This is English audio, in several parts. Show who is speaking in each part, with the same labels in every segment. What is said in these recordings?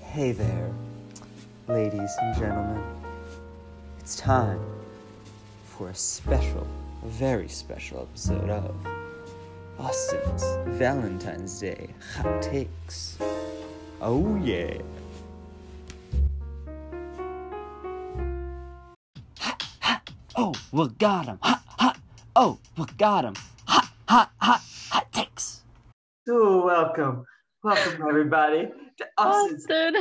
Speaker 1: Hey there, ladies and gentlemen. It's time for a special, a very special episode of Austin's Valentine's Day Hot Takes. Oh, yeah. Hot, hot. Oh, we got him. Hot, hot. Oh, we got him. Hot, hot, hot, hot takes.
Speaker 2: So welcome, welcome everybody to Austin's
Speaker 3: Austin.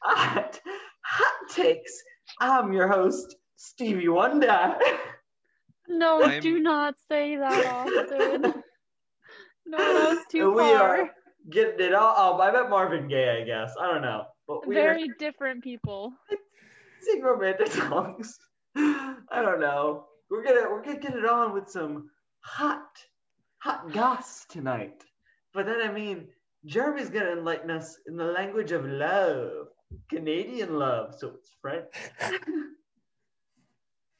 Speaker 2: hot, hot takes. I'm your host Stevie Wonder.
Speaker 3: No,
Speaker 4: I'm-
Speaker 3: do not say that, Austin. no, that's too
Speaker 2: And we
Speaker 3: far.
Speaker 2: are getting it all. Um, I met Marvin Gaye, I guess. I don't know, but we
Speaker 3: Very different people.
Speaker 2: sing romantic songs. I don't know. We're gonna we're gonna get it on with some hot, hot goss tonight. But then I mean, Jeremy's gonna enlighten us in the language of love, Canadian love. So it's French.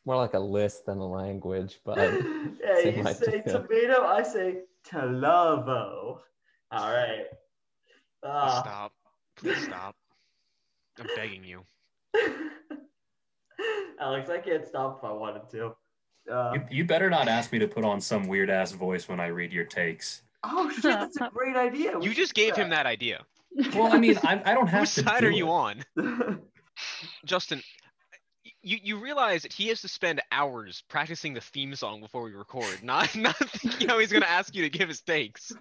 Speaker 5: more like a list than a language, but
Speaker 2: yeah,
Speaker 5: Same
Speaker 2: you
Speaker 5: like
Speaker 2: say
Speaker 5: tomato.
Speaker 2: tomato, I say talavo. All right.
Speaker 4: Please
Speaker 6: Uh,
Speaker 2: Ah.
Speaker 4: stop. Please stop. I'm begging you.
Speaker 2: Alex, I can't stop if I wanted to. Uh,
Speaker 6: You, you better not ask me to put on some weird ass voice when I read your takes.
Speaker 2: oh shit, that's a great idea.
Speaker 4: You just gave him that idea.
Speaker 6: Well, I mean, I, I don't have
Speaker 4: Whose
Speaker 6: to.
Speaker 4: side
Speaker 6: do
Speaker 4: are you
Speaker 6: it.
Speaker 4: on?
Speaker 2: that.
Speaker 4: Justin, you, you realize that he has to spend hours practicing the theme song before we record, not, not thinking how he's going to ask you to give his takes.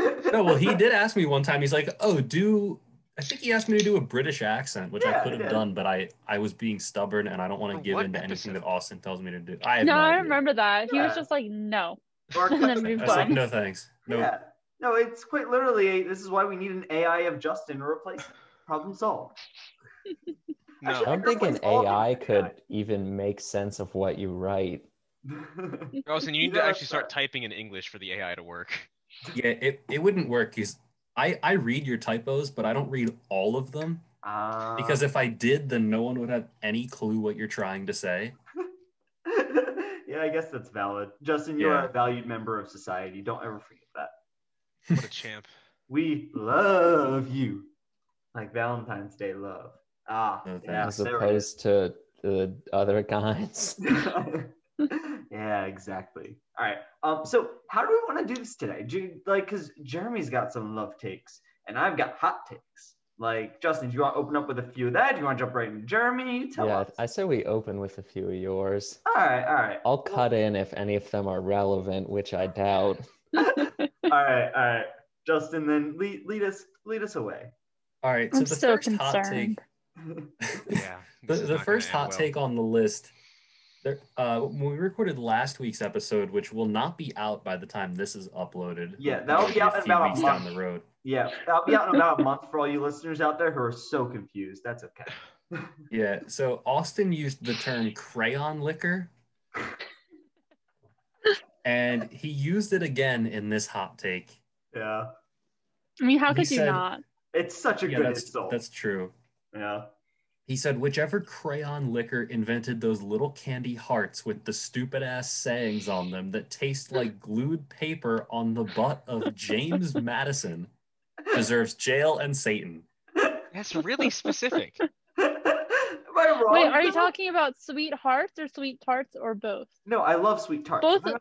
Speaker 6: No, well, he did ask me one time. He's like, "Oh, do." I think he asked me to do a British accent, which
Speaker 2: Yeah,
Speaker 6: I could have
Speaker 2: yeah.
Speaker 6: done, but I I was being stubborn and I don't want
Speaker 4: For
Speaker 6: to give
Speaker 4: Oh, what
Speaker 6: in to anything
Speaker 4: episode?
Speaker 6: that Austin tells me to do. I have
Speaker 3: no,
Speaker 6: no
Speaker 3: I
Speaker 6: idea.
Speaker 3: remember that. He
Speaker 2: Yeah.
Speaker 3: was just like, no.
Speaker 2: Or-
Speaker 3: And then
Speaker 6: I
Speaker 3: move
Speaker 6: was like,
Speaker 3: on.
Speaker 6: no thanks. No,
Speaker 2: Yeah. No, it's quite literally this is why we need an AI of Justin to replace him. Problem solved.
Speaker 4: No.
Speaker 5: I don't think an
Speaker 2: Everyone's all doing
Speaker 5: AI could
Speaker 2: AI.
Speaker 5: even make sense of what you write.
Speaker 4: Austin, you need
Speaker 2: Yeah,
Speaker 4: to actually
Speaker 6: uh,
Speaker 4: start
Speaker 2: sorry.
Speaker 4: typing in English for the AI to work.
Speaker 6: yeah, it, it wouldn't work because I I read your typos, but I don't read all of them
Speaker 4: Uh-huh.
Speaker 2: Ah.
Speaker 6: because if I did, then no one would have any clue what you're trying to say.
Speaker 2: yeah, I guess that's valid. Justin, you are
Speaker 6: Yeah.
Speaker 2: a valued member of society. Don't ever forget that.
Speaker 4: What a champ.
Speaker 2: We love you. Like Valentine's Day love. Ah,
Speaker 6: No,
Speaker 2: yeah,
Speaker 5: as
Speaker 2: there it is.
Speaker 5: opposed to the other kinds.
Speaker 2: yeah, exactly. All right. Um, so how do we want to do this today? Do you, like because Jeremy's got some love takes and I've got hot takes. Like Justin, do you want to open up with a few of that? Do you want to jump right into Jeremy? You Tell
Speaker 5: yeah,
Speaker 2: us.
Speaker 5: I say we open with a few of yours.
Speaker 2: all right, all right.
Speaker 5: I'll cut in if any of them are relevant, which I doubt.
Speaker 2: All right, all right. Justin, then lead, lead us lead us away.
Speaker 6: All right, so
Speaker 3: I'm
Speaker 6: the
Speaker 3: so
Speaker 6: first hot take
Speaker 3: concerned.
Speaker 4: Yeah.
Speaker 6: the,
Speaker 4: this is not
Speaker 6: the
Speaker 4: gonna
Speaker 6: first
Speaker 4: end
Speaker 6: hot
Speaker 4: well.
Speaker 6: take on the list there, uh, when we recorded last week's episode which will not be out by the time this is uploaded
Speaker 2: Yeah, that'll be out in
Speaker 6: a few
Speaker 2: about a
Speaker 6: weeks
Speaker 2: month.
Speaker 6: down the road
Speaker 2: Yeah, that'll be out in about a month for all you listeners out there who are so confused. That's okay.
Speaker 6: yeah so austin used the term crayon liquor and he used it again in this hot take
Speaker 2: Yeah,
Speaker 3: I mean, how
Speaker 6: He
Speaker 3: could you
Speaker 6: said-
Speaker 3: not?
Speaker 2: it's such a
Speaker 6: yeah
Speaker 2: good
Speaker 6: that's,
Speaker 2: insult.
Speaker 6: that's true
Speaker 2: yeah.
Speaker 6: he said whichever crayon liquor invented those little candy hearts with the stupid ass sayings on them that taste like glued paper on the butt of james madison deserves jail and Satan.
Speaker 4: That's really specific.
Speaker 2: Am I wrong?
Speaker 3: Wait, are you
Speaker 2: though?
Speaker 3: talking about sweet hearts or sweet tarts or both?
Speaker 2: No, I love sweet tarts.
Speaker 3: Both
Speaker 2: I'm, talking about,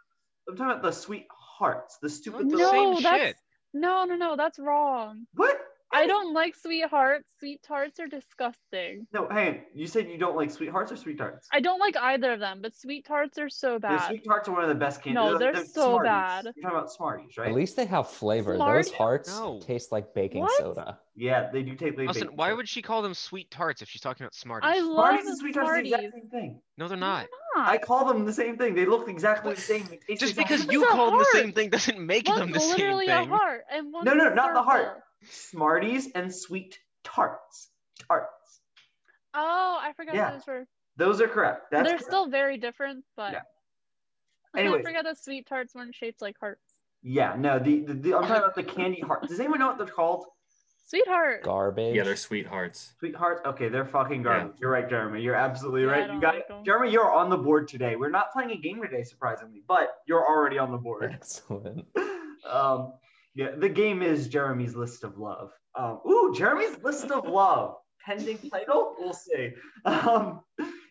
Speaker 2: I'm talking about the sweet hearts, the stupid.
Speaker 4: the
Speaker 3: No,
Speaker 2: little-
Speaker 4: same
Speaker 3: that's
Speaker 4: shit.
Speaker 3: no, no, no. That's wrong.
Speaker 2: What?
Speaker 3: I don't like sweet hearts. Sweet tarts are disgusting.
Speaker 2: No, hang on. You said you don't like sweet hearts or sweet tarts?
Speaker 3: I don't like either of them, but sweet tarts are so
Speaker 2: The
Speaker 3: bad.
Speaker 2: sweet tarts are one of the best candies.
Speaker 3: No, they're so
Speaker 2: Smarties.
Speaker 3: bad.
Speaker 2: You're talking about Smarties, right?
Speaker 5: At least they have flavor.
Speaker 3: Smarties?
Speaker 5: Those hearts
Speaker 4: No.
Speaker 5: taste like baking
Speaker 3: What?
Speaker 5: soda.
Speaker 2: yeah, they do take. They
Speaker 4: Austin,
Speaker 2: bake-
Speaker 4: why would she call them sweet tarts if she's talking about Smarties?
Speaker 3: I love
Speaker 2: Smarties and sweet tarts are the
Speaker 3: Smarties.
Speaker 2: exact same thing?
Speaker 4: no, they're not.
Speaker 3: Not.
Speaker 2: I call them the same thing. They look exactly the same. They taste
Speaker 4: Just
Speaker 2: exactly
Speaker 4: because
Speaker 3: It's
Speaker 4: you
Speaker 3: a
Speaker 4: call them the
Speaker 3: heart.
Speaker 4: same thing doesn't make them the
Speaker 3: One's
Speaker 4: same
Speaker 3: literally
Speaker 4: thing.
Speaker 3: a heart and one.
Speaker 2: no, not the heart. Smarties and sweet tarts. Tarts.
Speaker 3: Oh, I forgot
Speaker 2: Yeah.
Speaker 3: those were.
Speaker 2: Those are correct. That's
Speaker 3: They're
Speaker 2: correct.
Speaker 3: still very different, but
Speaker 2: Yeah.
Speaker 3: I
Speaker 2: Anyways.
Speaker 3: I forgot that sweet tarts weren't shaped like hearts.
Speaker 2: Yeah, no, the, the, the I'm talking about the candy heart. Does anyone know what they're called?
Speaker 3: Sweetheart.
Speaker 5: Garbage.
Speaker 6: Yeah, they're sweethearts.
Speaker 2: Sweethearts? Okay, they're fucking
Speaker 6: Yeah.
Speaker 2: garbage. You're right, Jeremy. You're absolutely
Speaker 3: Yeah, I
Speaker 2: right. You
Speaker 3: don't
Speaker 2: got
Speaker 3: like
Speaker 2: it.
Speaker 3: them.
Speaker 2: Jeremy, you're on the board today. We're not playing a game today, surprisingly, but you're already on the board.
Speaker 5: Excellent.
Speaker 2: um, yeah, the game is Jeremy's list of love. Um, ooh, Jeremy's list of love. pending title. We'll see. Um,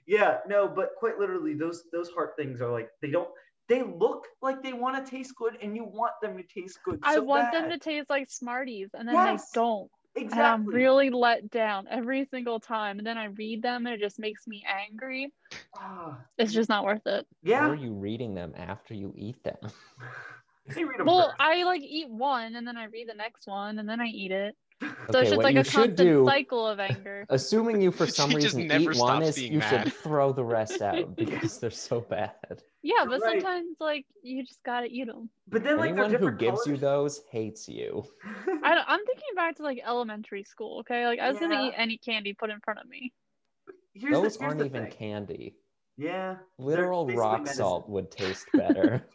Speaker 2: yeah, no, but quite literally, those those heart things are like they don't. They look like they want to taste good, and you want them to taste good.
Speaker 3: I
Speaker 2: so
Speaker 3: want them to
Speaker 2: bad.
Speaker 3: taste like Smarties, and then
Speaker 2: Yes.
Speaker 3: they don't. And
Speaker 2: exactly.
Speaker 3: I'm really let down every single time. And then I read them, and it just makes me angry.
Speaker 2: Ah,
Speaker 3: It's just not worth it.
Speaker 5: How
Speaker 2: yeah.
Speaker 5: are you reading them after you eat them?
Speaker 2: They read 'em
Speaker 3: Well,
Speaker 2: first.
Speaker 3: I like eat one, and then I read the next one, and then I eat it. So
Speaker 5: Okay,
Speaker 3: it's just
Speaker 5: what
Speaker 3: like
Speaker 5: you
Speaker 3: a
Speaker 5: should
Speaker 3: constant
Speaker 5: do-
Speaker 3: cycle of anger.
Speaker 5: Assuming you for some
Speaker 4: She just
Speaker 5: reason
Speaker 4: never
Speaker 5: eat one
Speaker 4: stops
Speaker 5: is
Speaker 4: being
Speaker 5: you
Speaker 4: mad.
Speaker 5: should throw the rest out because they're so bad.
Speaker 3: Yeah, but
Speaker 2: Right.
Speaker 3: sometimes like you just gotta eat them.
Speaker 2: but then like they're
Speaker 5: Anyone who
Speaker 2: different
Speaker 5: gives you
Speaker 2: colors.
Speaker 5: those hates you.
Speaker 3: I don't, I'm thinking back to like elementary school. Okay, like I was
Speaker 2: Yeah.
Speaker 3: gonna eat any candy put in front of me.
Speaker 2: Here's the-
Speaker 5: those
Speaker 2: here's
Speaker 5: aren't
Speaker 2: the
Speaker 5: even
Speaker 2: thing.
Speaker 5: candy.
Speaker 2: Yeah.
Speaker 5: Literal
Speaker 2: basically
Speaker 5: rock
Speaker 2: medicine.
Speaker 5: salt would taste better.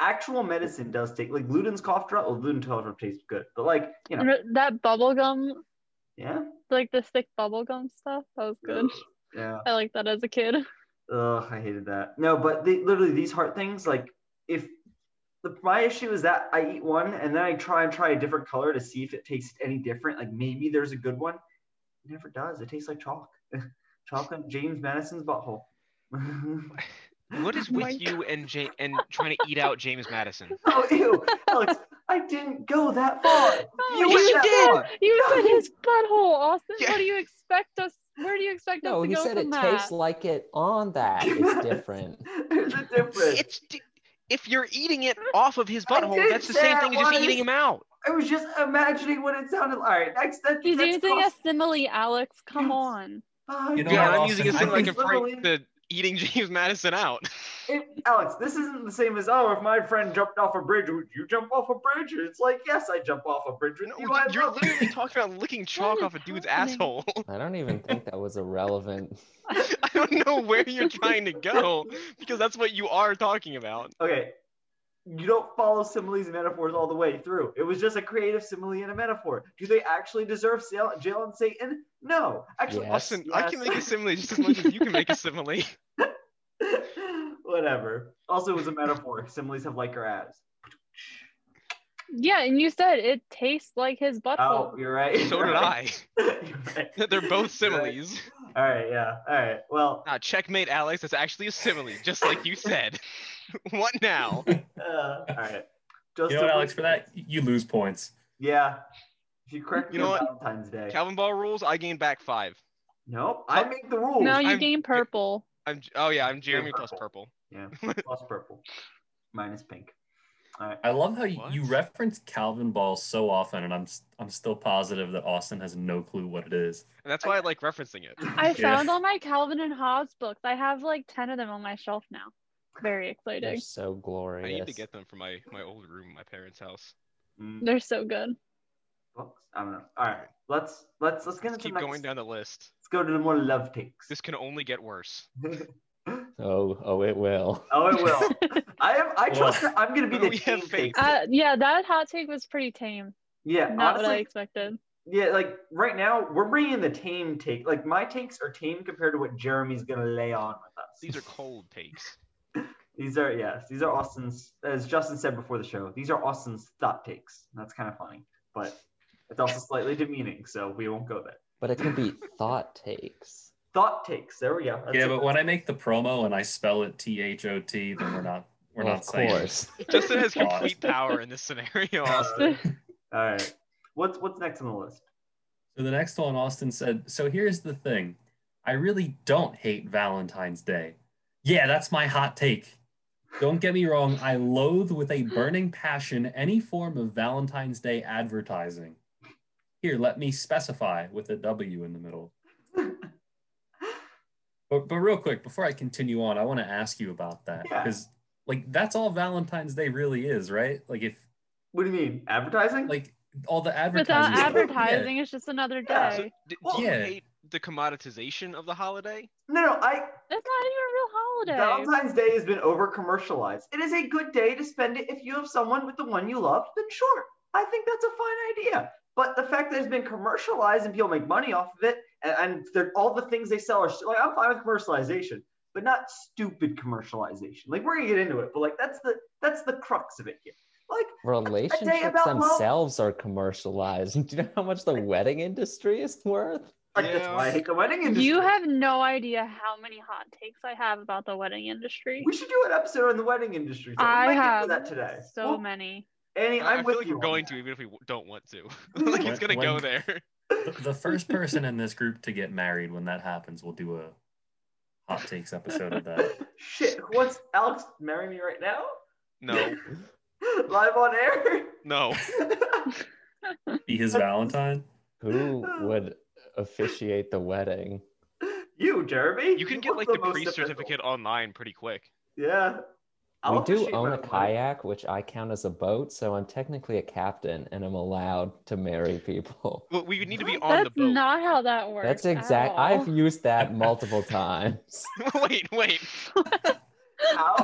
Speaker 2: Actual medicine does take like Luden's cough drop. Well, Luden's cough drop tastes good, but like you know,
Speaker 3: And th- that bubble gum, Mm-hmm.
Speaker 2: yeah,
Speaker 3: like the thick bubble gum stuff, that was good.
Speaker 2: yeah.
Speaker 3: I liked that as a kid.
Speaker 2: Ugh, I hated that. No, but they, literally these heart things, like if the, my issue is that I eat one and then I try and try a different color to see if it tastes any different. Like maybe there's a good one. It never does. It tastes like chalk. chalk on James Madison's butthole.
Speaker 4: What is
Speaker 3: Oh my
Speaker 4: with you and ja- and trying to eat out James Madison?
Speaker 2: Oh ew, Alex, I didn't go that far. You
Speaker 4: yes,
Speaker 2: went
Speaker 4: you
Speaker 2: that
Speaker 4: did.
Speaker 2: far.
Speaker 3: Oh, You
Speaker 2: No.
Speaker 3: said his butthole, Austin.
Speaker 4: Yeah.
Speaker 3: What do you expect us? Where do you expect
Speaker 5: no,
Speaker 3: us to
Speaker 5: he
Speaker 3: go
Speaker 5: said
Speaker 3: from
Speaker 5: it
Speaker 3: that?
Speaker 5: tastes like it on that. It's different.
Speaker 2: There's a difference.
Speaker 4: It's d- if you're eating it off of his
Speaker 2: I
Speaker 4: butthole,
Speaker 2: did
Speaker 4: that's the
Speaker 2: say
Speaker 4: same
Speaker 2: I
Speaker 4: thing as just
Speaker 2: wanted-
Speaker 4: eating him out.
Speaker 2: I was just imagining what it sounded like. All right, that's that,
Speaker 3: He's
Speaker 2: that's
Speaker 3: using
Speaker 2: called-
Speaker 3: a simile, Alex. Come on.
Speaker 2: Fine.
Speaker 6: You know
Speaker 4: Yeah,
Speaker 6: what,
Speaker 4: I'm using it
Speaker 6: Austin,
Speaker 4: so
Speaker 6: I
Speaker 4: I can
Speaker 6: think
Speaker 4: break
Speaker 2: literally-
Speaker 4: the eating James Madison out.
Speaker 2: It- Alex, this isn't the same as oh, if my friend jumped off a bridge, would you jump off a bridge? It's like yes, I jump off a bridge with
Speaker 4: No,
Speaker 2: you. I
Speaker 4: you- you're
Speaker 2: love it.
Speaker 4: literally talking about licking chalk
Speaker 3: is
Speaker 4: off a dude's
Speaker 3: happening?
Speaker 4: asshole.
Speaker 5: I don't even think that was a relevant.
Speaker 4: I don't know where you're trying to go because that's what you are talking about.
Speaker 2: Okay, you don't follow similes and metaphors all the way through. It was just a creative simile and a metaphor. Do they actually deserve jail, jail and Satan? No, actually,
Speaker 5: Yes.
Speaker 4: Austin, I can
Speaker 2: yes.
Speaker 4: make a simile just as much as you can make a simile.
Speaker 2: whatever. Also, it was a metaphor. Similes have like or as.
Speaker 3: Yeah, and you said it tastes like his butthole.
Speaker 2: Oh, you're right.
Speaker 4: So
Speaker 2: You're
Speaker 4: did
Speaker 2: right.
Speaker 4: I.
Speaker 2: You're right.
Speaker 4: They're both
Speaker 2: You're right.
Speaker 4: similes.
Speaker 2: All right, yeah. All right. Well,
Speaker 4: Nah, checkmate, Alex. That's actually a simile, just like you said. what now?
Speaker 2: uh, all right.
Speaker 6: You
Speaker 2: Just
Speaker 6: know what, Alex? For that, you lose points.
Speaker 2: Yeah. If you correct me
Speaker 4: You know
Speaker 2: on
Speaker 4: what?
Speaker 2: Valentine's Day.
Speaker 4: Calvin Ball rules. I gain back five.
Speaker 2: nope. I make the
Speaker 5: Oh,
Speaker 2: rules.
Speaker 3: no, you
Speaker 4: I'm-
Speaker 3: gain purple.
Speaker 4: I'm. Oh yeah, I'm Jeremy plus purple.
Speaker 2: Plus purple. Minus pink. All right.
Speaker 6: I love how you, you
Speaker 4: What?
Speaker 6: reference Calvin Ball so often, and I'm s- I'm still positive that Austin has no clue what it is.
Speaker 4: And that's why I like referencing it.
Speaker 3: I
Speaker 6: Yeah.
Speaker 3: found all my Calvin and Hobbes books. I have like ten of them on my shelf now. Very
Speaker 5: They're
Speaker 3: exciting.
Speaker 5: so
Speaker 4: I
Speaker 5: glorious.
Speaker 4: need to get them from my my old room, at my parents' house.
Speaker 2: Mm,
Speaker 3: They're so good.
Speaker 2: books? I don't know. All right. Let's let's let's get
Speaker 4: Let's
Speaker 2: into
Speaker 4: keep
Speaker 2: next.
Speaker 4: going down the list.
Speaker 2: Let's go to the more love takes.
Speaker 4: This can only get worse.
Speaker 5: Oh, oh, it will.
Speaker 2: oh, it will. I am. I trust.
Speaker 6: Well,
Speaker 2: that I'm gonna be the
Speaker 4: we have
Speaker 2: team
Speaker 4: faith.
Speaker 2: taker.
Speaker 3: Uh, yeah, that hot take was pretty tame.
Speaker 2: yeah.
Speaker 3: Not what I
Speaker 2: honestly,
Speaker 3: expected.
Speaker 2: yeah. Like right now, we're bringing the tame take. Like my takes are tame compared to what Jeremy's gonna lay on with us.
Speaker 4: These are cold takes.
Speaker 2: These are yes, these are Austin's. As Justin said before the show, these are Austin's thought takes. That's kind of funny, but it's also slightly demeaning, so we won't go there.
Speaker 5: But it can be thought takes.
Speaker 2: Thought takes. There we go. That's
Speaker 6: yeah,
Speaker 2: it.
Speaker 6: but when I make the promo and I spell it T H O T, then we're not we're
Speaker 5: Well,
Speaker 6: not
Speaker 5: of
Speaker 6: saying. it.
Speaker 5: course.
Speaker 4: Justin has
Speaker 6: Pause.
Speaker 4: complete power in this scenario. Austin.
Speaker 2: all right. What's what's next on the list?
Speaker 6: So the next one, Austin said, So here's the thing. I really don't hate Valentine's Day. Yeah, that's my hot take. Don't get me wrong, I loathe with a burning passion any form of Valentine's Day advertising. Here, let me specify with a W in the middle. But, but real quick, before I continue on, I want to ask you about that.
Speaker 2: Yeah.
Speaker 6: Because, like, that's all Valentine's Day really is, right? Like, if,
Speaker 2: What do you mean advertising?
Speaker 6: like, all the
Speaker 3: Without
Speaker 6: advertising. Yeah.
Speaker 3: advertising, it's just another
Speaker 2: Yeah,
Speaker 3: day.
Speaker 4: D-
Speaker 2: Well-
Speaker 4: do you
Speaker 6: Yeah.
Speaker 4: hate the commoditization of the holiday?
Speaker 2: no, no. I
Speaker 3: It's not even a real holiday.
Speaker 2: Valentine's Day has been over commercialized. It is a good day to spend it if you have someone with the one you love. Then sure, I think that's a fine idea. But the fact that it's been commercialized and people make money off of it, and, and they're- all the things they sell are st- like I'm fine with commercialization, but not stupid commercialization. Like we're gonna get into it, but like that's the that's the crux of it here. Like
Speaker 5: Relationships
Speaker 2: about love.
Speaker 5: themselves are commercialized. Do you know how much the wedding industry is worth?
Speaker 2: Fuck this
Speaker 4: Yeah.
Speaker 2: like the wedding industry.
Speaker 3: You have no idea how many hot takes I have about the wedding industry.
Speaker 2: We should do an episode on the wedding industry. So
Speaker 3: I
Speaker 2: we might
Speaker 3: have
Speaker 2: get to that today.
Speaker 3: so
Speaker 2: Well,
Speaker 3: many.
Speaker 2: Annie, I'm
Speaker 4: I, I
Speaker 2: with
Speaker 4: feel like
Speaker 2: you
Speaker 4: we're
Speaker 2: on
Speaker 4: going
Speaker 2: that.
Speaker 4: to, even if we w- don't want to. like it's gonna
Speaker 6: When-
Speaker 4: go
Speaker 6: when-
Speaker 4: there.
Speaker 6: The- The first person in this group to get married when that happens, we'll do a hot takes episode of that.
Speaker 2: Shit, what's Alex marry me right now?
Speaker 4: No,
Speaker 2: Live on air?
Speaker 4: no.
Speaker 6: Be his Valentine.
Speaker 5: Who would officiate the wedding?
Speaker 2: you, Jeremy.
Speaker 4: You can
Speaker 2: look
Speaker 4: get like the
Speaker 2: most
Speaker 4: priest
Speaker 2: typical.
Speaker 4: certificate online pretty quick.
Speaker 2: Yeah.
Speaker 5: We
Speaker 2: I'll
Speaker 5: do
Speaker 2: appreciate
Speaker 5: own
Speaker 2: my-
Speaker 5: a kayak, which I count as a boat, so I'm technically a captain and I'm allowed to marry people.
Speaker 4: Well, we would need to be on
Speaker 3: That's
Speaker 4: the boat.
Speaker 3: not how that works.
Speaker 5: That's
Speaker 3: at
Speaker 5: exact.
Speaker 3: all.
Speaker 5: I've used that multiple times.
Speaker 4: wait, wait.
Speaker 2: How?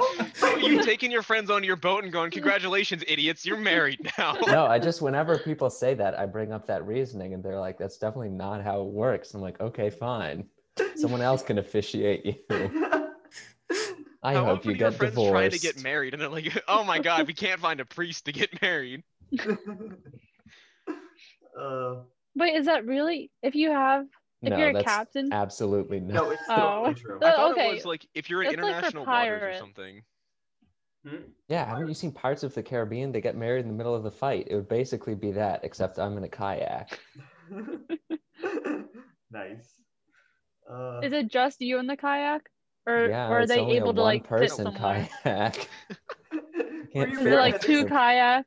Speaker 4: So you've taken your friends onto your boat and going, congratulations, idiots, you're married now.
Speaker 5: No, I just whenever people say that, I bring up that reasoning, and they're like, "That's definitely not how it works." I'm like, "Okay, fine. Someone else can officiate you. I
Speaker 4: How
Speaker 5: hope
Speaker 4: often
Speaker 5: you
Speaker 4: are your
Speaker 5: get
Speaker 4: friends
Speaker 5: divorced."
Speaker 4: trying to get married and they're like, oh my god, we can't find a priest to get married.
Speaker 2: uh,
Speaker 3: Wait, is that really? If you have, if
Speaker 5: no,
Speaker 3: you're a
Speaker 5: that's
Speaker 3: captain,
Speaker 5: absolutely not.
Speaker 2: no, it's
Speaker 3: Oh.
Speaker 2: totally true.
Speaker 4: I
Speaker 3: Oh,
Speaker 4: thought
Speaker 3: okay.
Speaker 4: it was like if you're in
Speaker 3: That's like for
Speaker 4: international waters or
Speaker 3: pirates.
Speaker 4: something.
Speaker 2: Hmm?
Speaker 5: yeah, haven't you seen Pirates of the Caribbean? They get married in the middle of the fight. It would basically be that, except I'm in a kayak.
Speaker 2: nice. Uh,
Speaker 3: is it just you in the kayak, or,
Speaker 5: yeah,
Speaker 3: or are
Speaker 5: it's
Speaker 3: they
Speaker 5: only
Speaker 3: able
Speaker 5: a
Speaker 3: to like fit
Speaker 5: one-person
Speaker 3: somewhere?
Speaker 5: kayak.
Speaker 2: were
Speaker 5: Is
Speaker 2: you
Speaker 3: Is
Speaker 5: fit
Speaker 3: it
Speaker 2: married
Speaker 3: like
Speaker 2: at
Speaker 3: two
Speaker 2: this-
Speaker 3: kayaks?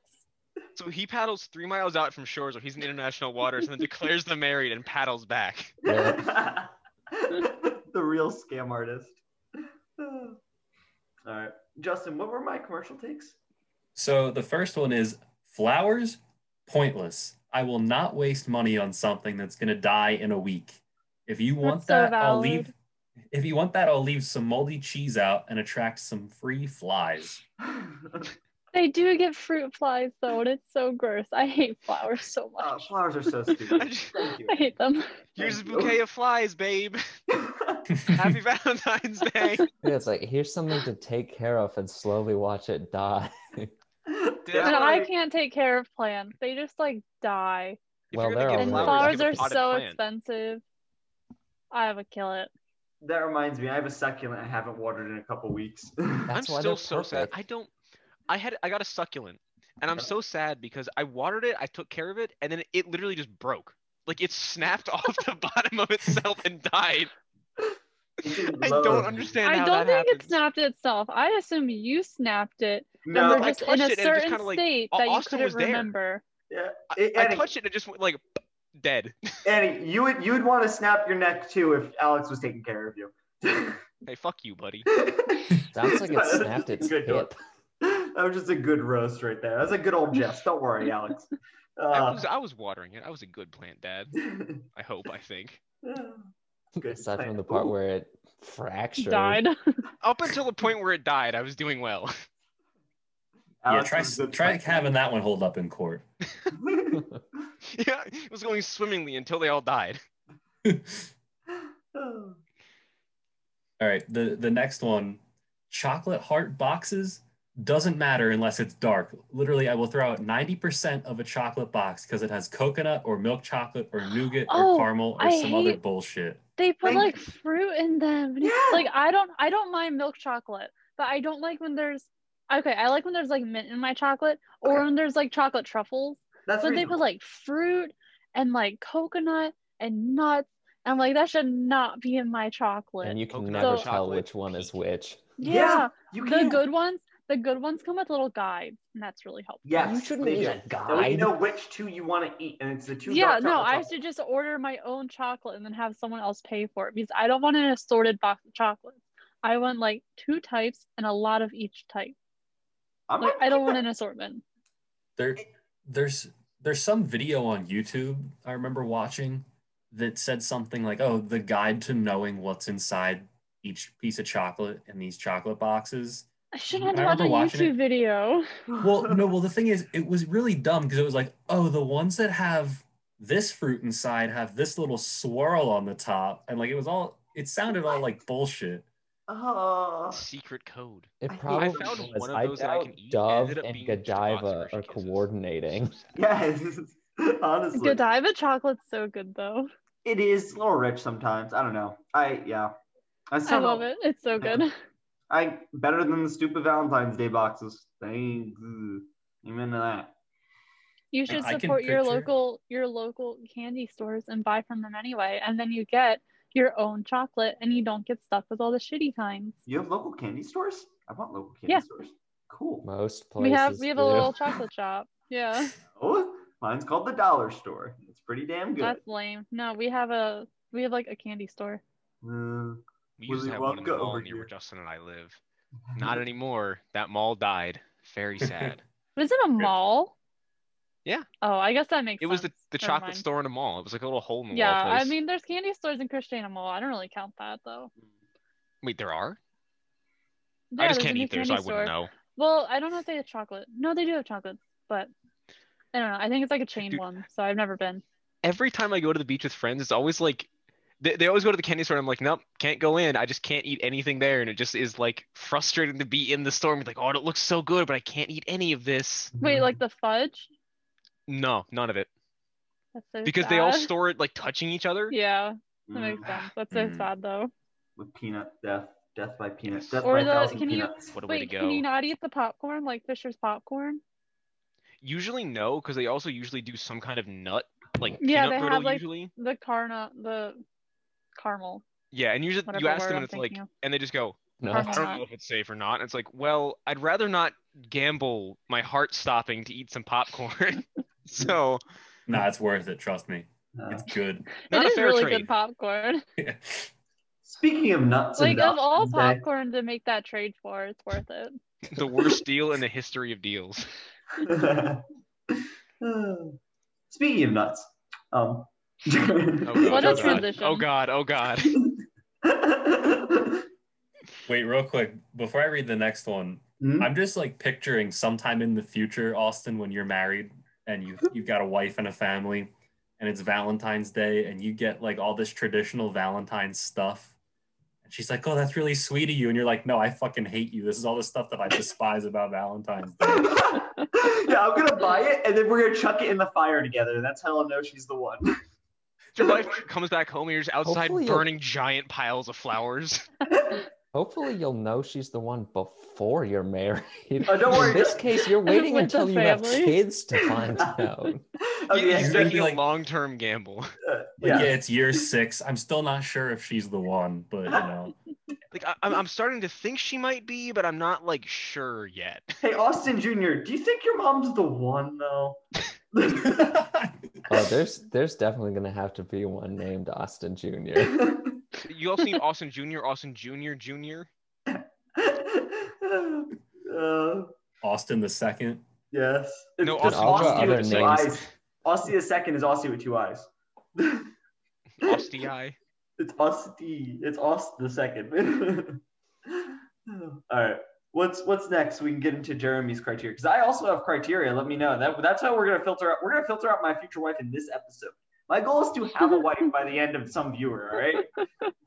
Speaker 4: So he paddles three miles out from shore, so he's in international waters, and then declares them married and paddles back.
Speaker 2: the real scam artist. All right, Justin, what were my commercial takes?
Speaker 6: So the first one is flowers, pointless. I will not waste money on something that's gonna die in a week. If you want
Speaker 3: That's so
Speaker 6: that, I'll
Speaker 3: valid.
Speaker 6: leave. If you want that, I'll leave some moldy cheese out and attract some free flies.
Speaker 3: They do get fruit flies though, and it's so gross. I hate flowers so
Speaker 4: Oh.
Speaker 2: Uh,
Speaker 3: much.
Speaker 2: flowers are so
Speaker 4: I
Speaker 2: stupid.
Speaker 4: just-
Speaker 2: Thank you.
Speaker 3: I hate them.
Speaker 4: Here's a bouquet of flies, babe. Happy Valentine's Day.
Speaker 5: Yeah, it's like here's something to take care of and slowly watch it die.
Speaker 4: Yeah,
Speaker 3: and I
Speaker 2: Definitely-
Speaker 3: can't take care of plants. They just like die.
Speaker 4: If
Speaker 5: Well,
Speaker 4: you're gonna
Speaker 5: they're
Speaker 4: give
Speaker 5: all
Speaker 3: and flowers are
Speaker 5: flowers,
Speaker 4: Oh, give a potted
Speaker 3: so
Speaker 4: plant.
Speaker 3: expensive. I would kill it.
Speaker 2: That reminds me, I have a succulent I haven't watered in a couple weeks.
Speaker 5: That's
Speaker 4: I'm
Speaker 5: why
Speaker 4: still
Speaker 5: they're
Speaker 4: so sad.
Speaker 5: perfect.
Speaker 4: I don't. I had I got a succulent, and I'm so sad because I watered it, I took care of it, and then it literally just broke. Like it snapped off the bottom of itself and died. I don't understand
Speaker 3: I
Speaker 4: how
Speaker 3: don't
Speaker 4: that
Speaker 3: think
Speaker 4: happened.
Speaker 3: it snapped itself. I assume you snapped it. and
Speaker 2: No,
Speaker 3: we're
Speaker 4: I
Speaker 3: just in a
Speaker 4: touched it and it just
Speaker 3: certain
Speaker 4: kinda, like,
Speaker 3: state
Speaker 4: Au-
Speaker 3: that you
Speaker 4: Austin was
Speaker 3: couldn't
Speaker 4: there.
Speaker 3: remember.
Speaker 2: yeah.
Speaker 4: I,
Speaker 2: It-
Speaker 4: I
Speaker 2: Annie,
Speaker 4: touched it and it just went like dead.
Speaker 2: Annie, you would you would want to snap your neck too if Alex was taking care of you.
Speaker 4: Hey, fuck you, buddy.
Speaker 5: Sounds like it
Speaker 2: That's
Speaker 5: snapped
Speaker 2: just
Speaker 5: its
Speaker 2: a good joke.
Speaker 5: hip.
Speaker 2: That was just a good roast right there. That's a good old jest. Don't worry, Alex.
Speaker 4: I
Speaker 2: Uh,
Speaker 4: was I was watering it. I was a good plant, Dad. I hope. I think.
Speaker 2: Good
Speaker 5: Aside from
Speaker 2: plan.
Speaker 5: the part
Speaker 2: Ooh.
Speaker 5: where it fractured.
Speaker 3: Died.
Speaker 4: Up until the point where it died, I was doing well.
Speaker 6: yeah,
Speaker 2: Alex
Speaker 6: try
Speaker 2: was a good
Speaker 6: try
Speaker 2: friend.
Speaker 6: having that one hold up in court.
Speaker 4: yeah, it was going swimmingly until they all died.
Speaker 2: Oh.
Speaker 6: All right, the the next one, chocolate heart boxes doesn't matter unless it's dark. Literally, I will throw out ninety percent of a chocolate box because it has coconut or milk chocolate or nougat
Speaker 3: Oh,
Speaker 6: or caramel or
Speaker 3: I
Speaker 6: some other
Speaker 3: hate-
Speaker 6: bullshit.
Speaker 3: they put
Speaker 2: Thank
Speaker 3: like
Speaker 2: you.
Speaker 3: fruit in them. and it's
Speaker 2: Yeah.
Speaker 3: Like I don't I don't mind milk chocolate, but I don't like when there's okay, I like when there's like mint in my chocolate or
Speaker 2: Okay.
Speaker 3: when there's like chocolate truffles.
Speaker 2: That's
Speaker 3: But they
Speaker 2: reasonable.
Speaker 3: put like fruit and like coconut and nuts. and I'm like that should not be in my chocolate.
Speaker 5: And you can
Speaker 4: Coconut
Speaker 5: never
Speaker 3: So-
Speaker 5: tell
Speaker 4: chocolate
Speaker 5: which one is
Speaker 4: peak.
Speaker 5: which.
Speaker 3: yeah.
Speaker 2: you
Speaker 3: the
Speaker 2: can.
Speaker 3: good ones, the good ones come with little guides, and that's really helpful.
Speaker 2: Yes,
Speaker 5: you shouldn't
Speaker 2: they
Speaker 5: need
Speaker 2: do.
Speaker 5: a
Speaker 2: That way you
Speaker 5: guide.
Speaker 2: know which two you want to eat, and it's the two.
Speaker 3: yeah,
Speaker 2: dark
Speaker 3: no,
Speaker 2: chocolate
Speaker 3: I
Speaker 2: ones.
Speaker 3: should just order my own chocolate and then have someone else pay for it because I don't want an assorted box of chocolates. I want like two types and a lot of each type.
Speaker 2: I'm
Speaker 3: Like
Speaker 2: gonna
Speaker 3: I don't
Speaker 2: keep
Speaker 3: want
Speaker 2: that.
Speaker 3: an assortment.
Speaker 6: There, there's there's some video on YouTube I remember watching that said something like, "Oh, the guide to knowing what's inside each piece of chocolate in these chocolate boxes."
Speaker 3: I shouldn't
Speaker 6: I
Speaker 3: have to
Speaker 6: remember
Speaker 3: watch a
Speaker 6: watching it.
Speaker 3: YouTube video.
Speaker 6: Well, no, well, the thing is, it was really dumb because it was like, oh, the ones that have this fruit inside have this little swirl on the top. And like, it was all, it sounded all like bullshit.
Speaker 2: Oh.
Speaker 4: Secret code.
Speaker 5: It
Speaker 2: I
Speaker 5: probably
Speaker 4: found
Speaker 5: was.
Speaker 4: one of
Speaker 5: I
Speaker 4: those that I
Speaker 5: doubt
Speaker 4: can eat. It
Speaker 5: Dove
Speaker 4: ended up
Speaker 5: and
Speaker 4: being just a box of
Speaker 5: Godiva
Speaker 4: Hershey
Speaker 5: are
Speaker 4: Kisses.
Speaker 5: coordinating.
Speaker 4: So sad.
Speaker 2: Yes. Honestly.
Speaker 3: Godiva chocolate's so good though.
Speaker 2: It is a little rich sometimes. I don't know. I yeah.
Speaker 3: I
Speaker 2: sound-
Speaker 3: love it. It's so
Speaker 2: Yeah.
Speaker 3: good.
Speaker 2: I better than the stupid Valentine's Day boxes. Thanks. Amen to that.
Speaker 3: You should
Speaker 6: I can
Speaker 3: support your
Speaker 6: picture-
Speaker 3: local your local candy stores and buy from them anyway, and then you get your own chocolate, and you don't get stuck with all the shitty kinds.
Speaker 2: You have local candy stores? I want local candy
Speaker 3: Yeah.
Speaker 2: stores. Cool.
Speaker 5: Most places.
Speaker 3: We have we have a
Speaker 5: do.
Speaker 3: little chocolate shop. Yeah,
Speaker 2: Oh, mine's called the Dollar Store. It's pretty damn good.
Speaker 3: that's lame. No, we have a we have like a candy store.
Speaker 2: Uh,
Speaker 4: We used
Speaker 2: Willy
Speaker 4: to have one in
Speaker 2: Wonka
Speaker 4: the mall
Speaker 2: over
Speaker 4: near
Speaker 2: here.
Speaker 4: where Justin and I live. Not anymore. That mall died. Very sad.
Speaker 3: But is it a mall?
Speaker 4: Yeah.
Speaker 3: Oh, I guess that makes
Speaker 4: it was the,
Speaker 3: sense.
Speaker 4: the
Speaker 3: Never
Speaker 4: chocolate
Speaker 3: mind.
Speaker 4: store in a mall. It was like a little hole in the
Speaker 3: Yeah,
Speaker 4: wall place.
Speaker 3: I mean, there's candy stores in Christiana Mall. I don't really count that though.
Speaker 4: wait, there are?
Speaker 3: Yeah,
Speaker 4: I just
Speaker 3: there's a
Speaker 4: can't
Speaker 3: new
Speaker 4: eat there, so
Speaker 3: candy
Speaker 4: I wouldn't
Speaker 3: store.
Speaker 4: know.
Speaker 3: Well, I don't know if they have chocolate. No, they do have chocolate, but I don't know. I think it's like a chain
Speaker 4: Dude.
Speaker 3: one, so I've never been.
Speaker 4: Every time I go to the beach with friends, it's always like they, they always go to the candy store and I'm like, nope, can't go in. I just can't eat anything there. And it just is like frustrating to be in the store and be like, oh, it looks so good, but I can't eat any of this.
Speaker 3: Wait, like the fudge?
Speaker 4: No, none of it.
Speaker 3: That's so
Speaker 4: Because they all
Speaker 3: sad.
Speaker 4: store it like touching each other.
Speaker 3: Yeah, that
Speaker 2: Mm,
Speaker 3: makes sense. That's so
Speaker 6: Mm.
Speaker 3: sad though.
Speaker 2: with peanut death, death by peanut,
Speaker 4: Yes.
Speaker 2: death
Speaker 3: Or
Speaker 2: by
Speaker 3: the-
Speaker 2: thousand
Speaker 3: can you-
Speaker 2: peanuts.
Speaker 4: What a way to
Speaker 3: Wait,
Speaker 4: go.
Speaker 3: can you not eat the popcorn like Fisher's popcorn?
Speaker 4: Usually no, because they also usually do some kind of nut, like
Speaker 3: Yeah,
Speaker 4: peanut
Speaker 3: they have,
Speaker 4: brittle
Speaker 3: like-
Speaker 4: usually.
Speaker 3: The carna, the caramel.
Speaker 4: Yeah, and usually you
Speaker 3: Whatever
Speaker 4: ask
Speaker 3: word
Speaker 4: them
Speaker 3: I'm
Speaker 4: and it's like,
Speaker 3: thinking of.
Speaker 4: and they just go,
Speaker 5: No.
Speaker 3: Perfect.
Speaker 4: I don't know if it's safe or not. And it's like, well, I'd rather not gamble my heart stopping to eat some popcorn. so
Speaker 6: Nah, it's worth it. Trust me.
Speaker 2: Uh,
Speaker 6: It's good.
Speaker 3: it
Speaker 4: not a
Speaker 3: is
Speaker 4: fair
Speaker 3: really
Speaker 4: trade.
Speaker 3: good popcorn.
Speaker 2: speaking of nuts
Speaker 3: like
Speaker 2: and
Speaker 3: of all
Speaker 2: Valentine's
Speaker 3: popcorn to make that trade for, it's worth it.
Speaker 4: the worst deal in the history of deals.
Speaker 2: Day- speaking of nuts, um,
Speaker 4: Oh god.
Speaker 3: What
Speaker 4: oh,
Speaker 3: a
Speaker 4: god.
Speaker 3: transition.
Speaker 4: oh god, oh god.
Speaker 6: Wait, real quick, before I read the next one,
Speaker 2: Hmm?
Speaker 6: I'm just like picturing sometime in the future, Austin, when you're married and you you've got a wife and a family, and it's Valentine's Day, and you get like all this traditional Valentine's stuff. And she's like, "Oh, that's really sweet of you," and you're like, "No, I fucking hate you. This is all the stuff that I despise about Valentine's Day."
Speaker 2: yeah, I'm gonna buy it, and then we're gonna chuck it in the fire together. That's how I'll know she's the one.
Speaker 4: Your wife comes back home and you're just outside
Speaker 5: Hopefully you'll-
Speaker 4: burning giant piles of flowers.
Speaker 5: Hopefully, you'll know she's the one before you're married.
Speaker 2: Oh, don't worry.
Speaker 5: In this case, you're waiting
Speaker 3: With the
Speaker 5: until you have
Speaker 3: family.
Speaker 5: kids to find out.
Speaker 2: Oh,
Speaker 4: you,
Speaker 2: yeah,
Speaker 4: he's
Speaker 6: exactly.
Speaker 4: taking
Speaker 6: Like-
Speaker 4: a long-term gamble.
Speaker 6: Like,
Speaker 2: uh, yeah.
Speaker 6: yeah, it's year six. I'm still not sure if she's the one, but you know,
Speaker 4: Like I, I'm, I'm starting to think she might be, but I'm not like sure yet.
Speaker 2: Hey, Austin Jr., do you think your mom's the one though?
Speaker 5: Oh, there's there's definitely gonna have to be one named Austin Jr.
Speaker 4: You also need Austin Jr., Austin Jr., Jr.
Speaker 2: uh,
Speaker 6: Austin the second.
Speaker 2: yes.
Speaker 4: No,
Speaker 2: It's
Speaker 4: Austin- all the
Speaker 2: Austin
Speaker 4: other
Speaker 2: with two
Speaker 4: names.
Speaker 2: eyes. Austin the second is Austin with two eyes.
Speaker 4: Austie.
Speaker 2: It's Austin. It's Austin the second. All right. What's what's next? We can get into Jeremy's criteria because I also have criteria. Let me know. That that's how we're gonna filter out. We're gonna filter out my future wife in this episode. My goal is to have a wife by the end of some viewer. All right.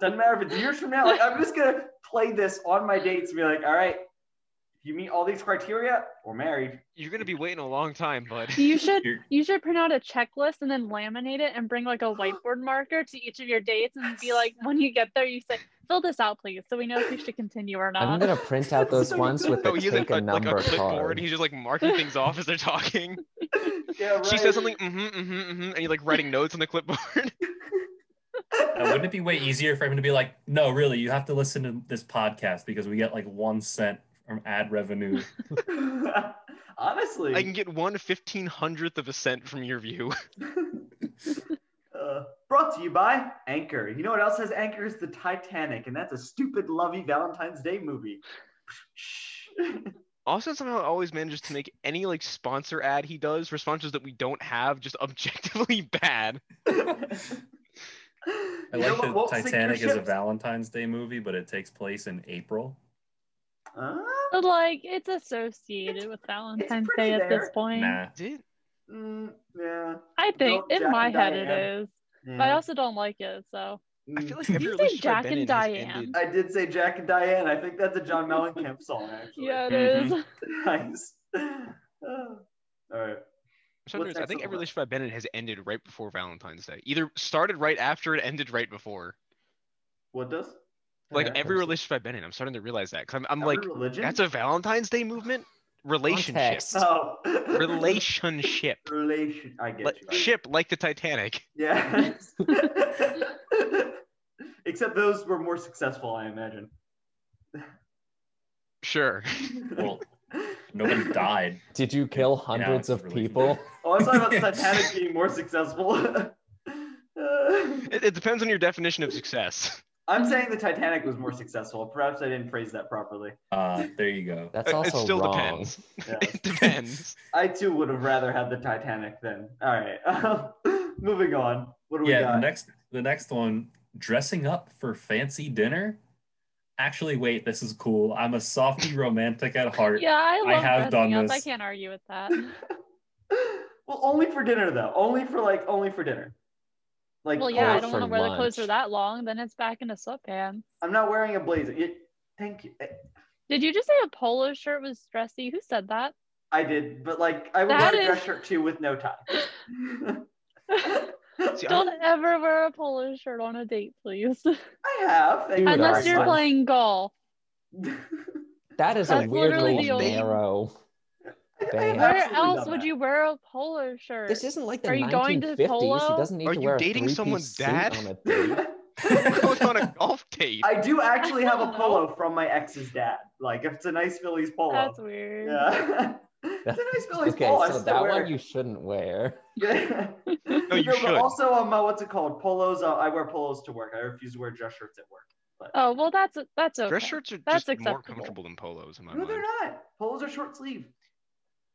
Speaker 2: Doesn't matter if it's years from now. Like I'm just gonna play this on my dates and be like, all right, if you meet all these criteria, we're married.
Speaker 4: You're gonna be waiting a long time, bud.
Speaker 3: You should
Speaker 6: You're-
Speaker 3: you should print out a checklist and then laminate it and bring like a whiteboard marker to each of your dates and be like, when you get there, you say, fill this out, please, so we know if we should continue or
Speaker 5: I'm
Speaker 3: not.
Speaker 5: gonna print out those
Speaker 2: So
Speaker 5: ones with
Speaker 4: Oh,
Speaker 5: a
Speaker 4: he has
Speaker 5: take
Speaker 4: a,
Speaker 5: a
Speaker 4: a- like
Speaker 5: number
Speaker 4: a clipboard.
Speaker 5: card.
Speaker 4: and He's just like marking things off as they're talking.
Speaker 2: Yeah, right.
Speaker 4: She says something, mm-hmm, mm-hmm, mm-hmm, and you're like writing notes on the clipboard.
Speaker 6: Now, wouldn't it be way easier for him to be like, no, really, you have to listen to this podcast because we get like one cent from ad revenue?
Speaker 2: Honestly.
Speaker 4: I can get one fifteen hundredth of a cent from your view.
Speaker 2: Uh, brought to you by Anchor. You know what else has Anchor is the Titanic, and that's a stupid, lovey Valentine's Day movie.
Speaker 4: Austin somehow always manages to make any like sponsor ad he does for sponsors that we don't have just objectively bad.
Speaker 6: I like that Titanic is a Valentine's Day movie, but it takes place in April.
Speaker 2: Uh,
Speaker 3: But, like it's associated with Valentine's Day
Speaker 2: pretty
Speaker 3: at this
Speaker 2: there.
Speaker 3: point.
Speaker 6: Nah.
Speaker 4: Is it?
Speaker 2: mm, yeah,
Speaker 3: I think
Speaker 2: Well,
Speaker 3: in
Speaker 2: Jack
Speaker 3: my
Speaker 2: and
Speaker 3: head
Speaker 2: Diane.
Speaker 3: it is.
Speaker 6: Mm-hmm.
Speaker 2: yeah.
Speaker 3: But I also don't like it, so
Speaker 4: I
Speaker 2: Mm.
Speaker 4: feel like
Speaker 3: Did
Speaker 4: every
Speaker 3: you say
Speaker 4: relationship I've
Speaker 3: Jack
Speaker 4: been
Speaker 3: and
Speaker 4: in has
Speaker 3: Diane?
Speaker 4: ended-
Speaker 2: I did say Jack and Diane. I think that's a John
Speaker 6: Mm-hmm.
Speaker 2: Mellencamp song, actually.
Speaker 3: yeah, it is.
Speaker 2: nice. Uh, all right.
Speaker 4: trying to
Speaker 2: What's
Speaker 4: remember, I think
Speaker 2: excellent
Speaker 4: every
Speaker 2: about-
Speaker 4: relationship I've been in has ended right before Valentine's Day. Either started right after it ended right before.
Speaker 2: What does?
Speaker 4: Like
Speaker 5: that
Speaker 4: every
Speaker 5: person.
Speaker 4: relationship I've been in, I'm starting to realize that. Cause I'm, I'm like,
Speaker 2: Every religion?
Speaker 4: that's a Valentine's Day movement? Relationship.
Speaker 5: Context.
Speaker 2: oh.
Speaker 4: Relationship.
Speaker 2: relation. I get
Speaker 4: Like,
Speaker 2: you. I get you.
Speaker 4: ship like the Titanic.
Speaker 2: Yes. Except those were more successful, I imagine.
Speaker 4: Sure.
Speaker 6: Well, nobody died.
Speaker 5: Did you kill hundreds
Speaker 6: it's a
Speaker 5: of
Speaker 6: relationship.
Speaker 5: people?
Speaker 2: Oh, I'm talking about the Titanic being more successful. Uh,
Speaker 4: It, it depends on your definition of success.
Speaker 2: I'm saying the Titanic was more successful. Perhaps I didn't phrase that properly.
Speaker 6: Uh, there you go.
Speaker 5: That's
Speaker 4: Uh, it
Speaker 5: also
Speaker 4: still
Speaker 5: wrong.
Speaker 4: depends.
Speaker 2: Yes.
Speaker 4: It depends.
Speaker 2: I too would have rather had the Titanic then. All right. Moving on. What do we
Speaker 6: yeah,
Speaker 2: got?
Speaker 6: the next the next one, dressing up for fancy dinner. Actually, wait, this is cool. I'm a softy romantic at heart.
Speaker 3: Yeah, I love
Speaker 6: have
Speaker 3: dressing
Speaker 6: done
Speaker 3: up. I
Speaker 6: this.
Speaker 3: can't argue with that.
Speaker 2: well, only for dinner though. Only for like only for dinner. Like oh,
Speaker 3: well, yeah,
Speaker 5: or
Speaker 3: I don't want to
Speaker 5: for
Speaker 3: wear the clothes for
Speaker 5: lunch.
Speaker 3: that long. Then it's back into sweatpants.
Speaker 2: I'm not wearing a blazer. You- thank you. I-
Speaker 3: Did you just say a polo shirt was dressy? Who said that?
Speaker 2: I did, but like I would
Speaker 3: That
Speaker 2: wear a
Speaker 3: is-
Speaker 2: dress shirt too with no tie.
Speaker 4: See, I'm-
Speaker 3: Don't ever wear a polo shirt on a date, please.
Speaker 2: I have. thank you
Speaker 5: Dude,
Speaker 3: Unless
Speaker 5: I-
Speaker 2: very
Speaker 3: you're
Speaker 2: much.
Speaker 3: playing golf.
Speaker 5: That is a
Speaker 3: That's
Speaker 5: weird
Speaker 3: literally
Speaker 5: little
Speaker 3: the only-
Speaker 5: narrow.
Speaker 2: I have
Speaker 5: Bang.
Speaker 3: Where
Speaker 2: absolutely
Speaker 3: else
Speaker 2: done
Speaker 3: would
Speaker 2: that.
Speaker 3: you wear a polo shirt?
Speaker 5: This isn't like the
Speaker 3: Are you going to
Speaker 5: 1950s. He
Speaker 3: polo?
Speaker 5: doesn't need
Speaker 4: Are
Speaker 5: to
Speaker 4: you
Speaker 5: wear
Speaker 4: dating
Speaker 5: a three-piece
Speaker 4: someone's
Speaker 5: suit
Speaker 4: dad?
Speaker 5: on a date.
Speaker 4: Going on a golf date.
Speaker 2: I do actually have a
Speaker 3: No.
Speaker 2: polo from my ex's dad. Like if it's a nice Phillies polo.
Speaker 3: That's weird.
Speaker 2: yeah. it's a nice Phillies
Speaker 5: Okay,
Speaker 2: polo. I
Speaker 5: so
Speaker 2: still
Speaker 5: that
Speaker 2: wear
Speaker 5: one
Speaker 2: it.
Speaker 5: you shouldn't wear.
Speaker 2: Yeah.
Speaker 4: No, you
Speaker 2: but
Speaker 4: should.
Speaker 2: also, um, uh, what's it called? Polos. Uh, I wear polos to work. I refuse to wear dress shirts at work.
Speaker 3: Oh well, that's that's okay.
Speaker 4: Dress shirts are
Speaker 3: That's
Speaker 4: just more
Speaker 3: acceptable.
Speaker 4: comfortable than polos in my
Speaker 2: No,
Speaker 4: mind.
Speaker 2: they're not. Polos are short sleeve.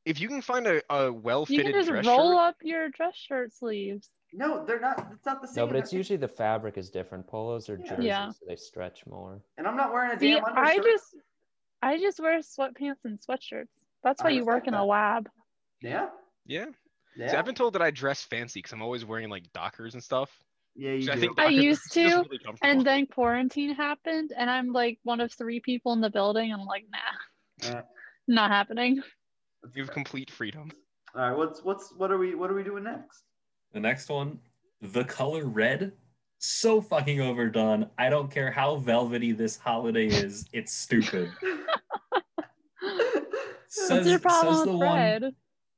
Speaker 4: If you can find a, a
Speaker 3: You can
Speaker 4: well-fitted
Speaker 3: just
Speaker 4: dress
Speaker 3: roll
Speaker 4: shirt,
Speaker 3: up your dress shirt sleeves.
Speaker 2: No, they're not. It's not the same.
Speaker 5: No, but it's
Speaker 2: They're-
Speaker 5: usually the fabric is different. Polos are
Speaker 2: Yeah.
Speaker 5: jerseys,
Speaker 3: Yeah.
Speaker 5: so they stretch more.
Speaker 2: And I'm not wearing a
Speaker 3: See,
Speaker 2: damn
Speaker 3: I
Speaker 2: undershirt.
Speaker 3: just I just wear sweatpants and sweatshirts. That's
Speaker 2: I
Speaker 3: why you work
Speaker 2: respect
Speaker 3: in
Speaker 2: that.
Speaker 3: a lab.
Speaker 2: Yeah.
Speaker 4: yeah.
Speaker 2: Yeah.
Speaker 4: See, I've been told that I dress fancy because I'm always wearing like Dockers and stuff.
Speaker 2: yeah, you
Speaker 4: So I
Speaker 2: do.
Speaker 4: think
Speaker 3: I
Speaker 4: Dockers are
Speaker 3: used
Speaker 4: just really
Speaker 3: to,
Speaker 4: comfortable.
Speaker 3: And then quarantine happened, and I'm like one of three people in the building. I'm like, nah,
Speaker 2: Yeah.
Speaker 3: not happening.
Speaker 2: That's
Speaker 4: you have
Speaker 2: fair.
Speaker 4: complete freedom.
Speaker 2: All right. What's what's what are we what are we doing next?
Speaker 6: The next one, the color red. So fucking overdone. I don't care how velvety this holiday is. It's stupid.
Speaker 3: What's
Speaker 6: Says,
Speaker 3: your problem
Speaker 6: says the
Speaker 3: with
Speaker 6: one.
Speaker 3: red?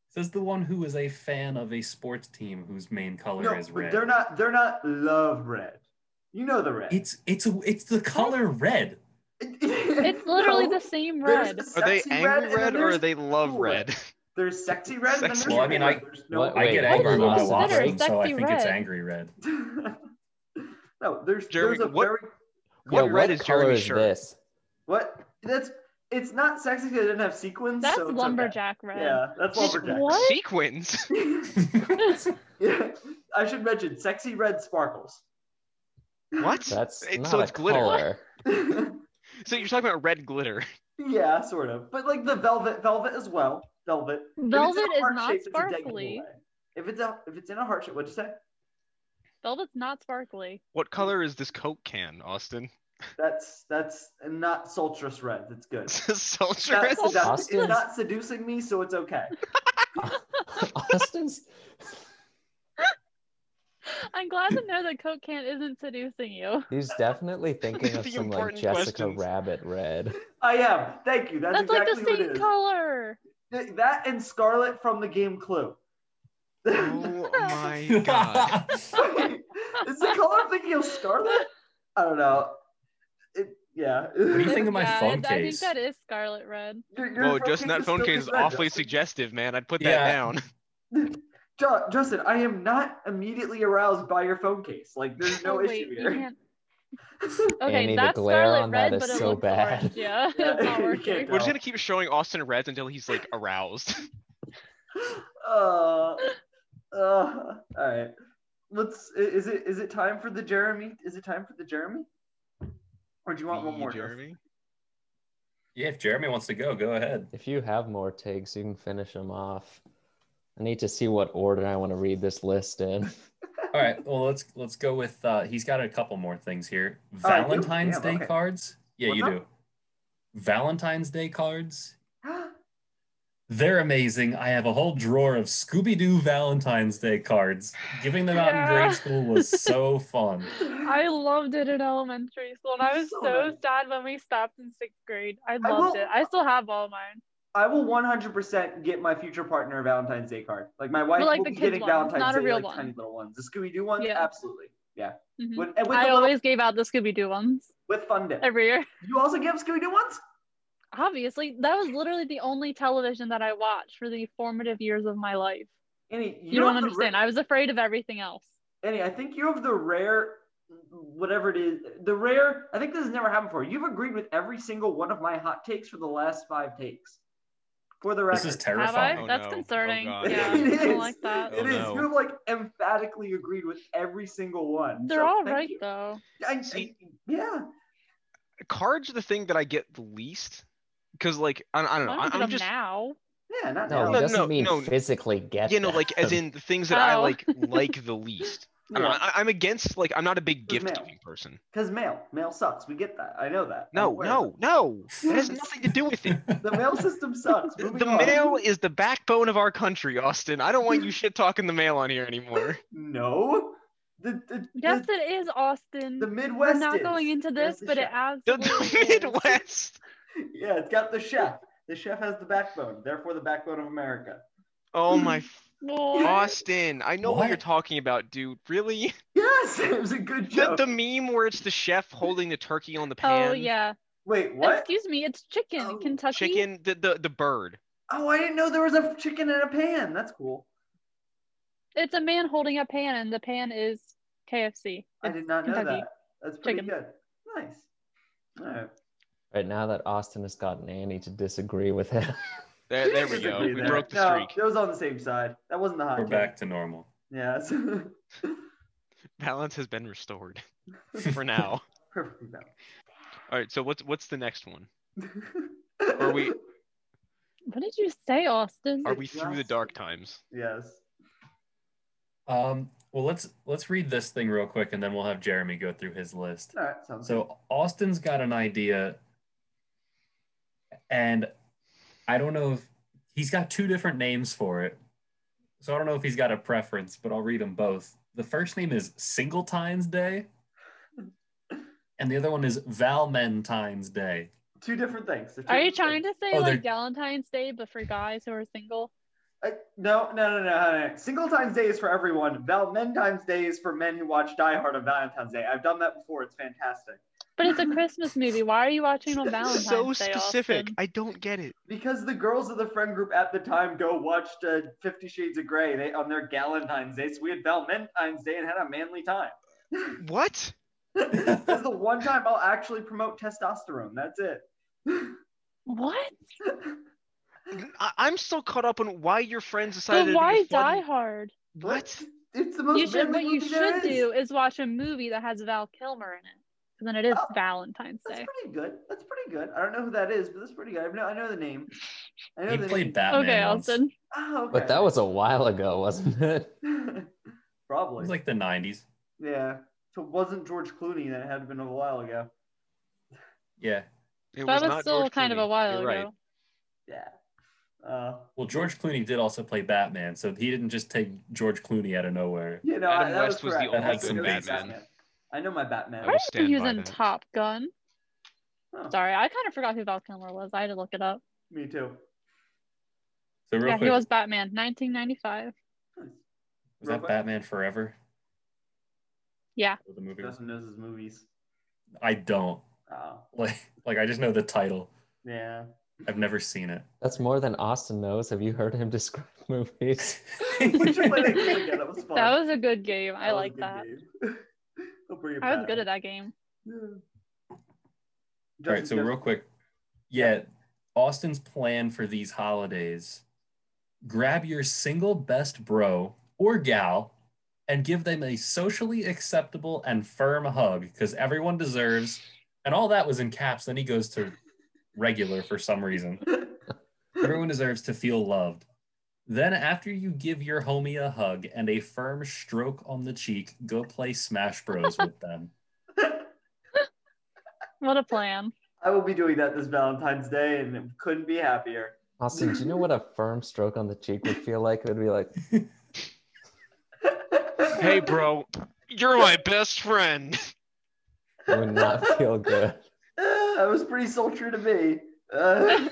Speaker 6: Says the one who is a fan of a sports team whose main color
Speaker 2: no,
Speaker 6: is
Speaker 2: but
Speaker 6: red.
Speaker 2: they're not they're not love red. You know the red.
Speaker 6: It's it's a, it's the color red.
Speaker 3: It's literally
Speaker 2: No,
Speaker 3: the same
Speaker 2: there's
Speaker 3: red.
Speaker 2: the
Speaker 4: Are they
Speaker 2: sexy
Speaker 4: angry
Speaker 2: and then
Speaker 4: red or are
Speaker 2: there's-
Speaker 4: they love
Speaker 2: cool red.
Speaker 4: red?
Speaker 2: There's sexy red and then
Speaker 4: Sexy
Speaker 2: there's
Speaker 4: Well, I
Speaker 6: mean,
Speaker 2: red.
Speaker 6: I-
Speaker 2: There's no
Speaker 5: What-
Speaker 6: I
Speaker 5: wait,
Speaker 6: get
Speaker 5: what
Speaker 6: angry
Speaker 5: is
Speaker 6: when I
Speaker 5: this
Speaker 6: watch
Speaker 5: better?
Speaker 6: them, so I
Speaker 3: Sexy
Speaker 6: think it's
Speaker 3: red.
Speaker 6: angry red.
Speaker 2: no, there's
Speaker 4: Jeremy,
Speaker 2: there's a
Speaker 4: what-
Speaker 2: very
Speaker 4: What
Speaker 5: yeah,
Speaker 4: red
Speaker 5: what
Speaker 4: is
Speaker 5: color
Speaker 4: Jeremy's
Speaker 5: is
Speaker 4: shirt?
Speaker 5: this?
Speaker 2: what that's it's not sexy because it didn't have sequins.
Speaker 3: That's
Speaker 2: so it's okay.
Speaker 3: lumberjack red.
Speaker 2: Yeah, that's
Speaker 3: Just
Speaker 2: lumberjack.
Speaker 3: What?
Speaker 4: Sequins.
Speaker 2: yeah, I should mention sexy red sparkles.
Speaker 4: What?
Speaker 5: That's
Speaker 4: It-
Speaker 5: not
Speaker 4: so
Speaker 5: a
Speaker 4: it's glitter.
Speaker 5: color.
Speaker 4: So you're talking about red glitter.
Speaker 2: yeah, sort of. But like the velvet, velvet as well. Velvet. If it's in a
Speaker 3: Velvet is
Speaker 2: heart
Speaker 3: not
Speaker 2: shape, it's a decorative
Speaker 3: sparkly.
Speaker 2: way. If it's a, if it's in a heart shape, what'd you say?
Speaker 3: Velvet's not sparkly.
Speaker 4: What color is this Coke can, Austin?
Speaker 2: That's that's not sultrous red. That's good.
Speaker 4: This is Soldier
Speaker 2: Not
Speaker 4: Red.
Speaker 2: sedu-
Speaker 5: Austin's-
Speaker 2: it's not seducing me, so it's okay.
Speaker 5: Austin's
Speaker 3: I'm glad to know that Coke can isn't seducing you.
Speaker 5: he's definitely thinking of
Speaker 4: The
Speaker 5: some like
Speaker 4: important
Speaker 5: Jessica
Speaker 4: questions.
Speaker 5: Rabbit red.
Speaker 2: I am. Thank you. That's,
Speaker 3: That's,
Speaker 2: exactly
Speaker 3: like the
Speaker 2: what
Speaker 3: same
Speaker 2: it is.
Speaker 3: color.
Speaker 2: Th- That and Scarlet from the game Clue.
Speaker 4: Oh my god.
Speaker 2: is the color I'm thinking of Scarlet? I don't know. It, yeah.
Speaker 6: What do you think of my
Speaker 3: yeah,
Speaker 6: phone
Speaker 3: I, I think
Speaker 6: case?
Speaker 3: that is scarlet red.
Speaker 2: Your- your
Speaker 4: Whoa,
Speaker 2: phone
Speaker 4: Justin,
Speaker 2: case
Speaker 4: Oh, that phone
Speaker 2: still
Speaker 4: case is
Speaker 2: red,
Speaker 4: awfully
Speaker 2: Justin.
Speaker 4: suggestive, man. I'd put that
Speaker 6: Yeah.
Speaker 4: down.
Speaker 2: Ju- Justin, I am not immediately aroused by your phone case. Like, there's no
Speaker 3: Oh, wait,
Speaker 2: issue
Speaker 3: you
Speaker 2: here.
Speaker 3: can't- Okay,
Speaker 5: Amy, the
Speaker 3: that's
Speaker 5: glare
Speaker 3: scarlet
Speaker 5: on that
Speaker 3: red,
Speaker 5: is
Speaker 3: but it
Speaker 5: so
Speaker 3: looks
Speaker 5: bad.
Speaker 3: orange. Yeah,
Speaker 2: Yeah,
Speaker 3: it's not
Speaker 2: you
Speaker 3: working.
Speaker 2: can't
Speaker 4: We're just
Speaker 2: No.
Speaker 4: gonna keep showing Austin reds until he's like aroused.
Speaker 2: Uh, uh, all right. Let's. i- Is it is it time for the Jeremy? Is it time for the Jeremy? Or do you want one
Speaker 4: Me,
Speaker 2: more? Justin?
Speaker 4: Jeremy.
Speaker 6: Yeah, if Jeremy wants to go, go ahead.
Speaker 5: If you have more takes, you can finish them off. I need to see what order I want to read this list in.
Speaker 6: All right. Well, let's let's go with. Uh, he's got a couple more things here.
Speaker 2: Oh, I do?
Speaker 6: Valentine's
Speaker 2: Damn,
Speaker 6: Day
Speaker 2: okay.
Speaker 6: cards. Yeah,
Speaker 2: What's
Speaker 6: you
Speaker 2: up?
Speaker 6: do. Valentine's Day cards. They're amazing. I have a whole drawer of Scooby Doo Valentine's Day cards. Giving them out in
Speaker 3: Yeah.
Speaker 6: grade school was so fun.
Speaker 3: I loved it in elementary school, and I was
Speaker 2: So
Speaker 3: so,
Speaker 2: nice.
Speaker 3: sad when we stopped in sixth grade. I loved
Speaker 2: will-
Speaker 3: it. I still have all mine.
Speaker 2: I will 100% get my future partner a Valentine's Day card. Like my wife
Speaker 3: But, like,
Speaker 2: will
Speaker 3: the
Speaker 2: be
Speaker 3: kids
Speaker 2: getting
Speaker 3: one,
Speaker 2: Valentine's
Speaker 3: not a
Speaker 2: Day
Speaker 3: real
Speaker 2: like
Speaker 3: one.
Speaker 2: tiny little ones. The Scooby Doo ones,
Speaker 3: Yeah.
Speaker 2: absolutely. Yeah.
Speaker 3: Mhm.
Speaker 2: With, and with,
Speaker 3: I
Speaker 2: the little,
Speaker 3: always gave out the Scooby Doo ones
Speaker 2: with fun dip.
Speaker 3: every year.
Speaker 2: You also give Scooby Doo ones?
Speaker 3: Obviously, that was literally the only television that I watched for the formative years of my life.
Speaker 2: Annie,
Speaker 3: You, don't understand. I was afraid of everything else.
Speaker 2: Annie, I think you have the rare, whatever it is, the rare. I think this has never happened before. You've agreed with every single one of my hot takes for the last five takes. For the record,
Speaker 6: This is
Speaker 3: Have I?
Speaker 6: terrifying.
Speaker 4: Oh,
Speaker 3: That's
Speaker 4: no. Oh,
Speaker 3: concerning.
Speaker 4: God.
Speaker 3: yeah,
Speaker 2: It
Speaker 3: I
Speaker 2: is.
Speaker 3: don't like that.
Speaker 4: Oh,
Speaker 2: It is.
Speaker 4: no.
Speaker 2: You have like emphatically agreed with every single one.
Speaker 3: They're
Speaker 2: so
Speaker 3: all
Speaker 2: thank
Speaker 3: right
Speaker 2: you.
Speaker 3: though.
Speaker 2: I- I-
Speaker 4: See-
Speaker 2: yeah.
Speaker 4: Cards are the thing that I get the least because, like, I, I don't know.
Speaker 3: I don't get
Speaker 4: I, am
Speaker 3: them
Speaker 4: just
Speaker 3: now.
Speaker 2: Yeah. Not
Speaker 5: No,
Speaker 4: No,
Speaker 5: he
Speaker 2: now.
Speaker 5: doesn't
Speaker 4: no,
Speaker 5: mean
Speaker 4: no.
Speaker 5: physically get.
Speaker 4: you know,
Speaker 5: them.
Speaker 4: like, as in the things that I
Speaker 3: Oh.
Speaker 4: like like the least. I don't know, I, I'm against like I'm not a big
Speaker 2: Good
Speaker 4: gift
Speaker 2: mail.
Speaker 4: giving person.
Speaker 2: Because mail, mail sucks. We get that. I know that. I'm
Speaker 4: No,
Speaker 2: aware.
Speaker 4: no, no. That has nothing to do with it.
Speaker 2: The mail system sucks.
Speaker 4: The
Speaker 2: Moving
Speaker 4: the
Speaker 2: on.
Speaker 4: mail is the backbone of our country, Austin. I don't want you shit talking the mail on here anymore.
Speaker 2: No. The the,
Speaker 3: Yes,
Speaker 2: the,
Speaker 3: it is, Austin.
Speaker 2: the
Speaker 3: We're
Speaker 2: Midwest.
Speaker 3: not
Speaker 2: is.
Speaker 3: going into
Speaker 2: There's
Speaker 3: this,
Speaker 2: the
Speaker 3: but it
Speaker 2: chef.
Speaker 4: The,
Speaker 3: absolutely
Speaker 4: the
Speaker 3: is.
Speaker 4: Midwest.
Speaker 2: Yeah, it's got the chef. The chef has the backbone. Therefore, the backbone of America.
Speaker 4: Oh my f-
Speaker 3: Well,
Speaker 4: Austin, I know what?
Speaker 6: What?
Speaker 4: you're talking about, dude. Really?
Speaker 2: Yes, it was a good
Speaker 4: The,
Speaker 2: joke.
Speaker 4: the meme where it's the chef holding the turkey on the pan.
Speaker 3: Oh yeah.
Speaker 2: Wait, what?
Speaker 3: Excuse me, it's chicken,
Speaker 2: Oh,
Speaker 3: Kentucky.
Speaker 4: Chicken, the, the the bird.
Speaker 2: Oh, I didn't know there was a chicken in a pan. That's cool.
Speaker 3: It's a man holding a pan, and the pan is KFC.
Speaker 2: I did not know
Speaker 3: Kentucky.
Speaker 2: that. That's pretty
Speaker 3: Chicken.
Speaker 2: good. Nice. All right.
Speaker 5: Right now that Austin has gotten Annie to disagree with him.
Speaker 4: There, there we go.
Speaker 2: Disagree
Speaker 4: We
Speaker 2: there.
Speaker 4: broke the
Speaker 2: no,
Speaker 4: streak.
Speaker 2: Those on the same side. That wasn't the hot
Speaker 6: We're
Speaker 2: take.
Speaker 6: back to normal.
Speaker 2: Yes.
Speaker 4: Balance has been restored for now.
Speaker 2: Perfect. No.
Speaker 4: All right, so what's what's the next one? Are we
Speaker 3: Uh, What did you say, Austin?
Speaker 4: are we through the dark times?
Speaker 2: Yes.
Speaker 6: Um, well, let's let's read this thing real quick, and then we'll have Jeremy go through his list.
Speaker 2: All right. Sounds
Speaker 6: So Austin's got an idea, and I don't know if he's got two different names for it. So I don't know if he's got a preference, but I'll read them both. The first name is Singletine's Day, and the other one is Valentine's Day.
Speaker 2: good. two different things. They're two
Speaker 3: Are you
Speaker 2: different
Speaker 3: trying
Speaker 2: things.
Speaker 3: to say
Speaker 6: Oh, they're-
Speaker 3: like Valentine's Day, but for guys who are single?
Speaker 2: I, Uh, no, no, no, no, no, no. Singletine's Day is for everyone. Valentine's Day is for men who watch Die Hard on Valentine's Day. I've done that before. It's fantastic.
Speaker 3: But it's a Christmas movie. Why are you watching it on Valentine's
Speaker 4: so
Speaker 3: Day?
Speaker 4: specific.
Speaker 3: Austin?
Speaker 4: I don't get it.
Speaker 2: Because the girls of the friend group at the time go watched uh, Fifty Shades of Grey they, on their Galentine's Day. So we had Valentine's Day and had a manly time.
Speaker 4: What?
Speaker 2: this is the one time I'll actually promote testosterone. That's it.
Speaker 3: What?
Speaker 4: I, I'm still caught up on why your friends decided.
Speaker 3: But
Speaker 4: to
Speaker 3: why
Speaker 4: do the
Speaker 3: Die
Speaker 4: fun-
Speaker 3: Hard?
Speaker 4: What?
Speaker 2: It's the most
Speaker 3: you should.
Speaker 2: manly
Speaker 3: What you
Speaker 2: movie there
Speaker 3: should
Speaker 2: is.
Speaker 3: do is watch a movie that has Val Kilmer in it, because then it is
Speaker 2: Oh,
Speaker 3: Valentine's
Speaker 2: That's
Speaker 3: Day.
Speaker 2: pretty good. That's pretty good. I don't know who that is, but that's pretty good. I know, I know the name. I know
Speaker 6: He
Speaker 2: the name.
Speaker 6: played Batman.
Speaker 3: Okay,
Speaker 6: once.
Speaker 3: Austin.
Speaker 2: Oh, okay.
Speaker 5: But that was a while ago, wasn't it?
Speaker 6: It
Speaker 2: Probably.
Speaker 6: was like the '90s.
Speaker 2: yeah. So it wasn't George Clooney. That had been a while ago.
Speaker 6: Yeah.
Speaker 4: It
Speaker 3: That
Speaker 4: was
Speaker 3: was,
Speaker 4: not
Speaker 3: still
Speaker 4: George
Speaker 3: kind of
Speaker 4: Clooney.
Speaker 3: a while
Speaker 4: You're right.
Speaker 3: ago.
Speaker 2: Yeah. Uh,
Speaker 6: Well, George Clooney did also play Batman, so he didn't just take George Clooney out of nowhere.
Speaker 2: you know,
Speaker 4: Adam
Speaker 2: I, that
Speaker 4: West was the
Speaker 2: correct.
Speaker 6: only
Speaker 2: I know
Speaker 6: good
Speaker 4: Batman.
Speaker 2: I know my Batman.
Speaker 3: I,
Speaker 4: I will
Speaker 3: remember
Speaker 4: stand
Speaker 3: he was
Speaker 4: by
Speaker 3: in
Speaker 4: that.
Speaker 3: Top Gun.
Speaker 2: Huh,
Speaker 3: Sorry, I kind of forgot who Val Kilmer was. I had to look it up.
Speaker 2: Me too.
Speaker 6: So real
Speaker 3: yeah,
Speaker 6: quick,
Speaker 3: he
Speaker 6: was,
Speaker 3: was Batman, 1995.
Speaker 6: that
Speaker 2: real quick.
Speaker 6: Batman Forever?
Speaker 3: Yeah.
Speaker 6: Or The movie was-
Speaker 2: Justin knows his movies.
Speaker 6: I don't
Speaker 2: Oh,
Speaker 6: like. Like I just know the title.
Speaker 2: yeah.
Speaker 6: I've never seen it.
Speaker 5: That's more than Austin knows. Have you heard him describe movies?
Speaker 2: we should play that game again. That was fun.
Speaker 3: That was a good game. I like that. I was good at that game.
Speaker 6: All right, so real quick, yeah, Austin's plan for these holidays: grab your single best bro or gal and give them a socially acceptable and firm hug because everyone deserves. And all that was in caps. Then he goes to regular for some reason. Everyone deserves to feel loved. Then, after you give your homie a hug and a firm stroke on the cheek, go play Smash Bros with them.
Speaker 3: What a plan.
Speaker 2: I will be doing that this Valentine's Day and couldn't be happier.
Speaker 5: Austin, do you know what a firm stroke on the cheek would feel like? It would be like,
Speaker 4: Hey, bro, you're my best friend.
Speaker 5: it would not feel good.
Speaker 2: that Eh, was pretty sultry to me. Uh,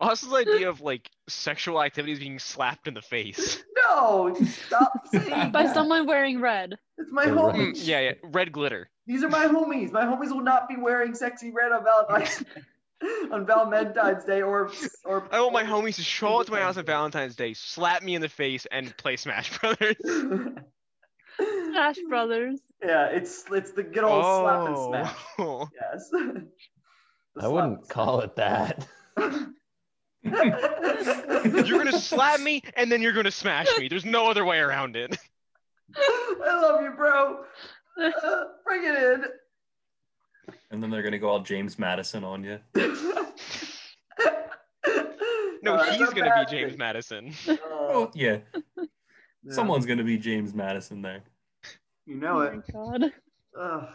Speaker 4: Austin's idea of like sexual activities being slapped in the face.
Speaker 2: no, stop saying
Speaker 3: by
Speaker 2: that.
Speaker 3: someone wearing red.
Speaker 2: It's my
Speaker 5: You're right.
Speaker 4: Mm,
Speaker 2: homies.
Speaker 4: yeah, yeah, red glitter.
Speaker 2: These are my homies. My homies will not be wearing sexy red on Valentine's on Valentine's Day or or.
Speaker 4: I want my homies to show up to my house on Valentine's Day, slap me in the face, and play Smash Brothers.
Speaker 3: Smash Brothers.
Speaker 2: yeah, it's it's the good old slap and smash.
Speaker 4: Oh.
Speaker 2: Yes. The
Speaker 5: I
Speaker 2: slap
Speaker 5: wouldn't call it that.
Speaker 2: and smash.
Speaker 4: You're gonna slap me and then you're gonna smash me. There's no other way around it.
Speaker 2: I love you, bro. Uh, bring it in.
Speaker 6: And then they're gonna go all James Madison on you.
Speaker 4: No,
Speaker 2: Uh,
Speaker 4: he's
Speaker 2: not
Speaker 4: gonna
Speaker 2: bad.
Speaker 4: be James Madison.
Speaker 2: Uh,
Speaker 6: Oh yeah,
Speaker 2: yeah,
Speaker 6: someone's gonna be James Madison there.
Speaker 2: You know it.
Speaker 3: Oh my god.
Speaker 2: Ugh.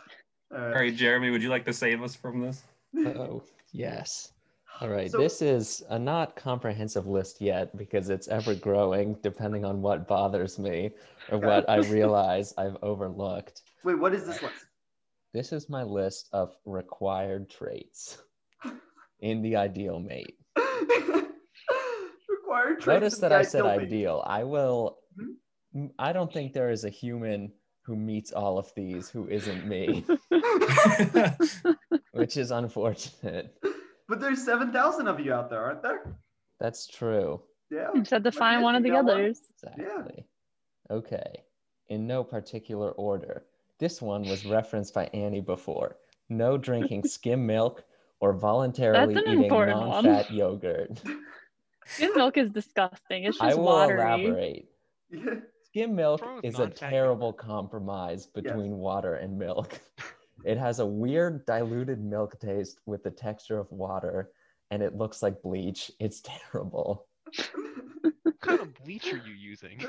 Speaker 2: All
Speaker 6: All right, Jeremy, would you like to save us from this?
Speaker 5: Oh, yes. All right.
Speaker 2: So-
Speaker 5: this is a not comprehensive list yet because it's ever growing depending on what bothers me or what I realize I've overlooked.
Speaker 2: Wait, what is this list?
Speaker 5: This is my list of required traits in the ideal mate.
Speaker 2: Required traits
Speaker 5: Notice
Speaker 2: of
Speaker 5: that
Speaker 2: the
Speaker 5: I said
Speaker 2: ideal mate.
Speaker 5: ideal. I will.
Speaker 2: Mhm.
Speaker 5: m- I don't think there is a human who meets all of these who isn't me, which is unfortunate.
Speaker 2: But there's 7,000 of you out there, aren't there?
Speaker 5: That's true.
Speaker 2: Yeah.
Speaker 3: You just have to find one of the
Speaker 2: You got one?
Speaker 3: others.
Speaker 5: Exactly. Okay. In no particular order. This one was referenced by Annie before. No drinking skim milk or voluntarily
Speaker 3: an
Speaker 5: eating
Speaker 3: important one.
Speaker 5: non-fat yogurt.
Speaker 3: Skim milk is disgusting. It's
Speaker 5: I
Speaker 3: just
Speaker 5: will
Speaker 3: watery.
Speaker 5: elaborate.
Speaker 2: Yeah.
Speaker 5: Skim milk
Speaker 4: wrong with
Speaker 5: is a
Speaker 4: non-fat
Speaker 5: terrible compromise between water and milk. It has a weird diluted milk taste with the texture of water and it looks like bleach. It's terrible.
Speaker 4: What kind of bleach are you using?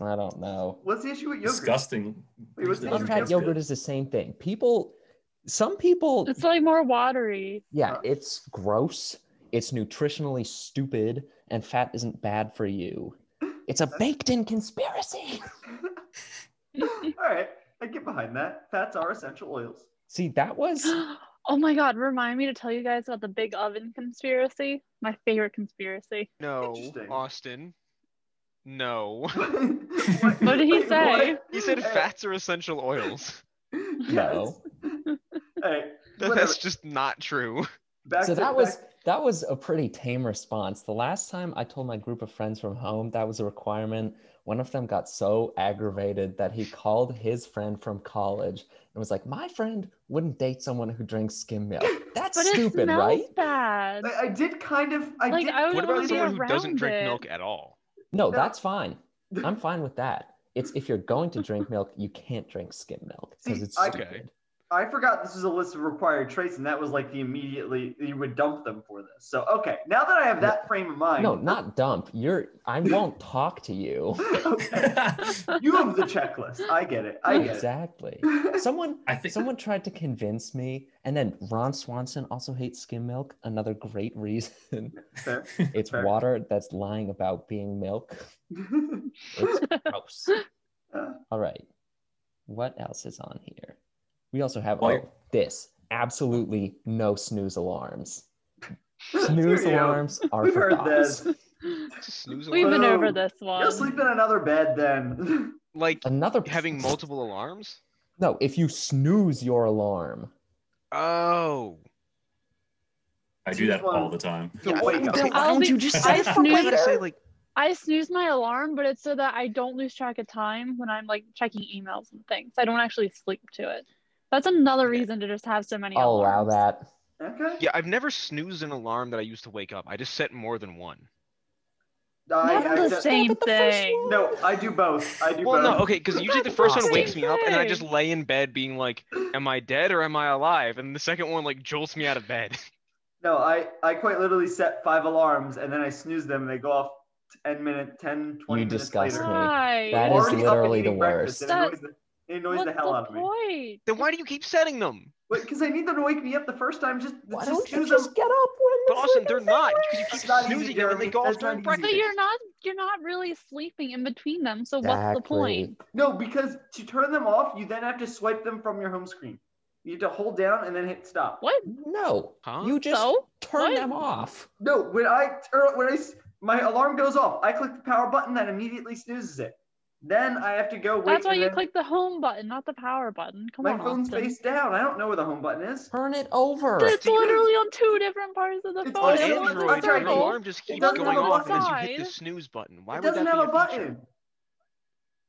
Speaker 5: I don't know.
Speaker 2: What's the issue with yogurt?
Speaker 6: Disgusting.
Speaker 2: Wait, what's the issue with
Speaker 5: Non-fat yogurt is the same thing. People some people
Speaker 3: It's like more watery.
Speaker 5: Yeah,
Speaker 2: Uh,
Speaker 5: it's gross. It's nutritionally stupid, and fat isn't bad for you. It's a baked in conspiracy.
Speaker 2: All right. I get behind that. Fats are essential oils.
Speaker 5: See, that was
Speaker 3: oh my god, remind me to tell you guys about the big oven conspiracy. My favorite conspiracy.
Speaker 4: No,
Speaker 2: Interesting.
Speaker 4: Austin. No.
Speaker 2: what,
Speaker 3: What did he
Speaker 2: wait,
Speaker 3: say?
Speaker 2: what?
Speaker 4: He said
Speaker 2: Hey,
Speaker 4: fats are essential oils.
Speaker 2: Yes.
Speaker 5: No.
Speaker 2: Hey,
Speaker 4: That-
Speaker 2: whatever.
Speaker 4: That's just not true.
Speaker 2: Back
Speaker 5: so
Speaker 2: to-
Speaker 5: that was
Speaker 2: back-
Speaker 5: that was a pretty tame response. The last time I told my group of friends from home that was a requirement, one of them got so aggravated that he called his friend from college and was like, "My friend wouldn't date someone who drinks skim milk. That's
Speaker 3: But it
Speaker 5: stupid,
Speaker 3: smells
Speaker 5: right?"
Speaker 3: bad.
Speaker 2: I, I did kind of. I
Speaker 3: Like,
Speaker 2: did
Speaker 3: I would
Speaker 4: What
Speaker 3: don't wanna
Speaker 4: about
Speaker 3: be
Speaker 4: someone who doesn't
Speaker 3: around
Speaker 4: drink
Speaker 3: it.
Speaker 4: milk at all?
Speaker 5: No,
Speaker 2: No.
Speaker 5: that's fine. I'm fine with that. It's if you're going to drink milk, you can't drink skim milk because
Speaker 2: See,
Speaker 5: it's
Speaker 2: I-
Speaker 5: stupid.
Speaker 4: Okay.
Speaker 2: I forgot this was a list of required traits, and that was like the immediately you would dump them for this. So okay, now that I have that frame of mind,
Speaker 5: No, not dump. You're. I won't talk to you.
Speaker 2: okay, you have the checklist. I get it. I get
Speaker 5: Exactly.
Speaker 2: it.
Speaker 5: Someone.
Speaker 6: I think
Speaker 5: Someone tried to convince me, and then Ron Swanson also hates skim milk. Another great reason.
Speaker 2: Fair.
Speaker 5: It's
Speaker 2: Fair.
Speaker 5: water that's lying about being milk. It's gross.
Speaker 2: Uh.
Speaker 5: All right. What else is on here? We also have
Speaker 6: While
Speaker 5: oh,
Speaker 6: you're-
Speaker 5: this. Absolutely no snooze alarms.
Speaker 2: Here
Speaker 5: Snooze
Speaker 2: we go.
Speaker 5: alarms are
Speaker 2: We've
Speaker 5: for
Speaker 2: heard
Speaker 5: dogs.
Speaker 4: It's a snooze
Speaker 3: We've
Speaker 4: alarm.
Speaker 3: been
Speaker 2: Whoa.
Speaker 3: over this one.
Speaker 2: You'll sleep in another bed then.
Speaker 4: Like
Speaker 5: Another
Speaker 4: having multiple alarms?
Speaker 5: No, if you snooze your alarm,
Speaker 4: Oh.
Speaker 6: I do that all the time.
Speaker 2: You'll wake up.
Speaker 4: Okay,
Speaker 3: I'll
Speaker 5: don't
Speaker 3: be-
Speaker 5: you just
Speaker 3: I
Speaker 5: say fuck
Speaker 3: snooze-
Speaker 4: I gotta say, like,
Speaker 3: I snooze my alarm, but it's so that I don't lose track of time when I'm like checking emails and things. I don't actually sleep to it. That's another reason to just have so many.
Speaker 5: I'll allow
Speaker 3: alarms.
Speaker 5: that.
Speaker 2: Okay.
Speaker 4: yeah, I've never snoozed an alarm that I used to wake up. I just set more than one.
Speaker 2: I,
Speaker 3: Not
Speaker 2: I
Speaker 3: the
Speaker 2: don't-
Speaker 3: same thing.
Speaker 2: No, I do both. I do
Speaker 4: Well,
Speaker 2: both.
Speaker 4: no, okay, because usually the first one
Speaker 5: Awesome.
Speaker 4: wakes me up, and I just
Speaker 3: Same
Speaker 4: lay in bed being like, "Am I dead or am I alive?" And the second one like jolts me out of bed.
Speaker 2: No, I, I quite literally set five alarms and then I snooze them and they go off 10 minutes, 10, 20
Speaker 5: You
Speaker 2: minutes
Speaker 5: disgust
Speaker 2: later.
Speaker 5: me.
Speaker 3: Why?
Speaker 5: That is
Speaker 2: Already up and
Speaker 5: literally the
Speaker 2: eating breakfast. It
Speaker 5: worst.
Speaker 2: annoys the, it annoys
Speaker 3: What's
Speaker 2: the hell out of me.
Speaker 3: point?
Speaker 4: Then why do you keep setting them?
Speaker 2: Because I need them to wake me up the first time. Just,
Speaker 5: Why
Speaker 2: just
Speaker 5: don't you
Speaker 2: snooze
Speaker 5: just
Speaker 2: them.
Speaker 5: get up when
Speaker 4: Dawson, they're not because you keep
Speaker 2: That's not easy,
Speaker 4: snoozing them and they
Speaker 2: Jeremy.
Speaker 4: go off
Speaker 2: That's not
Speaker 4: during
Speaker 2: easy.
Speaker 3: But
Speaker 4: breakfast.
Speaker 3: you're not you're not really sleeping in between them, so what's the point?
Speaker 2: No, because to turn them off, you then have to swipe them from your home screen. You have to hold down and then hit stop.
Speaker 3: What?
Speaker 5: No,
Speaker 4: Huh?
Speaker 5: you just
Speaker 3: So?
Speaker 5: turn
Speaker 3: What?
Speaker 5: them off.
Speaker 2: No, when I turn, when I s- my alarm goes off, I click the power button that immediately snoozes it. Then I have to go wait.
Speaker 3: That's why
Speaker 2: and
Speaker 3: you
Speaker 2: then
Speaker 3: click the home button, not the power button. Come
Speaker 2: My
Speaker 3: on.
Speaker 2: phone's
Speaker 3: Austin.
Speaker 2: face down. I don't know where the home button is.
Speaker 5: Turn it over.
Speaker 3: It's
Speaker 4: See, you-
Speaker 3: literally on two different parts of the
Speaker 2: It's
Speaker 3: phone.
Speaker 4: On
Speaker 2: Oh,
Speaker 3: It
Speaker 2: it's
Speaker 3: was a
Speaker 4: Android, your
Speaker 2: circle.
Speaker 4: alarm just keeps
Speaker 2: doesn't
Speaker 4: going
Speaker 2: have a
Speaker 4: off as you hit the
Speaker 3: button.
Speaker 4: snooze button.
Speaker 2: it
Speaker 4: Why would
Speaker 2: doesn't
Speaker 4: that
Speaker 2: have
Speaker 4: be
Speaker 2: a
Speaker 4: feature?
Speaker 2: button.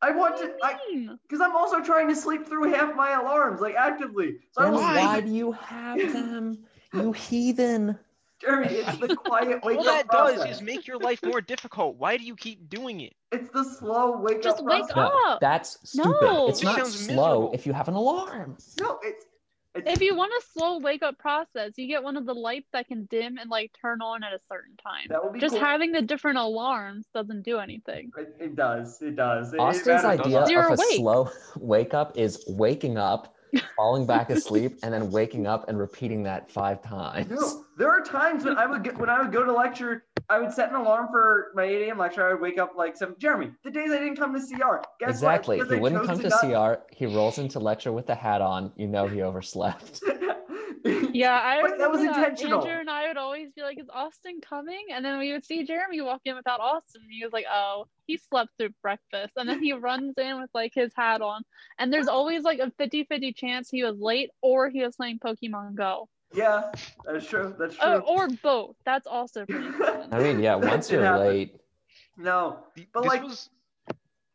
Speaker 2: I want to.
Speaker 3: What do
Speaker 2: I
Speaker 3: you mean?
Speaker 2: because I'm also trying to sleep through half my alarms, like actively. So I
Speaker 5: Then
Speaker 2: was
Speaker 4: Why?
Speaker 5: why do you have them? You heathen.
Speaker 2: Jeremy, it's the quiet wake
Speaker 4: All
Speaker 2: up
Speaker 4: that
Speaker 2: process.
Speaker 4: does is make your life more difficult. Why do you keep doing it?
Speaker 2: It's the slow wake
Speaker 3: Just
Speaker 2: up.
Speaker 3: wake
Speaker 2: process.
Speaker 5: No,
Speaker 3: Up.
Speaker 5: that's stupid.
Speaker 3: No.
Speaker 5: It's
Speaker 3: This
Speaker 5: not
Speaker 4: sounds
Speaker 5: slow
Speaker 4: miserable.
Speaker 5: if you have an alarm.
Speaker 2: No, it's it's
Speaker 3: If you want a slow wake up process, you get one of the lights that can dim and like turn on at a certain time.
Speaker 2: that would be
Speaker 3: Just
Speaker 2: cool.
Speaker 3: having the different alarms doesn't do anything.
Speaker 2: It, it does. It does. It- it
Speaker 5: Austin's
Speaker 2: matters.
Speaker 5: idea of
Speaker 3: You're
Speaker 5: a
Speaker 3: awake.
Speaker 5: slow wake up is waking up, falling back asleep, and then waking up and repeating that five times.
Speaker 2: No, there are times when I would get, when I would go to lecture, I would set an alarm for my 8 a.m. lecture. I would wake up like some Jeremy. The days I didn't come to CR. Guess
Speaker 5: exactly.
Speaker 2: What?
Speaker 5: He wouldn't come to
Speaker 2: CR.
Speaker 5: CR. He rolls into lecture with the hat on. You know he overslept.
Speaker 3: Yeah, I
Speaker 2: Wait, that was
Speaker 3: remember
Speaker 2: intentional.
Speaker 3: Andrew and I would always be like, "Is Austin coming?" And then we would see Jeremy walk in without Austin. And he was like, "Oh, he slept through breakfast." And then he runs in with like his hat on. And there's always like a 50-50 chance he was late or he was playing Pokemon Go,
Speaker 2: yeah, that's true. That's true.
Speaker 3: Oh, or, Uh, or both. That's also pretty common.
Speaker 5: I mean, yeah,
Speaker 2: That
Speaker 5: once
Speaker 2: did
Speaker 5: you're
Speaker 2: happen.
Speaker 5: late,
Speaker 2: No,
Speaker 4: The-
Speaker 2: But,
Speaker 4: this
Speaker 2: like-
Speaker 4: was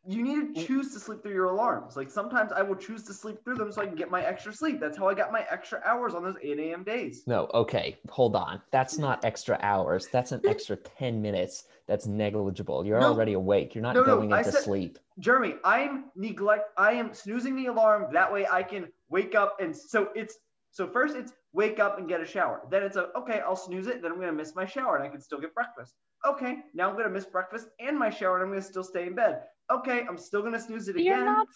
Speaker 2: you need
Speaker 5: Mm.
Speaker 2: to choose to sleep through your alarms. Like sometimes I will choose to sleep through them so I can get my extra sleep. That's how I got my extra hours on those 8 a.m. days.
Speaker 5: No, okay, hold on. That's not extra hours. That's an extra 10 minutes. That's negligible. You're
Speaker 2: No.
Speaker 5: already awake. You're not
Speaker 2: No, no,
Speaker 5: going
Speaker 2: I
Speaker 5: into
Speaker 2: said-
Speaker 5: sleep.
Speaker 2: Jeremy, I'm neglect. I am snoozing the alarm. That way, I can wake up and so it's so first it's wake up and get a shower. Then it's a okay, I'll snooze it. Then I'm gonna miss my shower and I can still get breakfast. Okay, now I'm gonna miss breakfast and my shower and I'm gonna still stay in bed. Okay, I'm still gonna snooze it
Speaker 3: You're
Speaker 2: again.
Speaker 3: not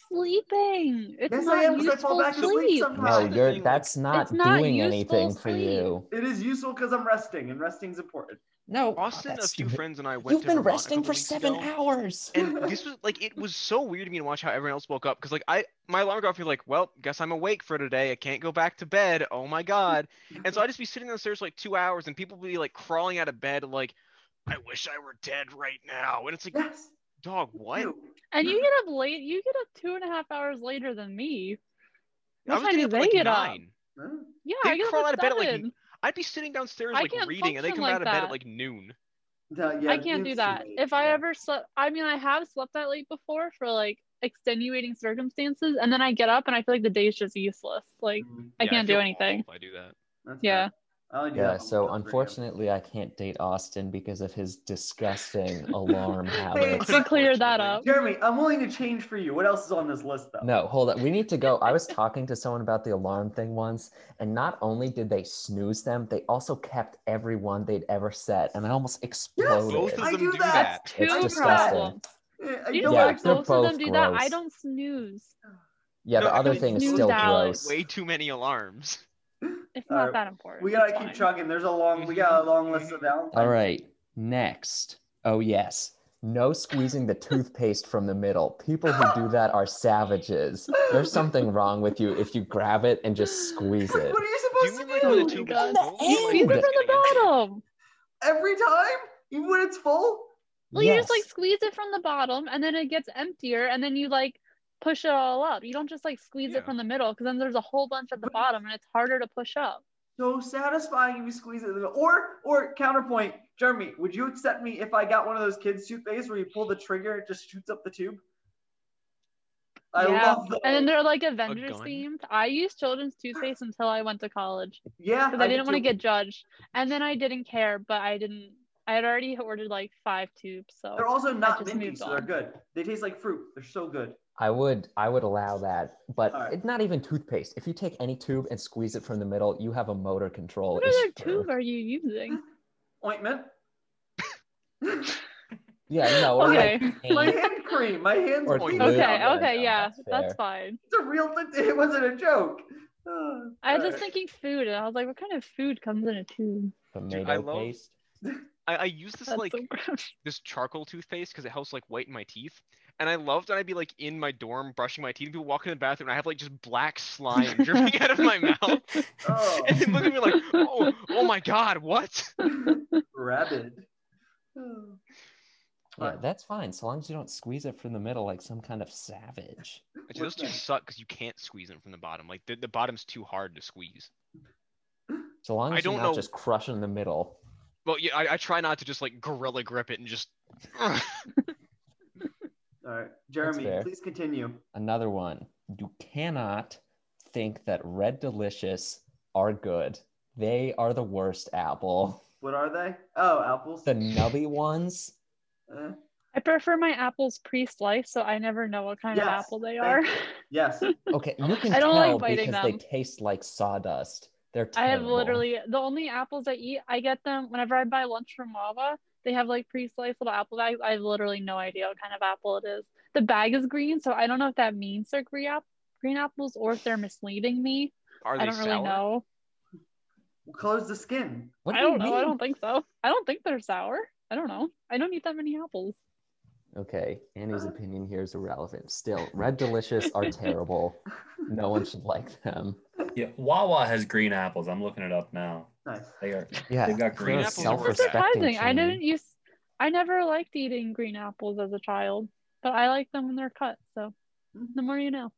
Speaker 3: sleeping. It's
Speaker 2: yes,
Speaker 3: not
Speaker 2: I am because I fall
Speaker 3: useful
Speaker 2: back asleep
Speaker 3: sleep.
Speaker 5: No,
Speaker 2: sometimes.
Speaker 4: the
Speaker 5: you're
Speaker 4: thing, like,
Speaker 5: that's not,
Speaker 3: not
Speaker 5: doing
Speaker 3: useful
Speaker 5: anything for
Speaker 3: sleep.
Speaker 5: you.
Speaker 2: It is useful because I'm resting and resting's important.
Speaker 5: No, oh,
Speaker 4: Austin, a
Speaker 5: that's
Speaker 4: few
Speaker 5: stupid.
Speaker 4: friends, and I went.
Speaker 5: You've
Speaker 4: to
Speaker 5: been
Speaker 4: Vermont a
Speaker 5: resting for
Speaker 4: couple weeks
Speaker 5: seven
Speaker 4: ago.
Speaker 5: hours.
Speaker 4: and this was like it was so weird to me to watch how everyone else woke up because like I my alarm got off. You're like, well, guess I'm awake for today. I can't go back to bed. Oh my god! And so I would just be sitting downstairs for like two hours, and people would be like crawling out of bed, like, I wish I were dead right now. And it's like,
Speaker 2: Yes.
Speaker 4: dog, what?
Speaker 2: you.
Speaker 3: And you get up late. You get up two and a half hours later than me.
Speaker 4: I
Speaker 3: What
Speaker 4: was
Speaker 3: time
Speaker 4: getting
Speaker 3: do
Speaker 4: up
Speaker 3: they
Speaker 4: at, like
Speaker 3: get up?
Speaker 4: nine.
Speaker 2: Huh?
Speaker 3: Yeah,
Speaker 4: They
Speaker 3: I get
Speaker 4: crawl
Speaker 3: up
Speaker 4: out of
Speaker 3: at
Speaker 4: bed at, like,
Speaker 3: seven.
Speaker 4: I'd be sitting downstairs
Speaker 3: I
Speaker 4: like
Speaker 3: can't
Speaker 4: reading, and they
Speaker 3: function
Speaker 4: come
Speaker 3: like
Speaker 4: out of bed
Speaker 3: that.
Speaker 4: at like noon.
Speaker 2: No, yeah,
Speaker 3: I can't do
Speaker 2: it's
Speaker 3: that.
Speaker 2: too late.
Speaker 3: If I
Speaker 2: Yeah.
Speaker 3: ever slept, I mean, I have slept that late before for like extenuating circumstances, and then I get up and I feel like the day's just useless. Like
Speaker 2: Mhm,
Speaker 3: I
Speaker 4: Yeah,
Speaker 3: can't
Speaker 4: feel
Speaker 3: do
Speaker 4: awful
Speaker 3: anything.
Speaker 4: If I do that,
Speaker 2: that's
Speaker 3: Yeah.
Speaker 2: fair. I only do that
Speaker 5: Yeah,
Speaker 2: when
Speaker 5: so
Speaker 2: I'm hungry.
Speaker 5: unfortunately I can't date Austin because of his disgusting alarm
Speaker 2: Hey,
Speaker 5: habits.
Speaker 3: We cleared that up.
Speaker 2: Jeremy, I'm willing to change for you. What else is on this list, though?
Speaker 5: No, hold up. We need to go. I was talking to someone about the alarm thing once, and not only did they snooze them, they also kept everyone they'd ever set, and I almost exploded.
Speaker 4: both of
Speaker 2: I
Speaker 4: them
Speaker 2: do
Speaker 4: do
Speaker 2: that.
Speaker 4: that.
Speaker 3: That's
Speaker 5: It's
Speaker 3: two
Speaker 5: disgusting.
Speaker 3: problems.
Speaker 2: Eh, I
Speaker 3: You
Speaker 2: don't
Speaker 3: just
Speaker 5: Yeah,
Speaker 3: yeah,
Speaker 2: like
Speaker 5: they're
Speaker 3: both of them
Speaker 5: both
Speaker 3: do that. I
Speaker 5: gross.
Speaker 3: don't snooze.
Speaker 5: Yeah,
Speaker 4: No,
Speaker 5: the other
Speaker 4: it's
Speaker 5: thing is
Speaker 3: New
Speaker 5: still
Speaker 3: Dallas.
Speaker 5: gross.
Speaker 4: Way too many alarms.
Speaker 3: It's
Speaker 2: All
Speaker 3: not
Speaker 2: right.
Speaker 3: that important.
Speaker 2: we gotta
Speaker 3: It's
Speaker 2: keep
Speaker 3: fine.
Speaker 2: chugging. There's a long, we got a long list of Valentine's.
Speaker 5: All right, next. Oh, yes. No squeezing the toothpaste from the middle. People who do that are savages. There's something wrong with you if you grab it and just squeeze
Speaker 2: What,
Speaker 5: it.
Speaker 2: what are you
Speaker 4: Do you
Speaker 2: supposed
Speaker 4: mean
Speaker 2: to
Speaker 4: like
Speaker 2: do?
Speaker 4: where the
Speaker 3: Oh my
Speaker 4: tube is
Speaker 3: God.
Speaker 4: full?
Speaker 5: You
Speaker 4: Like,
Speaker 5: squeeze
Speaker 4: when
Speaker 3: Squeeze
Speaker 5: it
Speaker 3: it
Speaker 4: it's
Speaker 3: from the
Speaker 4: getting empty?
Speaker 3: bottom.
Speaker 2: Every time, even when it's full.
Speaker 3: Well, you just like
Speaker 5: Yes.
Speaker 3: squeeze it from the bottom, and then it gets emptier, and then you like push it all up. You don't just like squeeze
Speaker 4: Yeah.
Speaker 3: it from the middle, because then there's a whole bunch at the bottom, and it's harder to push up.
Speaker 2: So satisfying if you squeeze it. in the- Or, or counterpoint, Jeremy, would you accept me if I got one of those kids' toothpaste where you pull the trigger, it just shoots up the tube? I
Speaker 3: Yeah,
Speaker 2: love those.
Speaker 3: And then they're like Avengers
Speaker 4: gun?
Speaker 3: themed. I used children's toothpaste until I went to college
Speaker 2: yeah,
Speaker 3: because I didn't want to
Speaker 2: do.
Speaker 3: get judged, and then I didn't care, but I didn't. I had already ordered like five tubes,
Speaker 2: They're
Speaker 3: so
Speaker 2: also not
Speaker 3: just
Speaker 2: minty,
Speaker 3: moved
Speaker 2: so they're
Speaker 3: on.
Speaker 2: good. They taste like fruit. They're so good.
Speaker 5: I would I would allow that, but
Speaker 2: All right.
Speaker 5: it's not even toothpaste. If you take any tube and squeeze it from the middle, you have a motor control
Speaker 3: what other
Speaker 5: issue.
Speaker 3: tube are you using?
Speaker 2: Ointment.
Speaker 5: Yeah, no, or
Speaker 3: Okay,
Speaker 5: like
Speaker 2: my
Speaker 3: okay,
Speaker 5: paint
Speaker 2: hand cream. My hand's
Speaker 5: or
Speaker 4: Okay,
Speaker 5: glue.
Speaker 2: ointment.
Speaker 3: okay,
Speaker 5: No, no,
Speaker 3: yeah,
Speaker 5: that's
Speaker 3: that's
Speaker 5: fair.
Speaker 3: fine.
Speaker 2: It's a real thing. It wasn't a joke. Uh,
Speaker 3: I
Speaker 2: all
Speaker 3: was just
Speaker 2: right.
Speaker 3: thinking food, and I was like, what kind of food comes in a tube?
Speaker 5: Tomato
Speaker 4: I love-
Speaker 5: paste.
Speaker 4: I, I use this
Speaker 3: That's
Speaker 4: like
Speaker 3: so gross.
Speaker 4: this charcoal toothpaste because it helps like whiten my teeth. And I loved that I'd be like in my dorm brushing my teeth, and people walk in the bathroom, and I have like just black slime dripping out of my mouth,
Speaker 2: Oh,
Speaker 4: and they look at me like, "Oh, oh my God, what?"
Speaker 2: rabid.
Speaker 5: Yeah,
Speaker 2: Right.
Speaker 5: that's fine. So long as you don't squeeze it from the middle like some kind of savage.
Speaker 4: Actually, those two
Speaker 2: What's
Speaker 4: suck because you can't squeeze them from the bottom. Like the, the bottom's too hard to squeeze.
Speaker 5: So long
Speaker 4: I
Speaker 5: as you're
Speaker 4: don't
Speaker 5: not
Speaker 4: know-
Speaker 5: just crushing the middle.
Speaker 4: Well, yeah, I, I try not to just like gorilla grip it and just.
Speaker 2: All right, Jeremy,
Speaker 5: fair.
Speaker 2: please continue.
Speaker 5: Another one. You cannot think that Red Delicious are good. They are the worst apple.
Speaker 2: What are they? Oh, apples.
Speaker 5: The nubby ones.
Speaker 2: Uh,
Speaker 3: I prefer my apples pre-sliced, so I never know what kind of
Speaker 2: Yes,
Speaker 3: apple they
Speaker 2: thank
Speaker 3: are.
Speaker 2: you. yes.
Speaker 5: Okay, you can
Speaker 3: I don't like
Speaker 5: tell
Speaker 3: biting
Speaker 5: because they
Speaker 3: them.
Speaker 5: taste like sawdust. They're
Speaker 3: I have
Speaker 5: terrible.
Speaker 3: literally the only apples I eat. I get them whenever I buy lunch from Wawa. They have like pre-sliced little apple bags. I have literally no idea what kind of apple it is. The bag is green, so I don't know if that means they're green, app- green apples or if they're misleading me.
Speaker 4: Are they
Speaker 3: I don't
Speaker 4: sour?
Speaker 3: really know.
Speaker 2: Close the skin.
Speaker 5: What
Speaker 3: I
Speaker 5: do you
Speaker 3: don't know. I
Speaker 5: mean?
Speaker 3: don't think so. I don't think they're sour. I don't know. I don't eat that many apples.
Speaker 5: Okay, Annie's opinion here is irrelevant. Still, Red Delicious are terrible. No one should like them.
Speaker 6: Yeah, Wawa has green apples. I'm looking it up now.
Speaker 2: Nice.
Speaker 6: They are
Speaker 5: Yeah,
Speaker 6: They've got green
Speaker 5: they're a
Speaker 4: apples.
Speaker 3: That's surprising.
Speaker 5: self-respecting.
Speaker 3: I didn't e-
Speaker 5: chain.
Speaker 3: use. I never liked eating green apples as a child, but I like them when they're cut. So the more you know.